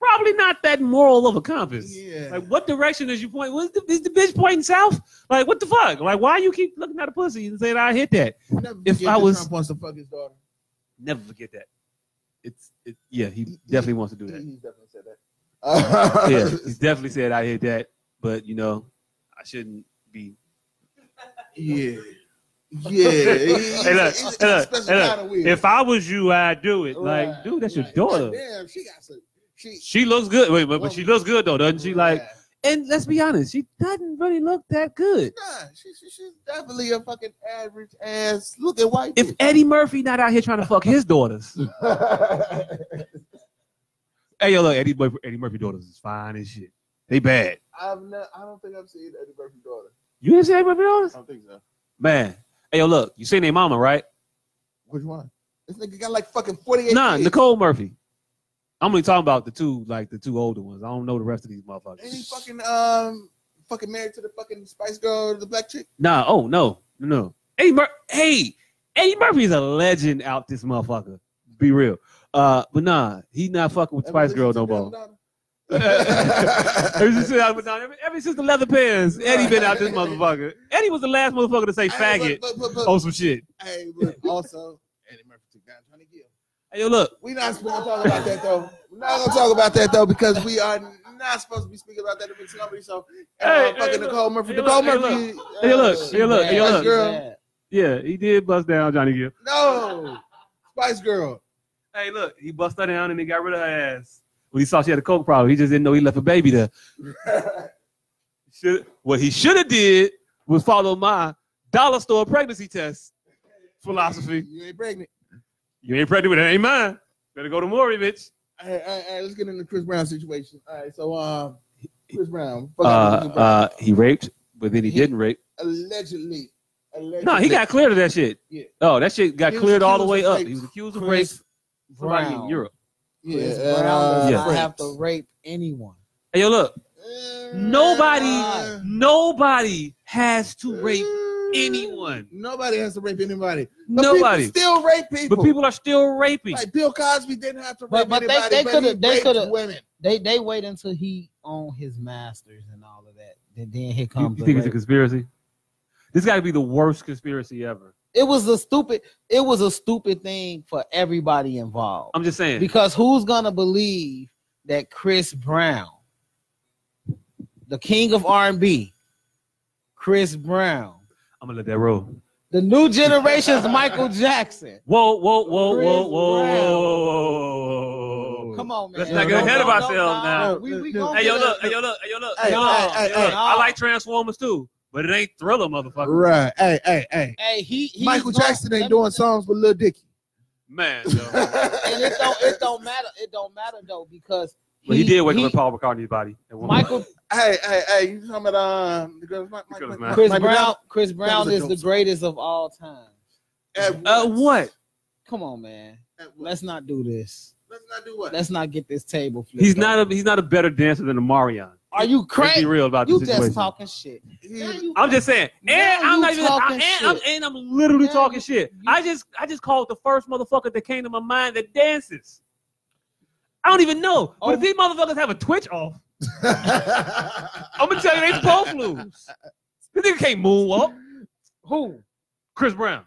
S4: probably not that moral of a compass.
S5: Yeah.
S4: Like what direction is you point? Was the, is the bitch pointing south? Like what the fuck? Like why you keep looking at a pussy and saying I hit that?
S5: Never
S4: if
S5: forget
S4: I
S5: that
S4: was-
S5: Trump wants to fuck his daughter.
S4: Never forget that.
S10: It's it, yeah. He definitely wants to do
S5: He [LAUGHS]
S10: that.
S5: definitely said that. [LAUGHS] Uh,
S10: Yeah, he's definitely said I hit that, but you know, I shouldn't be.
S5: Yeah. Yeah.
S4: [LAUGHS] Hey, look, hey, look, hey, look. If I was you, I'd do it. like
S5: Right,
S4: dude, that's
S5: right.
S4: your daughter.
S5: Damn, she got some. She.
S4: She looks good. Wait, but, but she looks good though, doesn't she? Like,
S5: Yeah.
S4: and let's be honest, she doesn't really look that good.
S5: Nah, she, she, she's definitely a fucking average ass. Look at [LAUGHS] white.
S4: If Eddie Murphy not out here trying to fuck his [LAUGHS] daughters,
S5: bitch.
S10: Hey, yo, look, Eddie, Mur- Eddie Murphy daughters is fine as shit. They bad.
S5: I've not, I don't think I've seen Eddie Murphy's daughter.
S4: you didn't see Eddie Murphy daughters?
S5: I don't think so.
S4: Man, hey, yo, look, you seen their mama, right?
S5: Which one? This nigga got like fucking 48.
S4: Nah,
S5: kids.
S4: Nicole Murphy. I'm only talking about the two, like the two older ones. I don't know the rest of these
S5: Ain't he
S4: motherfuckers.
S5: fucking, um, fucking married to the fucking Spice Girl, the black chick?
S4: Nah, oh no, no, no. Eddie Mur- hey, Eddie Murphy's a legend out this motherfucker. Be real. Uh, but nah, he not fucking with Spice Girl no more. ever since I was down- ever- ever since the leather pants, Eddie been out this motherfucker. Eddie was the last motherfucker to say
S5: Hey,
S4: faggot Oh.
S5: but, but, but,
S4: on some shit.
S5: hey,
S4: [LAUGHS]
S5: but also, Eddie Murphy took down Johnny Gill.
S4: Hey, yo, look,
S5: We're not supposed to talk about that though. We're not gonna talk about that though because we are not supposed to be speaking about that in big comedy. So,
S4: Hey,
S5: uh, fucking
S4: hey, look.
S5: Nicole Murphy.
S4: Hey,
S5: Nicole
S4: look, hey,
S5: Murphy.
S4: Hey, look.
S5: uh,
S4: Hey, look. Hey,
S5: Spice
S4: look.
S5: Girl.
S4: yeah, he did bust down Johnny Gill.
S5: No, Spice Girl.
S4: Hey, look, he bust her down and he got rid of her ass. When he saw she had a coke problem, he just didn't know he left a baby there. Should, what he should have did was follow my dollar store pregnancy test philosophy.
S5: You ain't pregnant.
S4: You ain't pregnant with it, ain't mine. Better go to Maury, bitch.
S5: All right, all right, all right, let's get into the Chris Brown situation. All right, so um, Chris Brown,
S4: Uh,
S5: fucking Chris Brown.
S4: uh, he raped, but then he
S5: He-
S4: didn't rape.
S5: allegedly, allegedly.
S4: No, he got cleared of that shit.
S5: Yeah.
S4: Oh, that shit got
S5: He was
S4: cleared all the
S5: accused
S4: way
S5: of
S4: up.
S5: rape.
S4: He was accused of rape.
S8: Chris
S4: Somebody in
S8: Brown.
S4: Europe.
S5: Yeah,
S8: Chris
S5: uh,
S8: Brown does
S4: yeah.
S8: not have to rape anyone.
S4: Hey, yo, look,
S5: Uh,
S4: nobody, nobody has to rape anyone.
S5: Nobody has to rape anybody. But people
S4: Nobody.
S5: still rape people.
S4: But people are still raping.
S5: Like Bill Cosby didn't have to rape
S8: But- but they-
S5: anybody,
S8: they
S5: but
S8: coulda-
S5: he
S8: they
S5: raped
S8: coulda-
S5: women.
S8: They they wait until he on his masters and all of that. Then then here
S4: You,
S8: comes.
S4: you
S8: the
S4: think it's a
S8: rape.
S4: conspiracy? This got to be the worst conspiracy ever.
S8: it was a stupid. It was a stupid thing for everybody involved.
S4: I'm just saying.
S8: Because who's gonna believe that Chris Brown, the king of R and B, Chris Brown,
S4: I'm gonna let that roll.
S8: the new generation's Michael Jackson.
S4: Whoa, whoa, whoa,
S8: Chris
S4: whoa, whoa, whoa,
S8: Brown.
S4: whoa, whoa, whoa.
S8: Come on, man.
S4: Let's not get ahead of
S8: No, no,
S4: ourselves
S8: no,
S4: now.
S8: no. We, we gonna
S4: Hey, yo,
S8: get
S4: look. Hey, yo, look. Hey, yo, look.
S5: Hey,
S4: Hey, yo,
S5: hey, hey,
S4: look.
S5: hey.
S4: I like Transformers too, but it ain't Thriller, motherfucker.
S5: Right. Hey, hey, hey.
S8: Hey, he, he's
S5: Michael
S8: gonna-
S5: Jackson ain't
S8: let-
S5: doing songs with Lil Dicky.
S4: Man, yo.
S8: [LAUGHS] And it don't it don't matter. It don't matter though because
S4: But he, did wake
S8: he-
S4: up in Paul McCartney's body. at one
S8: Michael
S5: Hey, hey, hey. You talking about um, the girls, Mike, Mike,
S4: Because,
S5: Mike,
S4: man.
S8: Chris
S5: Michael
S8: Brown. Chris Brown
S5: was a
S8: is the
S5: joke.
S8: greatest of all time.
S5: Jackson?
S4: point. Uh, what?
S8: Come on, man.
S5: At what?
S8: Let's not do this.
S5: Let's not do what?
S8: Let's not get this table flipped.
S4: He's
S8: over.
S4: not a he's not a better dancer than Amarion.
S8: Are you
S4: Let's be
S8: crazy?
S4: real about
S8: You
S4: this
S8: just
S4: situation.
S8: talking shit.
S4: [LAUGHS]
S8: Now you-
S4: I'm just saying,
S8: Now
S4: and I'm
S8: you
S4: not even, I,
S8: talking
S4: and, I'm,
S8: shit.
S4: and I'm literally
S8: Now
S4: talking
S8: you-
S4: shit.
S8: you-
S4: I just I just called the first motherfucker that came to my mind that dances. I don't even know, but if
S8: Oh.
S4: these motherfuckers have a twitch off, I'm gonna tell you they
S8: [LAUGHS]
S4: both lose. This nigga can't moonwalk.
S8: who?
S4: Chris Brown,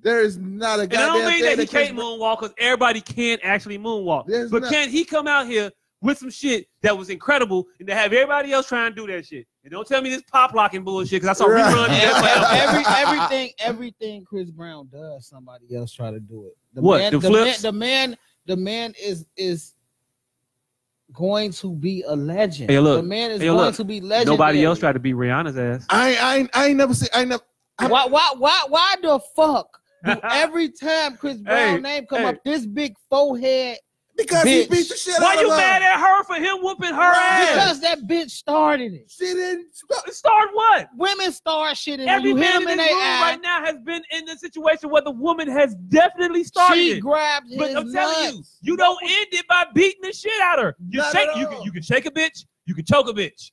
S5: there is not a
S4: and I
S5: goddamn
S4: don't mean
S5: thing
S4: that he
S5: Chris
S4: can't moonwalk because everybody can actually moonwalk.
S5: There's
S4: but
S5: not-
S4: can he come out here with some shit that was incredible and to have everybody else trying to do that shit. And don't tell me this pop locking bullshit because I saw
S11: Right.
S4: reruns. and
S8: [LAUGHS]
S4: that's like, [LAUGHS] okay.
S8: every everything everything Chris Brown does, somebody else try to do it. The
S4: What,
S8: man,
S4: the flips?
S8: Man, the man, the man is is going to be a legend.
S4: Hey, look.
S8: the man is
S4: Hey,
S8: going
S4: look.
S8: to be legend.
S4: Nobody else tried to beat Rihanna's ass.
S5: I I ain't- I ain't never seen. I ain't never.
S8: Why why why why the fuck?
S4: [LAUGHS]
S8: Do every time Chris Brown
S4: Hey,
S8: name come
S4: hey.
S8: up, this big forehead
S5: Because he
S8: Bitch.
S5: beat the shit
S4: Why
S5: out
S4: you
S5: of her.
S4: mad at her for him whooping her ass?
S8: because that bitch started it.
S5: She didn't.
S4: Start what?
S8: Women start shit and when
S4: Every
S8: you hit
S4: man
S8: them
S4: in
S8: in
S4: this
S8: their
S4: room
S8: eye.
S4: right now has been in a situation where the woman has definitely started
S8: she
S4: it.
S8: grabbed his
S4: But I'm telling you,
S8: nuts.
S4: you don't end it by beating the shit out of her. You
S5: Not
S4: shake,
S5: at
S4: you
S5: all.
S4: can, you can shake a bitch, you can choke a bitch.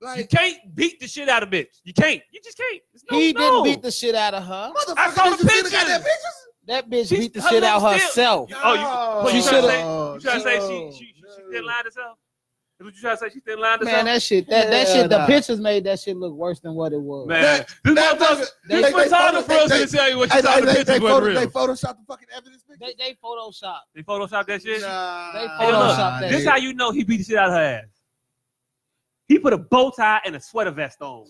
S4: You
S5: Like,
S4: can't beat the shit out of bitch. You can't. You just can't. There's no,
S8: he
S4: no.
S8: didn't beat the shit out of her.
S5: motherfucker,
S4: I saw
S5: did
S4: the
S5: you see the
S4: pictures.
S5: goddamn pictures?
S8: That bitch
S4: She's-
S8: beat the
S4: her
S8: shit out
S4: lips
S8: herself.
S4: Oh, you, what, you
S8: she
S4: trying to
S8: should've-
S4: say? You trying to say
S5: oh, no,
S4: she she, she, she thin lined herself? That's what you trying to say? She thin lined herself?
S8: Man, that shit, that, that
S5: Yeah,
S8: shit, the
S5: nah.
S8: pictures made that shit look worse than what it was.
S4: Man,
S5: That-
S4: this motherfucker,
S5: that fucker-
S4: this
S5: they- they
S4: photographer
S5: photo-
S4: was
S5: they-
S4: gonna tell you what
S5: Hey,
S4: she thought
S5: they,
S4: the
S5: they, they,
S4: pictures wasn't
S5: photo, they
S4: real.
S5: photoshopped the fucking evidence picture.
S8: They, they Photoshop.
S4: They photoshopped that shit.
S5: Nah.
S8: They
S4: Hey, look,
S8: Photoshop that.
S4: this how you know he beat the shit out of her ass. He put a bow tie and a sweater vest on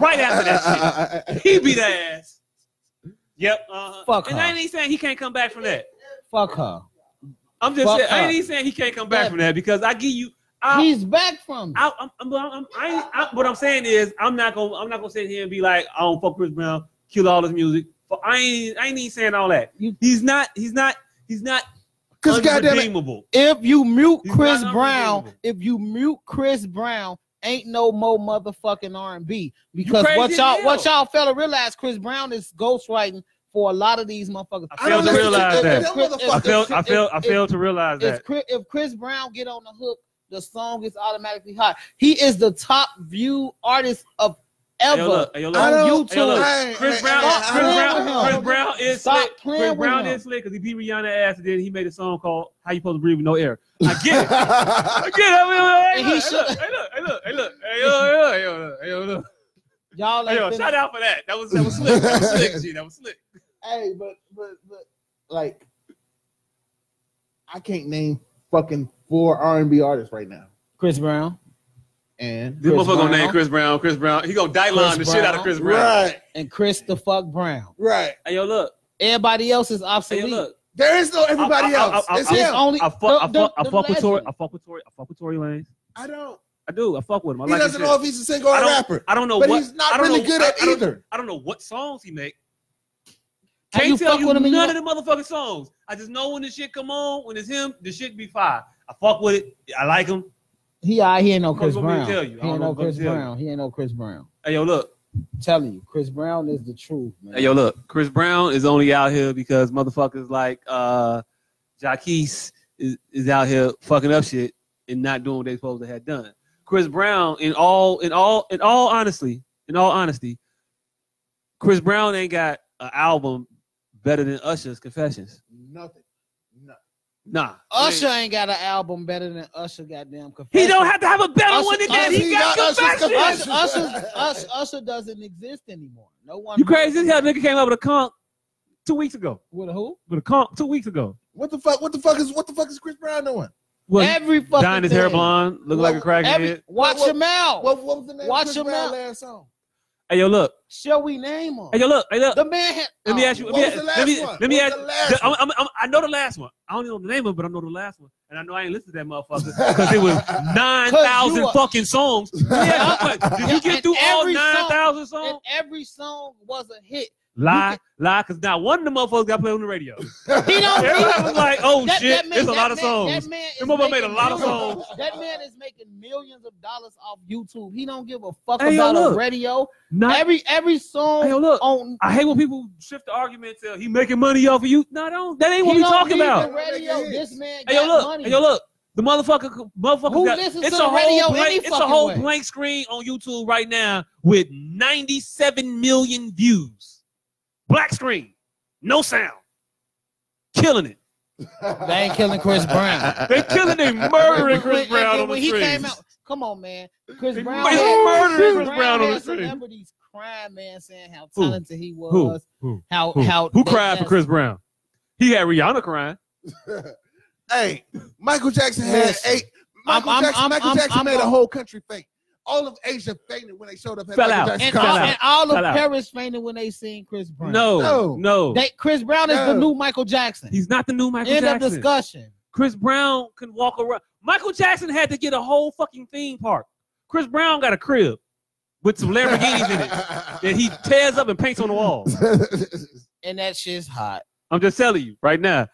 S4: right after
S5: [LAUGHS]
S4: that shit. He beat her ass. Yep. Uh-huh.
S8: Fuck
S4: and
S8: her.
S4: I ain't even saying he can't come back from that.
S8: Fuck her.
S4: I'm just
S8: Fuck
S4: saying, I ain't
S8: her.
S4: even saying he can't come back
S8: Yeah.
S4: from that because I give you. I,
S8: He's back from. it.
S4: I, I'm, I'm, I'm, I, ain't- I, what I'm saying is, I'm not gonna, I'm not gonna sit here and be like, I don't fuck Chris Brown, kill all his music. But I ain't, I ain't even saying all that.
S8: You-
S4: He's not, he's not, he's not
S5: Because goddamn it,
S4: unredeemable.
S8: If you mute
S4: He's
S8: Chris
S4: not
S8: Brown,
S4: unbelievable.
S8: if you mute Chris Brown, ain't no more motherfucking R and B because
S4: crazy
S8: what
S4: as
S8: y'all, what
S4: hell.
S8: y'all fella realize, Chris Brown is ghostwriting for a lot of these motherfuckers.
S4: I failed to
S5: listen
S4: realize
S5: to-
S4: that.
S5: them
S8: Chris-
S5: motherfuckers-
S4: I failed,
S8: if-
S4: I failed, I
S8: if-
S4: failed to realize that.
S8: If Chris, if Chris Brown get on the hook, the song is automatically hot. He is the top viewed artist of
S4: Hey, yo,
S8: ever.
S4: look, hey, yo,
S5: I
S4: look.
S5: don't-
S8: on
S4: Hey, look,
S8: YouTube.
S5: I ain't-
S4: Chris
S5: I ain't-
S4: Brown,
S8: Stop
S4: Chris
S8: playing
S4: Brown,
S8: with him.
S4: Chris Brown is
S8: Stop
S4: slick.
S8: playing
S4: Chris
S8: with
S4: Brown
S8: him.
S4: is slick because he beat Rihanna ass and then he made a song called "How You Supposed to Breathe with No Air." I get it. I [LAUGHS] get it. I mean,
S8: And he
S4: look, hey, look,
S8: should-
S4: hey, look, hey, look, hey, look, hey, look, hey, look, hey, look, hey, look, hey, look.
S8: Y'all
S4: Hey,
S8: ain't
S4: yo,
S8: finna-
S4: shout out for that. That was that was slick. That was slick. G. That was slick.
S11: Hey, but but but like, I can't name fucking four R and B artists right now.
S8: Chris Brown
S11: And
S4: This
S8: Chris
S4: motherfucker gonna
S8: Brown.
S4: name Chris Brown. Chris Brown. He gonna die line the
S8: Chris
S4: shit out of
S8: Brown.
S4: Chris Brown.
S5: right,
S8: and Chris the fuck Brown.
S5: right.
S4: Hey, yo, look.
S8: Everybody else is
S4: Hey, yo,
S8: obsolete.
S4: look.
S5: There is no everybody
S4: I- I- I-
S5: else.
S4: I-
S5: it's
S4: I-
S8: It's
S5: him. I,
S8: only
S4: I fuck, I
S8: the-
S4: fuck, I
S8: the-
S4: fuck
S8: the
S4: with Tory. I
S8: legend.
S4: fuck with Tory. I fuck with Tory Lanez.
S5: don't.
S4: I do. I fuck with him. I
S5: He
S4: like his
S5: doesn't
S4: shit.
S5: know if he's a singer or
S4: I
S5: a
S4: don't-
S5: rapper.
S4: I don't know
S5: But
S4: what.
S5: he's not
S4: I don't
S5: really
S4: know,
S5: good
S4: I-
S5: at
S4: I don't-
S5: either.
S4: I don't know what songs he make.
S8: How
S4: Can't
S8: you
S4: tell
S8: fuck
S4: you
S8: with him and you
S4: none of the motherfucking songs. I just know when the shit come on, when it's him, the shit be fire. I fuck with it. I like him.
S8: He, I, he ain't no Chris
S4: What you want me
S8: Brown.
S4: to
S8: He
S4: tell you?
S8: ain't
S4: I don't know
S8: no
S4: what
S8: Chris
S4: to tell you.
S8: Brown. He ain't no Chris Brown.
S4: Hey yo, look.
S8: I'm telling you, Chris Brown is the truth, man.
S4: Hey yo, look. Chris Brown is only out here because motherfuckers like uh Jaquise is, is out here fucking up shit and not doing what they supposed to have done. Chris Brown, in all, in all, in all honestly, in all honesty, Chris Brown ain't got an album better than Usher's Confessions.
S11: nothing. No.
S4: Nah,
S8: Usher ain't got an album better than Usher. Goddamn,
S4: He
S8: Confessions.
S4: don't have to have a better
S8: Usher-
S4: one than that.
S8: Usher-
S4: He got,
S5: he got Usher's
S4: confessions.
S5: Confessions.
S8: Usher, Usher, Usher, Usher doesn't exist anymore. No one.
S4: You crazy? as hell nigga came up with a conk two weeks ago.
S8: With who?
S4: With a conk two weeks ago.
S5: What the fuck? What the fuck is? What the fuck is Chris Brown doing?
S4: Well,
S8: every fucking
S4: dying his hair
S8: thing.
S4: blonde, look like a
S8: Every-
S4: crackhead.
S8: watch
S5: What-
S8: him out.
S5: What, what was the name of
S8: Watch
S5: Chris
S8: him
S5: Brown's
S8: out.
S5: last song?
S4: Hey yo, look.
S8: Shall we name him?
S4: Hey yo, look. Hey look.
S8: the man. Had,
S4: Let me
S8: Oh,
S4: ask you. Let
S5: What
S4: me,
S5: was the
S4: let me,
S5: last one?
S4: let me
S5: What
S4: ask.
S5: was the last
S4: the- I'm, I'm, I'm, I know the last one. I don't know the name of it, but I know the last one. And I know I ain't listened to that motherfucker because
S8: [LAUGHS]
S4: it was nine thousand
S8: are-
S4: fucking songs. Let me ask you a
S8: [LAUGHS]
S4: question. Did you
S8: Yeah,
S4: get
S8: and
S4: through all
S8: every song-
S4: nine thousand
S8: And
S4: songs?
S8: every song was a
S4: [LAUGHS]
S8: hit.
S4: Lie, lie, because not one of the motherfuckers got played on the
S8: [LAUGHS]
S4: radio.
S8: He don't. he-
S4: Everybody was like, "Oh
S8: that-
S4: shit,
S8: that man-
S4: there's a
S8: that
S4: lot of
S8: man-
S4: songs."
S8: That man
S4: Them
S8: is
S4: motherfuckers made
S8: making
S4: a lot of
S8: millions- That man is making millions of dollars off YouTube. He don't give a fuck
S4: Hey, yo,
S8: about a
S4: look.
S8: radio.
S4: Not
S8: every every song
S4: Hey, yo, look.
S8: on
S4: I hate when people shift the argument to he making money off of you. No, I don't. That ain't what we
S8: don't
S4: talking
S8: need
S4: about.
S8: The radio, this man
S4: Hey, yo,
S8: got
S4: look.
S8: money.
S4: Hey, yo, look. The motherfucker, motherfucker.
S8: Who
S4: got,
S8: listens
S4: it's
S8: to
S4: a
S8: the
S4: whole
S8: radio
S4: blank,
S8: any
S4: It's a
S8: fucking
S4: whole
S8: way?
S4: blank screen on YouTube right now with 97 million views. Black screen, no sound, killing it.
S8: They ain't killing Chris Brown.
S4: They killing,
S5: [LAUGHS]
S4: they murdering Chris
S8: When- when-
S4: Brown
S8: and
S4: on the
S8: when
S4: streets.
S8: he came out, come on, man. Chris
S4: They
S8: Brown
S4: murdered
S8: had,
S4: Chris Brown on
S8: had
S4: the street.
S8: celebrities crying, man, saying how
S4: Who?
S8: talented he was.
S4: Who? Who?
S8: How
S4: Who,
S8: how
S4: who
S8: they
S4: cried for
S8: just-
S4: Chris Brown? He had Rihanna crying.
S5: Hey, Michael Jackson had
S8: Listen.
S5: eight. Michael
S8: I'm-
S5: Jackson,
S8: I'm-
S5: Michael
S8: I'm-
S5: Jackson
S8: I'm
S5: made
S8: a-
S5: the whole country faint. All of Asia fainted when they showed up at
S4: Fell
S5: Michael
S4: out.
S5: Jackson's
S8: And
S4: Come
S8: all,
S5: concert.
S4: on.
S8: and all
S4: Cut
S8: of
S4: out.
S8: Paris fainted when they seen Chris Brown.
S4: No,
S5: No.
S4: no,
S8: They, Chris Brown is the
S5: No.
S8: new Michael Jackson.
S4: he's not the new Michael
S8: End of
S4: Jackson.
S8: discussion.
S4: Chris Brown can walk around. Michael Jackson had to get a whole fucking theme park. Chris Brown got a crib with some Lamborghinis
S5: [LAUGHS]
S4: in it that he tears up and paints on the wall.
S8: And that shit's hot.
S4: I'm just telling you right now.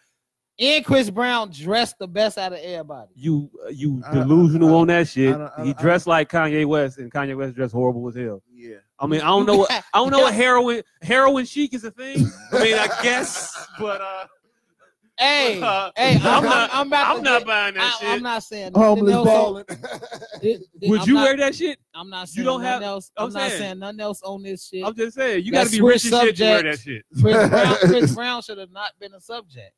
S8: And Chris Brown dressed the best out of everybody.
S4: You you
S5: I-
S4: delusional
S5: I-
S4: on that shit.
S5: I don't- I
S4: he
S5: don't-
S4: dressed like Kanye West, and Kanye West dressed horrible as hell.
S5: yeah.
S4: I mean, I don't know what I don't know what heroin heroin chic is a thing. I mean, I guess, but uh,
S8: [LAUGHS] Hey,
S4: Uh,
S8: hey, I'm,
S4: I'm
S8: not.
S4: not-
S8: I'm, about to
S4: [LAUGHS] I'm not
S8: get-
S4: buying that
S8: I, am
S4: shit.
S8: not saying nothing
S5: Homeless
S8: else.
S5: balling.
S8: Th- th-
S4: Would
S8: I'm
S4: you
S8: not-
S4: wear that shit?
S8: I'm not saying
S4: You don't
S8: nothing
S4: have-
S8: else. I'm,
S4: I'm
S8: not saying,
S4: saying-
S8: nothing else on this shit.
S4: I'm just saying, you got
S8: Let's
S4: to be rich
S8: switch
S4: as shit to wear that
S8: subjects.
S4: shit. [LAUGHS]
S8: Chris Brown, Chris Brown should have not been a subject.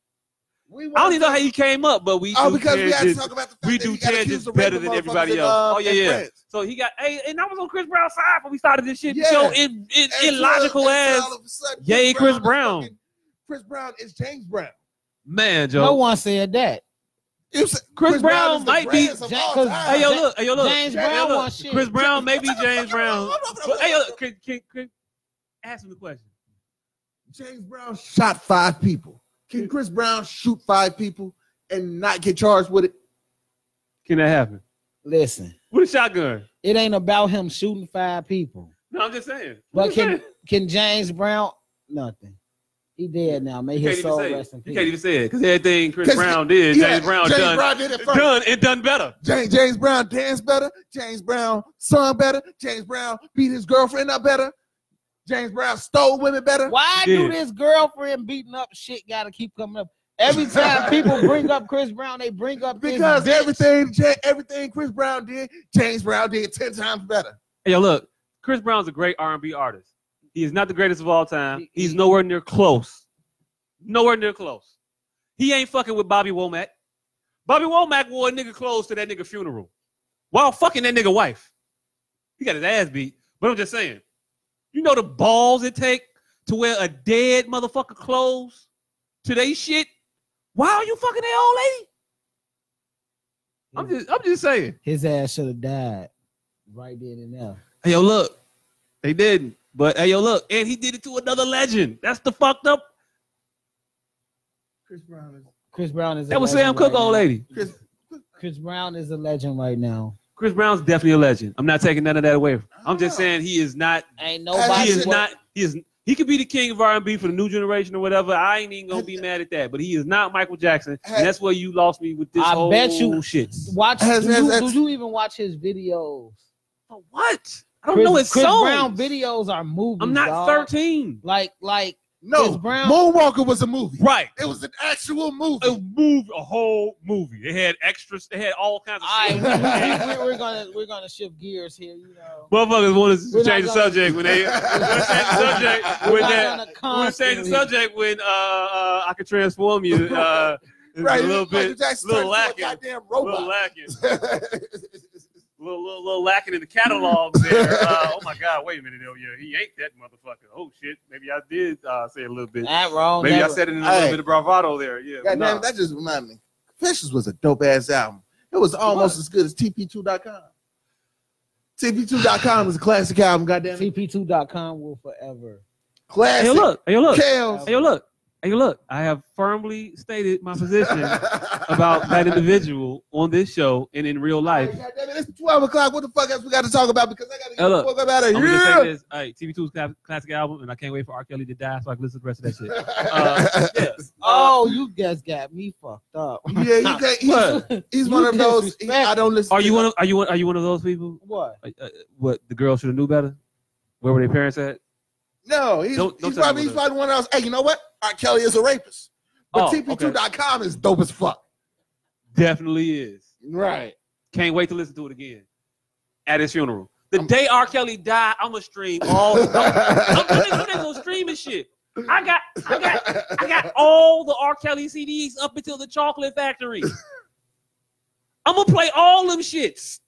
S5: We
S4: I don't even know how you came up, but we
S5: Oh,
S4: do
S5: because we had to
S4: tangents.
S5: talk about the fact
S4: We
S5: that
S4: do
S5: he got accused
S4: tangents
S5: of raping
S4: better than
S5: motherfuckers
S4: everybody
S5: in,
S4: else.
S5: uh,
S4: Oh, yeah,
S5: in
S4: yeah.
S5: France.
S4: So he got, hey, and I was on Chris Brown's side when we started this shit.
S5: Yeah.
S4: So it, it,
S5: And
S4: illogical
S5: so- and
S4: as
S5: so all of a sudden,
S4: yay, Chris Brown.
S5: is fucking- Chris Brown is James Brown.
S4: man,
S8: No
S4: Joe.
S8: one said that.
S5: You said-
S4: Chris Brown
S5: is the
S4: might be-
S5: grandson of
S8: Jack-
S5: all
S8: 'cause-
S5: time.
S4: hey yo, look, hey yo, look,
S8: James
S4: Hey, yo,
S8: Brown
S4: look.
S8: wants shit.
S4: Chris Brown, maybe James Brown. But, hey, yo,
S5: James
S4: can, can, can ask him the question.
S5: Brown shot five people. Can Chris Brown shoot five people and not get charged with it?
S4: Can that happen
S8: Listen,
S4: with a shotgun?
S8: it ain't about him shooting five people.
S4: No, I'm just saying. I'm
S8: But
S4: just
S8: can
S4: saying.
S8: can James Brown? Nothing. He dead now. May
S4: you
S8: his
S4: can't even
S8: soul
S4: say it.
S8: rest in
S4: You
S8: peace.
S4: can't even say it because everything Chris
S5: 'Cause-
S4: Brown did,
S5: Yeah,
S4: James Brown
S5: James
S4: done,
S5: Brown did it first.
S4: done and done better.
S5: James, James Brown danced better. James Brown sung better. James Brown beat his girlfriend up better. James Brown stole women better.
S8: Why
S4: He
S8: do
S4: did.
S8: this girlfriend beating up shit gotta keep coming up? Every time people bring up Chris Brown, they bring up this
S5: Because
S8: bitch.
S5: everything, Ja- everything Chris Brown did, James Brown did ten times better.
S4: Hey, yo, look, Chris Brown's a great R&B artist. He is not the greatest of all time.
S8: He-
S4: He's
S8: he-
S4: nowhere near close. Nowhere near close. He ain't fucking with Bobby Womack. Bobby Womack wore a nigga clothes to that nigga funeral while fucking that nigga wife. He got his ass beat. But I'm just saying, you know the balls it take to wear a dead motherfucker clothes to they shit? Why are you fucking that old lady?
S8: Hmm.
S4: I'm just, I'm just saying.
S8: His ass should have died right then and there.
S4: Hey, yo, look, they didn't. But hey, yo, look, and he did it to another legend. That's the fucked up.
S5: Chris Brown is
S8: Chris Brown is. a
S4: That was Sam
S8: legend
S4: Cooke,
S8: right
S4: old
S8: now.
S4: lady.
S5: Chris.
S8: Chris Brown is a legend right now.
S4: Chris Brown's definitely a legend. I'm not taking none of that away. from him. I'm just
S5: Oh.
S4: saying he is not.
S8: Ain't
S5: I
S8: nobody.
S4: He is
S5: said-
S8: wa-
S4: not. He is. He could be the king of R&B for the new generation or whatever. I ain't even gonna be mad at that. But he is not Michael Jackson, and that's where you lost me with this
S8: I
S4: whole
S8: bet you-
S4: shit.
S8: Watch.
S5: Has-
S8: do,
S5: has-
S8: you,
S5: has-
S8: do you even watch his videos?
S4: But what? I don't know his
S8: Chris
S4: songs.
S8: Brown videos are movies.
S4: I'm not
S8: dog.
S4: 13.
S8: Like, like
S5: No,
S8: Chris Brown-
S5: Moonwalker was a movie.
S4: Right.
S5: It was an actual movie.
S4: A movie, a whole movie. They had extras. They had all kinds of.
S8: I
S4: shit.
S8: we, we, are gonna we're gonna shift gears here. You know,
S4: Motherfuckers want to
S8: We're not
S4: change the
S8: gonna-
S4: subject when
S5: [LAUGHS]
S4: they when they change the subject
S8: we're
S4: when
S8: not
S4: that
S8: gonna
S4: when they change
S8: constantly-
S4: the subject when uh, uh I could transform you uh is
S5: right.
S4: a little
S5: Michael
S4: bit
S5: Jackson
S4: little
S5: turned into
S4: lacking.
S5: A goddamn
S4: a little
S5: robot.
S4: lacking
S5: [LAUGHS]
S4: little, little little lacking in the catalog there uh, oh my god wait a minute oh yeah he ain't that motherfucker oh shit maybe I did uh, say a little bit
S8: that wrong.
S4: maybe I
S8: Oh, never.
S4: said it in a
S5: Hey.
S4: little bit of bravado there yeah
S5: God damn
S4: nah.
S5: it, that just reminded me. Confessions was a dope ass album. It was almost as good as TP2.com. TP2.com is a classic album, goddamn it.
S8: TP2.com will forever.
S5: Classic.
S4: hey look hey look
S5: Kels.
S4: hey look hey look I have firmly stated my
S5: [LAUGHS]
S4: position about that individual on this show and in real
S5: Hey,
S4: life.
S5: goddamn it, It's 12 o'clock. What the fuck else we got to talk about? Because I got to get
S4: Hey, look.
S5: the fuck up out of
S4: I'm gonna say
S5: here.
S4: this. All right, TV2's cla- classic album, and I can't wait for R. Kelly to die so I can listen to the rest of that shit. Uh, yeah.
S8: Oh, you guys got me fucked up.
S5: [LAUGHS] yeah, you can't. He's,
S4: Uh, What?
S5: he's one of
S8: You
S5: those. he- I don't listen.
S4: Are
S5: to
S4: you
S5: him.
S4: one of are you one, are you one of those people?
S8: What?
S4: Uh, uh, what the girl should have knew better? Where were their parents at?
S5: No, he's,
S4: Don't- don't
S5: he's
S4: tell me
S5: probably
S4: what
S5: he's
S4: it
S5: probably one of those. Hey, you know what? R. Kelly is a rapist. But
S4: Oh,
S5: TP2.com is dope as fuck.
S4: Definitely is.
S5: Right.
S4: Can't wait to listen to it again at his funeral. The day R. Kelly died, I'm gonna stream all.
S5: [LAUGHS]
S4: I'm, Oh, I'm, I'm gonna stream and shit. I got I got I
S5: [LAUGHS]
S4: got all the R. Kelly CDs up until the Chocolate Factory. I'm gonna play all them shits.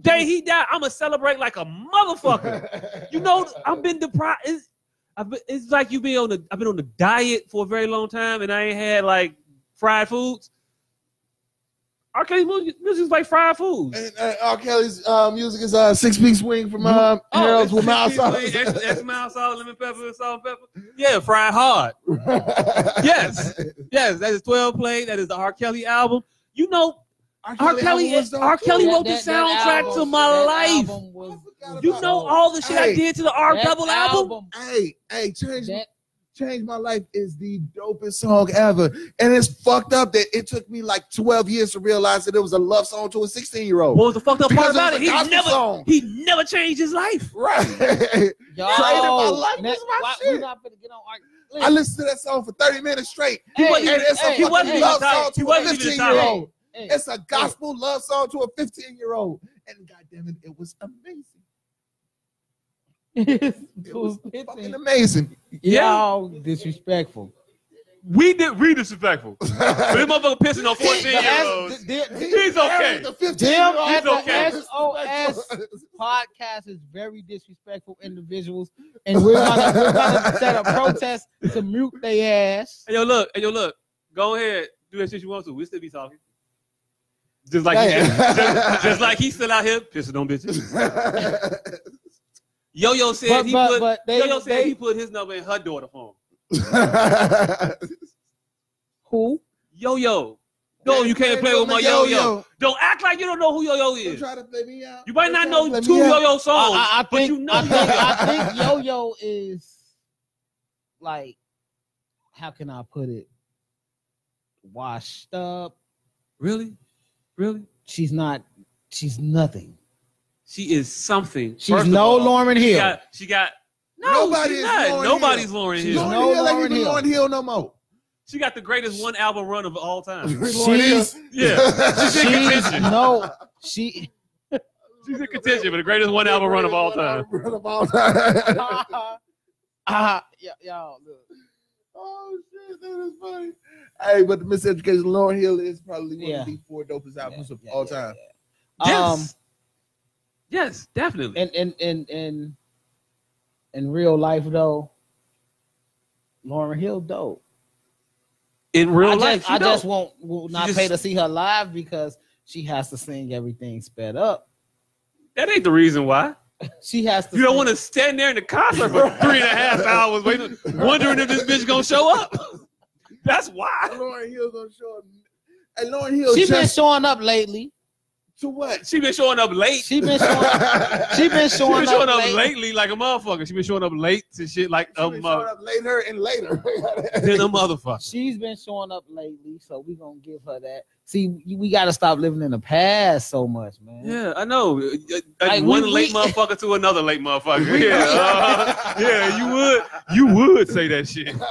S4: Day he died, I'm gonna celebrate like a motherfucker. You know, I've been deprived. It's, I've been, it's like you been on a. I've been on a diet for a very long time, and I ain't had like fried foods. R. Kelly music music is like fried foods.
S5: And uh, R. Kelly's uh, music is uh, Six Feet Swing from um, Harold's
S4: Oh, [LAUGHS]
S5: with Miles
S4: Sauce.
S5: Sauce.
S4: Extra, extra mild sauce, lemon pepper, and salt and pepper. Yeah, fried hard.
S5: [LAUGHS]
S4: Yes, yes, that is 12 play. That is the R. Kelly album. You know, R. Kelly,
S5: album was
S4: is, R. Kelly wrote
S5: dope, too.
S4: the soundtrack to my life. You know all the shit I
S5: Hey.
S4: did to the R double album.
S5: Hey, hey, change,
S1: That-
S5: change my life is the dopest song ever, and it's fucked up that it took me like twelve years to realize that it was a love song to a sixteen year
S4: What
S5: old.
S4: was the fucked up part about it? He never,
S5: song.
S4: he never changed his life.
S5: right. [LAUGHS]
S8: Yo,
S5: Trading my life is my
S8: why,
S5: shit.
S8: We not gonna get on our,
S5: I listened to that song for thirty minutes straight.
S8: He
S5: And it's a
S4: hey, he
S5: fucking
S4: wasn't even
S5: love
S4: tired.
S5: song
S4: He
S5: to a
S4: wasn't even
S5: fifteen
S4: tired.
S5: year old.
S8: Hey, [LAUGHS]
S5: It's a gospel love song to a fifteen year old, and goddamn it, it was amazing. It was fucking amazing.
S8: Y'all disrespectful.
S7: We did we
S4: [LAUGHS]
S7: disrespectful.
S5: [LAUGHS]
S7: But this
S5: Them
S7: motherfucker pissing on 14 year olds. He's okay.
S5: The 15
S8: Them
S5: year
S8: at
S5: old.
S8: the
S7: okay.
S8: SOS podcast is very disrespectful individuals, and we're gonna, we're gonna set a protest to mute their ass.
S4: Hey, yo, look, hey, yo, look. Go ahead, do that shit you want to. We still be talking. Just like, he,
S5: [LAUGHS]
S4: just, just like he's still out here pissing on bitches. Yo, yo said
S8: But,
S4: he
S8: but,
S4: put.
S8: but they,
S4: Yo-Yo said he
S8: they
S4: put his number in her daughter phone.
S8: who?
S4: Yo-Yo. No, you can't play with my yo-yo. Don't act like you don't know who yo-yo
S5: Don't
S4: is.
S5: try to play me out.
S4: You might not
S5: Don't try
S4: know
S5: to play
S4: two
S5: me out.
S4: yo-yo songs,
S8: I- I- I
S4: but
S8: think-
S4: you know
S8: I think,
S4: yo-yo.
S8: I think Yo-Yo is like, how can I put it? Washed up.
S4: Really? Really?
S8: She's not. She's nothing.
S4: She is something.
S8: She's
S4: First of
S8: no
S4: all,
S8: Lauren
S4: She
S8: Hill.
S4: got, she got no, Nobody
S5: Nobody is
S4: she's not.
S5: Lauryn
S4: Nobody's
S5: Hill.
S4: Lauren
S5: She's
S4: Hill.
S5: Lauren
S8: no
S5: Hill ain't
S8: Lauryn
S5: even
S8: Hill.
S5: Lauren Hill
S4: [LAUGHS]
S5: no more.
S4: She got the greatest one album run of all
S8: [LAUGHS]
S4: time.
S5: Lauryn Hill.
S8: She's
S5: [LAUGHS]
S4: Yeah. [LAUGHS] She's in
S8: she's
S4: contention.
S8: no. She.
S4: She's in contention for the greatest one album run of all time.
S5: Run of all time. [LAUGHS]
S8: Ah, [LAUGHS] ah, yeah, y'all. Look.
S5: Oh shit, that is funny. Hey, but the miseducation Lauren Hill is probably one
S8: Yeah.
S5: of the four dopest albums
S8: Yeah,
S5: of
S8: yeah,
S5: all
S8: yeah,
S5: time.
S8: yeah.
S4: Yes. Um, yes, definitely.
S8: in in in in in real life though, Lauren Hill dope.
S4: In real
S8: I
S4: life,
S8: just
S4: she
S8: I
S4: don't.
S8: just won't will not
S4: just-
S8: pay to see her live because she has to sing everything sped up.
S4: that ain't the reason why.
S8: She has to.
S4: You don't
S8: sing-
S4: want to stand there in the concert for three and a half hours waiting, wondering if this bitch gonna show up. That's why
S5: Lauren Hill gonna show up. Hey, Lauren Hill
S8: She been
S5: just
S8: showing up lately.
S4: [LAUGHS]
S5: to what?
S4: she been showing up late. She
S8: She been showing.
S4: [LAUGHS]
S8: she been showing,
S4: been showing
S8: up,
S4: up
S8: late.
S4: lately like a motherfucker. She been showing up late to shit like
S5: She
S4: a
S8: Um,
S5: been showing
S8: uh,
S4: mother.
S5: up later
S4: [LAUGHS]
S5: and later.
S4: Then a motherfucker.
S8: She's been showing up lately, so we gonna give her that. See, we- we gotta stop living in the past so much, man.
S4: Yeah, I know. Uh, uh,
S8: Like,
S4: one
S8: we-
S4: late
S8: we-
S4: motherfucker to another late motherfucker. Yeah, uh, yeah, you would, you would say that shit.
S5: [LAUGHS]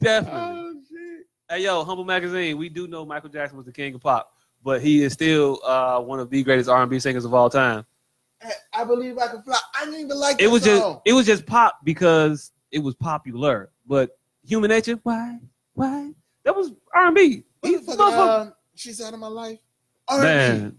S4: Definitely.
S5: oh shit.
S4: Hey, yo, Humble Magazine. We do know Michael Jackson was the king of pop, but he is still uh, one of the greatest R and B singers of all time.
S5: Hey, I believe I can fly. I didn't even like
S4: It was
S5: that
S4: just,
S5: song.
S4: it was just pop because it was popular. But Human Nature, why, why? That was R and B.
S8: uh,
S5: Motherfucker, um, she's out of my life. R&B.
S4: Man,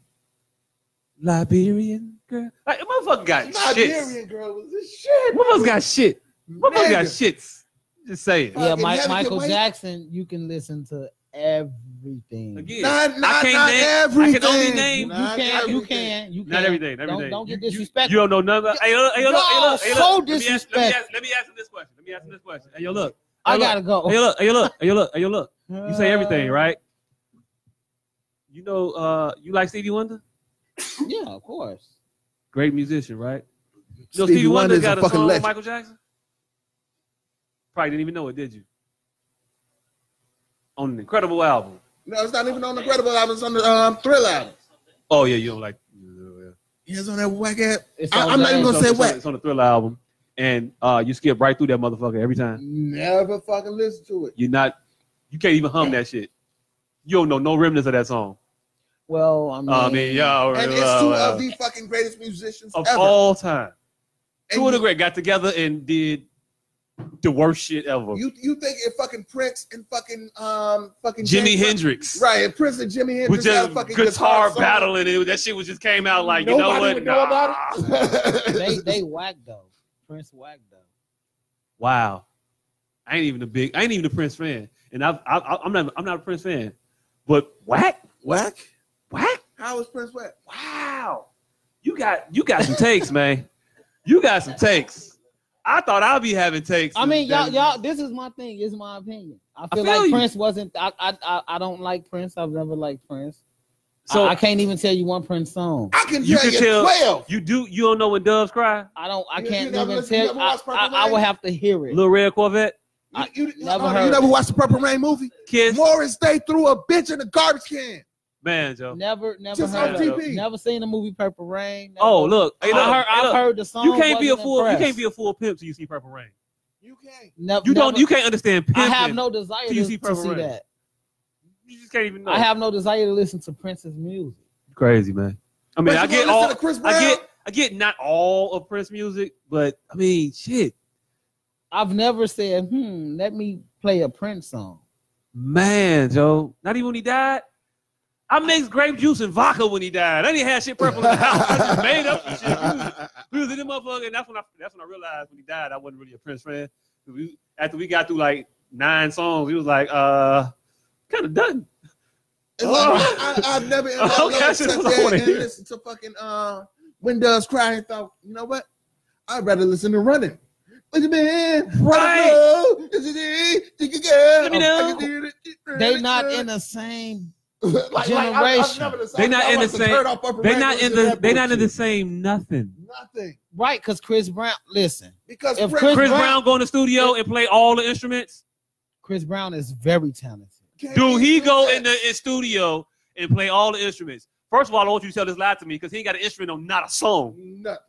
S4: Liberian girl. Like, motherfucker got shits.
S5: Liberian girl was this shit.
S4: Motherfucker got shit. Motherfucker got
S5: Nigga.
S4: shits. Just say it.
S5: Fucking
S8: Yeah, Mi-
S5: Connecticut
S8: Michael
S5: Wave.
S8: Jackson, you can listen to everything.
S4: Again,
S5: Not, not,
S4: can't
S5: not
S4: name-
S5: everything.
S4: I can only name-
S8: You, you
S5: Not
S8: can, you
S5: everything.
S8: can, you can.
S4: not everything. Not
S8: Don't,
S4: everything.
S8: don't get
S4: You- you-
S8: disrespectful.
S4: You don't know nothing. Hey, look, hey, look, hey, look, hey,
S8: Y'all
S4: look.
S8: so
S4: Let me ask- let me ask- Let me ask him this question. Let me ask him this question. Hey, yo, look.
S8: I gotta go.
S4: Hey, yo, look. Hey, yo, look. Hey, yo, look. Hey, yo, look. You say everything, right? Uh, You know, uh, you like Stevie Wonder?
S8: Yeah, of course.
S4: Great musician, right? You know,
S5: Stevie
S4: Stevie
S5: Wonder
S4: Wonder
S5: is a
S4: got a,
S5: fucking
S4: song with
S5: legend.
S4: Michael Jackson? Probably didn't even know it, did you? On an incredible album.
S5: No, it's not even on the Credible album. It's on the um, Thrill album.
S4: Oh, yeah, you don't like.
S5: It's on that whack ass.
S8: It's
S5: I-
S8: on
S5: I'm not
S8: the-
S5: even
S4: It's
S5: gonna
S4: on-
S5: say
S4: it's on-
S5: whack.
S4: It's on the Thriller album, and uh, you skip right through that motherfucker every time.
S5: Never fucking listen to it.
S4: You're not, you can't even hum that shit. You don't know no remnants of that song.
S8: Well, I mean,
S4: I mean, y'all
S5: And it's two of the fucking greatest musicians
S4: of
S5: ever.
S4: all time.
S5: And
S4: Two of the
S5: you-
S4: great got together and did the worst shit ever.
S5: You you think if fucking Prince and fucking um fucking
S4: Jimi
S5: James-
S4: Hendrix,
S5: right? And Prince and Jimmy
S4: with
S5: Hendrix had
S4: just
S5: a fucking
S4: guitar,
S5: song.
S4: battle, and it, that shit was just came out like you know
S5: Nobody
S4: what?
S5: would know
S4: Nah.
S5: about [LAUGHS] it.
S8: they
S4: [LAUGHS]
S8: they whack though. Prince whack though.
S4: Wow, I ain't even a big, I ain't even a Prince fan, and I've, I, I- I'm not, I'm not a Prince fan, But whack,
S5: Whack?
S4: whack,
S5: How is Prince Whack?
S4: wow. You got you got some takes, man. You got some takes. I thought I'd be having takes.
S8: I mean, y'all, y'all. This is my thing. It's my opinion. I feel,
S4: feel
S8: like
S4: you.
S8: Prince wasn't. I, I, I, I don't like Prince. I've never liked Prince. So
S4: So
S8: I, I can't even tell you one Prince song.
S5: I can
S4: You
S5: tell
S4: can
S5: you
S4: tell-
S5: 12.
S4: you do you don't know when doves cry?
S8: I don't. I
S5: You- you
S8: can't
S5: never
S8: even
S5: listen- you
S8: tell.
S5: never
S8: I,
S5: watched Purple
S8: I, I would
S5: Rain?
S8: have to hear it.
S4: Little red Corvette,
S8: I
S5: You, you,
S8: never
S5: oh, you
S8: heard
S5: never
S8: it.
S5: watched the Purple Rain movie?
S4: kiss,
S5: Morris, they threw a bitch in a garbage can.
S4: man, Joe.
S8: Never, never
S5: Just
S8: heard.
S5: on
S8: of it.
S5: TV.
S8: Never seen the movie Purple Rain. never-
S4: Oh look, hey, look,
S8: I heard,
S4: hey,
S8: I've
S4: look.
S8: heard the song.
S4: you can't be a
S8: wasn't
S4: fool.
S8: impressed.
S4: You can't be a fool pimp till you see Purple Rain.
S5: You can't.
S8: Nev-
S4: You don't.
S8: never-
S4: You can't understand
S8: I
S4: pimping.
S8: have no desire
S4: till you
S8: to,
S4: see
S8: see, to
S4: Purple
S8: see
S4: Rain.
S8: that.
S4: You just can't even know.
S8: I have no desire to listen to Prince's music.
S4: crazy man. I
S5: But
S4: mean, I
S5: you
S4: get
S5: gonna listen
S4: all.
S5: to Chris Brown?
S4: I get. I get not all of Prince music, but I mean, shit,
S8: I've never said, "Hmm, let me play a Prince song."
S4: man, Joe. Not even when he died. I mixed grape juice and vodka when he died. I didn't have shit purple in the house. I just made up some shit. We was in the motherfucker, and that's when I that's when I realized when he died, I wasn't really a Prince fan. We- after we got through like nine songs, he was like, uh, kind of done.
S5: It's like, I, I, I've never in my
S4: Oh. [LAUGHS] Okay,
S5: life
S4: that's
S5: sat
S4: what I
S5: there
S4: wanna
S5: and
S4: hear.
S5: listened to fucking uh, When Doves Cry and thought, you know what? I'd rather listen to Running. Look at me.
S4: Right.
S5: Let
S4: Let me know.
S8: They not in the same.
S5: [LAUGHS] like, like, I- I've
S8: generation.
S5: never decided
S4: They not
S5: I
S4: in
S5: want
S4: the
S5: to
S4: same-
S5: turn off Upper
S4: They
S5: Rain
S4: not
S5: Roots
S4: in
S5: and
S4: the
S5: that
S4: they not in the
S5: bullshit.
S4: same nothing.
S5: Nothing.
S8: Right, because Chris Brown. Listen,
S5: Because
S8: If
S5: Prince
S8: Chris
S4: Chris
S8: Brown-
S4: Brown go in the studio and play all the instruments.
S8: Chris Brown is very talented.
S5: can't
S4: Do
S5: even
S4: he
S5: do
S4: go
S5: that.
S4: in the in studio and play all the instruments? First of all, I want you to tell this lie to me because he ain't got an instrument on not a song.
S5: Nothing.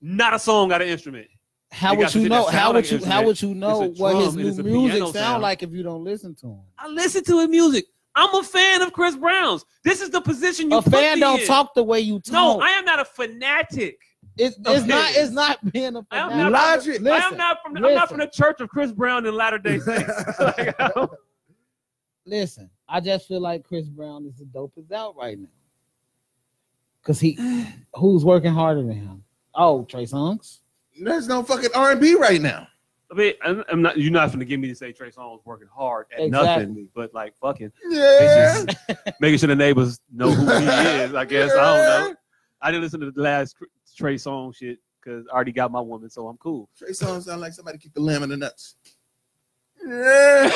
S4: Not a song got an instrument.
S8: How
S4: They
S8: would
S4: got
S8: you
S4: shit that
S8: know?
S4: sound
S8: How
S4: like
S8: would you?
S4: an
S8: How would you know
S4: It's a
S8: what
S4: drum
S8: his
S4: and it's
S8: new
S4: a
S8: music
S4: piano
S8: sound,
S4: sound.
S8: like if you don't listen to him?
S4: I listen to his music. I'm a fan of Chris Brown's. This is the position you
S8: a
S4: put
S8: fan
S4: me
S8: don't
S4: in.
S8: talk the way you talk.
S4: No, I am not a fanatic.
S8: it's
S4: a
S8: it's
S4: fan.
S8: not. It's not [LAUGHS] being a
S4: I am
S8: fanatic.
S4: not-
S5: Logic.
S4: I am
S8: Listen,
S4: not from. I'm not
S8: listen.
S4: from the Church of Chris Brown and Latter Day Saints. Like, I don't-
S8: listen. I just feel like Chris Brown is the dopest out right now. Cause he, [SIGHS] who's working harder than him? Oh, Trey Songz.
S5: There's no fucking R and B right now.
S4: I mean, I'm, I'm not. You're not gonna give me to say Trey Songz working hard at
S8: Exactly.
S4: nothing, but like fucking
S5: Yeah.
S4: It's making sure the neighbors know who he is. I guess I don't know. I didn't listen to the last Trey Song shit because I already got my woman, so I'm
S5: [LAUGHS]
S4: cool.
S5: Trey Songz sound like somebody kicked the lamb in the nuts. Yeah.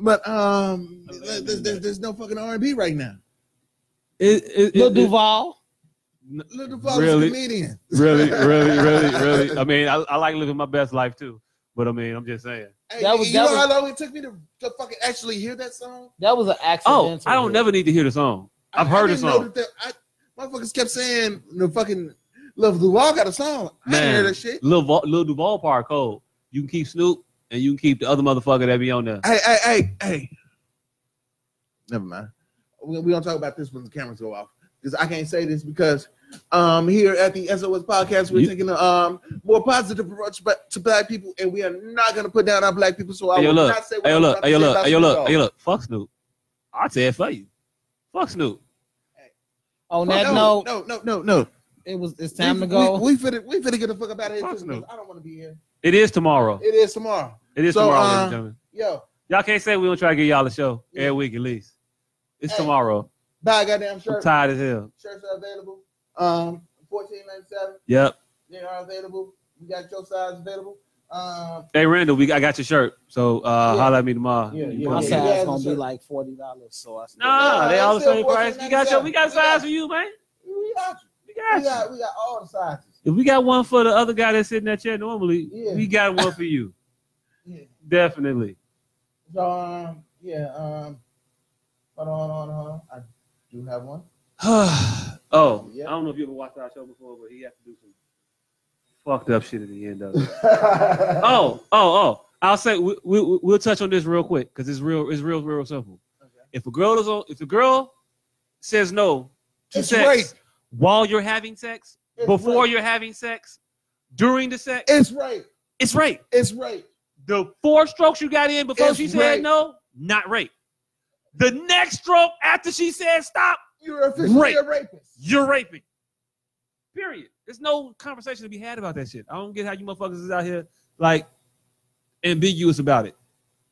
S5: But um, there's, there's, there's no fucking R and B right now.
S8: Lil Duval.
S5: Lil Duval
S4: Really?
S5: is a comedian.
S4: really, really, really, really. I mean, I, I like living my best life too, but I mean, I'm just saying.
S5: Hey,
S8: That was-
S5: you
S8: that
S5: know
S8: was-
S5: how long it took me to, to fucking actually hear that song?
S8: That was an
S4: Oh,
S8: accidental.
S4: I don't
S8: hit.
S4: never need to hear the song. I've
S5: I-
S4: heard the
S5: I didn't know
S4: song.
S5: that that- I, motherfuckers kept saying the fucking Lil Duval got a song. I didn't hear
S4: Man,
S5: that shit.
S4: Lil, Vol- Lil Duval part code. You can keep Snoop and you can keep the other motherfucker that be on there.
S5: Hey, hey, hey, hey. Never mind. We, we don't talk about this when the cameras go off because I can't say this because um here at the SOS podcast we're
S4: You-
S5: taking a um more positive approach but to black people and we are not gonna put down our black people. So I
S4: Hey, yo,
S5: will
S4: look.
S5: not say what
S4: Hey, yo,
S5: I'm
S4: look.
S5: about
S4: Hey,
S5: to
S4: yo,
S5: say
S4: look.
S5: about
S4: Hey, yo,
S5: Snoop
S4: look.
S5: Dogg.
S4: Hey, yo, look. Fuck Snoop. I'll tell it for you. Fuck Snoop.
S8: On
S5: No,
S8: that
S5: no,
S8: note,
S5: no, no, no, no.
S8: it was. It's time
S5: we,
S8: to go.
S5: We, we finna we finna get the fuck up out of here.
S4: Fuck
S5: too, because
S4: Snoop.
S5: I don't want to be here.
S4: It is tomorrow.
S5: It is tomorrow.
S4: It is
S5: So,
S4: tomorrow, ladies
S5: uh,
S4: and gentlemen.
S5: Yo,
S4: Y'all can't say we don't try to get y'all a show
S5: Yeah.
S4: every week at least. It's
S5: Hey.
S4: tomorrow.
S5: buy a goddamn
S4: I'm
S5: shirt.
S4: tired as hell.
S5: Shirts are available. Um, fourteen ninety seven.
S4: Yep.
S5: They are available. We got your size available. Um,
S4: Hey Randall, we I got your shirt. So uh
S5: Yeah.
S4: holla at me tomorrow.
S5: Yeah,
S4: You
S5: yeah,
S8: My
S4: come
S5: yeah.
S4: get it.
S8: size
S5: Yeah,
S8: gonna
S5: sure.
S8: be like forty dollars. So I still
S4: Nah, they
S5: Yeah,
S4: all the
S5: it's
S4: same
S5: still
S4: price. You got your we got size for you, man.
S5: we got you.
S4: We got
S5: We
S4: you.
S5: got we got all the sizes.
S4: If we got one for the other guy that's sitting in that chair normally,
S5: Yeah.
S4: we got one for you.
S5: [LAUGHS] Yeah.
S4: Definitely.
S5: So um, yeah. Um, hold on, hold on, hold on. I do
S4: [LAUGHS]
S5: have one.
S4: oh,
S5: Yeah.
S4: I don't know if you ever watched our show before, but he had to do some fucked up shit at the end of it. oh, oh, oh. I'll say we, we, we'll touch on this real quick because it's real, it's real, real simple. If a girl is on, if the girl says no to
S5: It's
S4: sex
S5: rape.
S4: while you're having sex,
S5: It's
S4: before
S5: rape.
S4: you're having sex, during the sex,
S5: It's rape.
S4: it's rape.
S5: It's rape.
S4: The four strokes you got in before
S5: It's
S4: she
S5: rape.
S4: said no, not rape. The next stroke after she said stop,
S5: You're officially
S4: Rape.
S5: a rapist.
S4: you're raping. Period. There's no conversation to be had about that shit. I don't get how you motherfuckers is out here like ambiguous about it.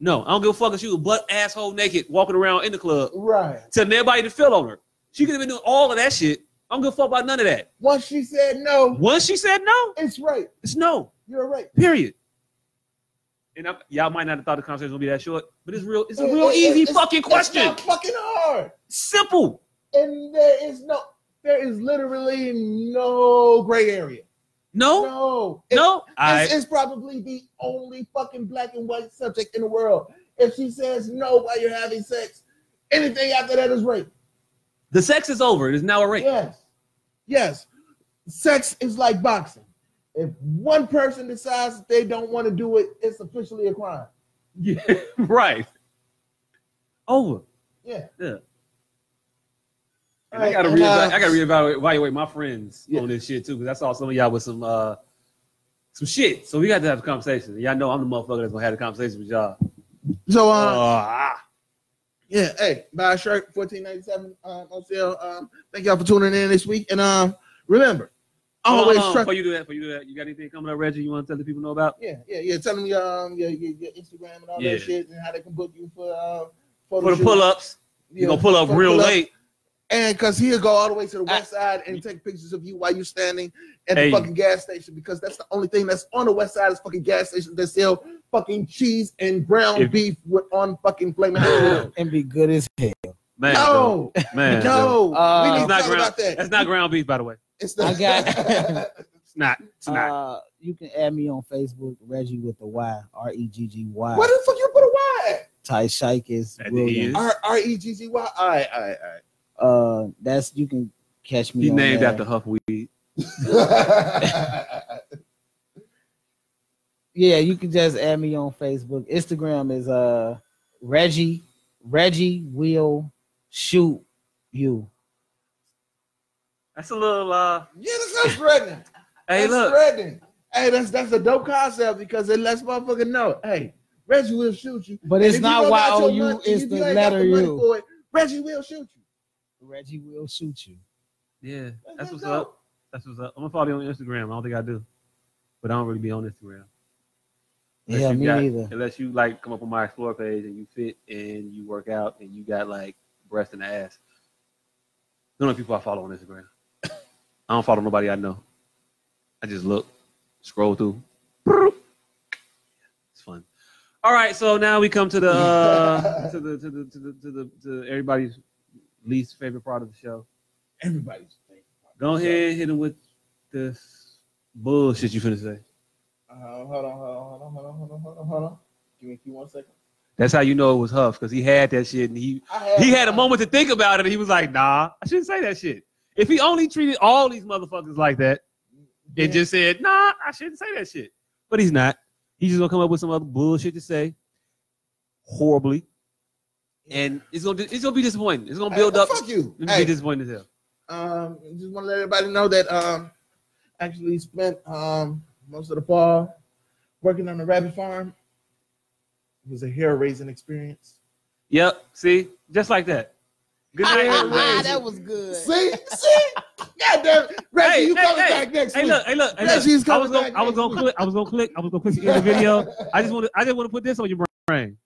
S4: No, I don't give a fuck if she was butt asshole naked walking around in the club
S5: Right.
S4: telling everybody to feel on her. She could have been doing all of that shit. I don't give a fuck about none of that.
S5: Once she said no,
S4: Once she said no,
S5: it's right.
S4: it's no.
S5: You're right.
S4: Period. And I, y'all might not have thought the conversation was gonna be that short, but it's real. It's a
S5: It-
S4: real
S5: it-
S4: easy
S5: it's-
S4: fucking
S5: It's
S4: question.
S5: not fucking hard.
S4: Simple.
S5: And there is no, there is literally no gray area.
S4: No,
S5: No. It-
S4: no. I
S5: It's, it's probably the only fucking black and white subject in the world. If she says no while you're having sex, anything after that is rape.
S4: the sex is over. It is now a rape.
S5: Yes. Yes. Sex is like boxing. If one person decides that they don't want to do it, it's officially a crime.
S4: right. Over.
S5: Yeah.
S4: And I gotta
S5: And, uh,
S4: reevaluate. I gotta reevaluate evaluate my friends on this shit too, because I saw some of y'all with some uh some shit. So we got to have a conversation. Y'all know I'm the motherfucker that's gonna have the conversation with y'all.
S5: So, um,
S4: Uh,
S5: yeah, hey, buy a shirt, fourteen ninety seven um, on sale. Um, thank y'all for tuning in this week, and um, remember, always trust.
S4: Before you do that, before you do that, you got anything coming up, Reggie? You want to tell the people know about?
S5: Yeah, yeah, yeah. Tell them your um, your, your, your Instagram and all
S4: Yeah.
S5: that shit, and how they can book you for uh,
S4: For the pull ups, you gonna pull up real late.
S5: and because he'll go all the way to the west side and take pictures of you while you're standing at
S4: Hey.
S5: the fucking gas station because that's the only thing that's on the west side is fucking gas stations that sell fucking cheese and ground
S4: If-
S5: beef with on fucking
S4: [LAUGHS]
S5: flaming hot
S8: and be good as hell.
S4: Man, bro.
S5: No,
S4: man, bro.
S5: no,
S8: Uh,
S5: we
S4: It's
S5: need to
S4: not
S5: talk
S4: ground-
S5: about that.
S4: that's not ground beef, by the way.
S5: It's
S8: I
S5: not. [LAUGHS]
S8: got-
S4: It's not. It's not.
S8: Uh, you can add me on Facebook, Reggie with the Y, R E G G Y.
S5: Where the fuck you put a Y at?
S8: Ty Shike is
S4: That
S8: Williams.
S4: is.
S5: R R E G G Y. All right, all right,
S8: Uh, that's you can catch me.
S4: He
S8: on
S4: named
S8: there.
S4: after Huffweed.
S8: [LAUGHS]
S5: all right.
S8: Yeah, you can just add me on Facebook. Instagram is uh Reggie. Reggie will shoot you.
S4: That's a little. uh
S5: yeah, that's not threatening.
S4: Hey,
S5: that's
S4: look.
S5: threatening. Hey, that's that's a dope concept because it lets motherfucker know. Hey, Reggie will shoot you.
S8: But
S5: And
S8: it's
S5: if you
S8: not
S5: don't got your
S8: Y-O-U,
S5: money-
S8: it's
S5: if
S8: the
S5: you ain't got
S8: letter
S5: money
S8: U.
S5: for it, Reggie will shoot you.
S8: Reggie will shoot you.
S4: Yeah, that's
S5: That's
S4: what's
S5: dope.
S4: up. That's what's up. I'm gonna follow you on Instagram. I don't think I do, but I don't really be on Instagram. Unless
S8: yeah,
S4: you
S8: me
S4: got-
S8: neither.
S4: Unless you like come up on my explore page and you fit and you work out and you got like breast and ass. None of the people I follow on Instagram. [COUGHS] I don't follow nobody I know. I just look, scroll through. Broop. It's fun. All right, so now we come to the uh, to the to the to the to the to everybody's least favorite part of the show.
S5: Everybody's thinking.
S4: Go ahead, hit him with this bullshit you finna say.
S5: Uh, hold on, hold on, hold on, hold on, hold on, hold on. Give me, give me one second.
S4: That's how you know it was Huff because he had that shit and he
S5: I had,
S4: he had a moment to think about it, and he was like, "Nah, I shouldn't say that shit." If he only treated all these motherfuckers like that,
S5: Yeah.
S4: and just said, "Nah, I shouldn't say that shit," but he's not. He's just gonna come up with some other bullshit to say, horribly, and it's gonna it's gonna be disappointing. It's gonna
S5: Hey,
S4: build
S5: well,
S4: up.
S5: Fuck you.
S4: It's gonna
S5: Hey,
S4: be disappointing as hell.
S5: um, just want to let everybody know that um, actually spent um most of the fall working on the rabbit farm. It was a hair raising experience.
S4: Yep. See, just like that. Good night.
S8: that was good.
S5: See, see, goddamn, Reggie,
S4: Hey,
S5: you
S4: hey,
S5: coming
S4: hey.
S5: back next
S4: Hey
S5: week?
S4: look! Hey look! Hey, look.
S5: Reggie's
S4: I was
S5: coming
S4: gonna,
S5: back
S4: I was
S5: next
S4: gonna click. I was gonna click. I was gonna click the end of the video. I just want to. I just want to put this on your brain.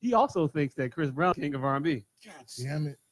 S4: He also thinks that Chris Brown king of R&B.
S5: God damn it!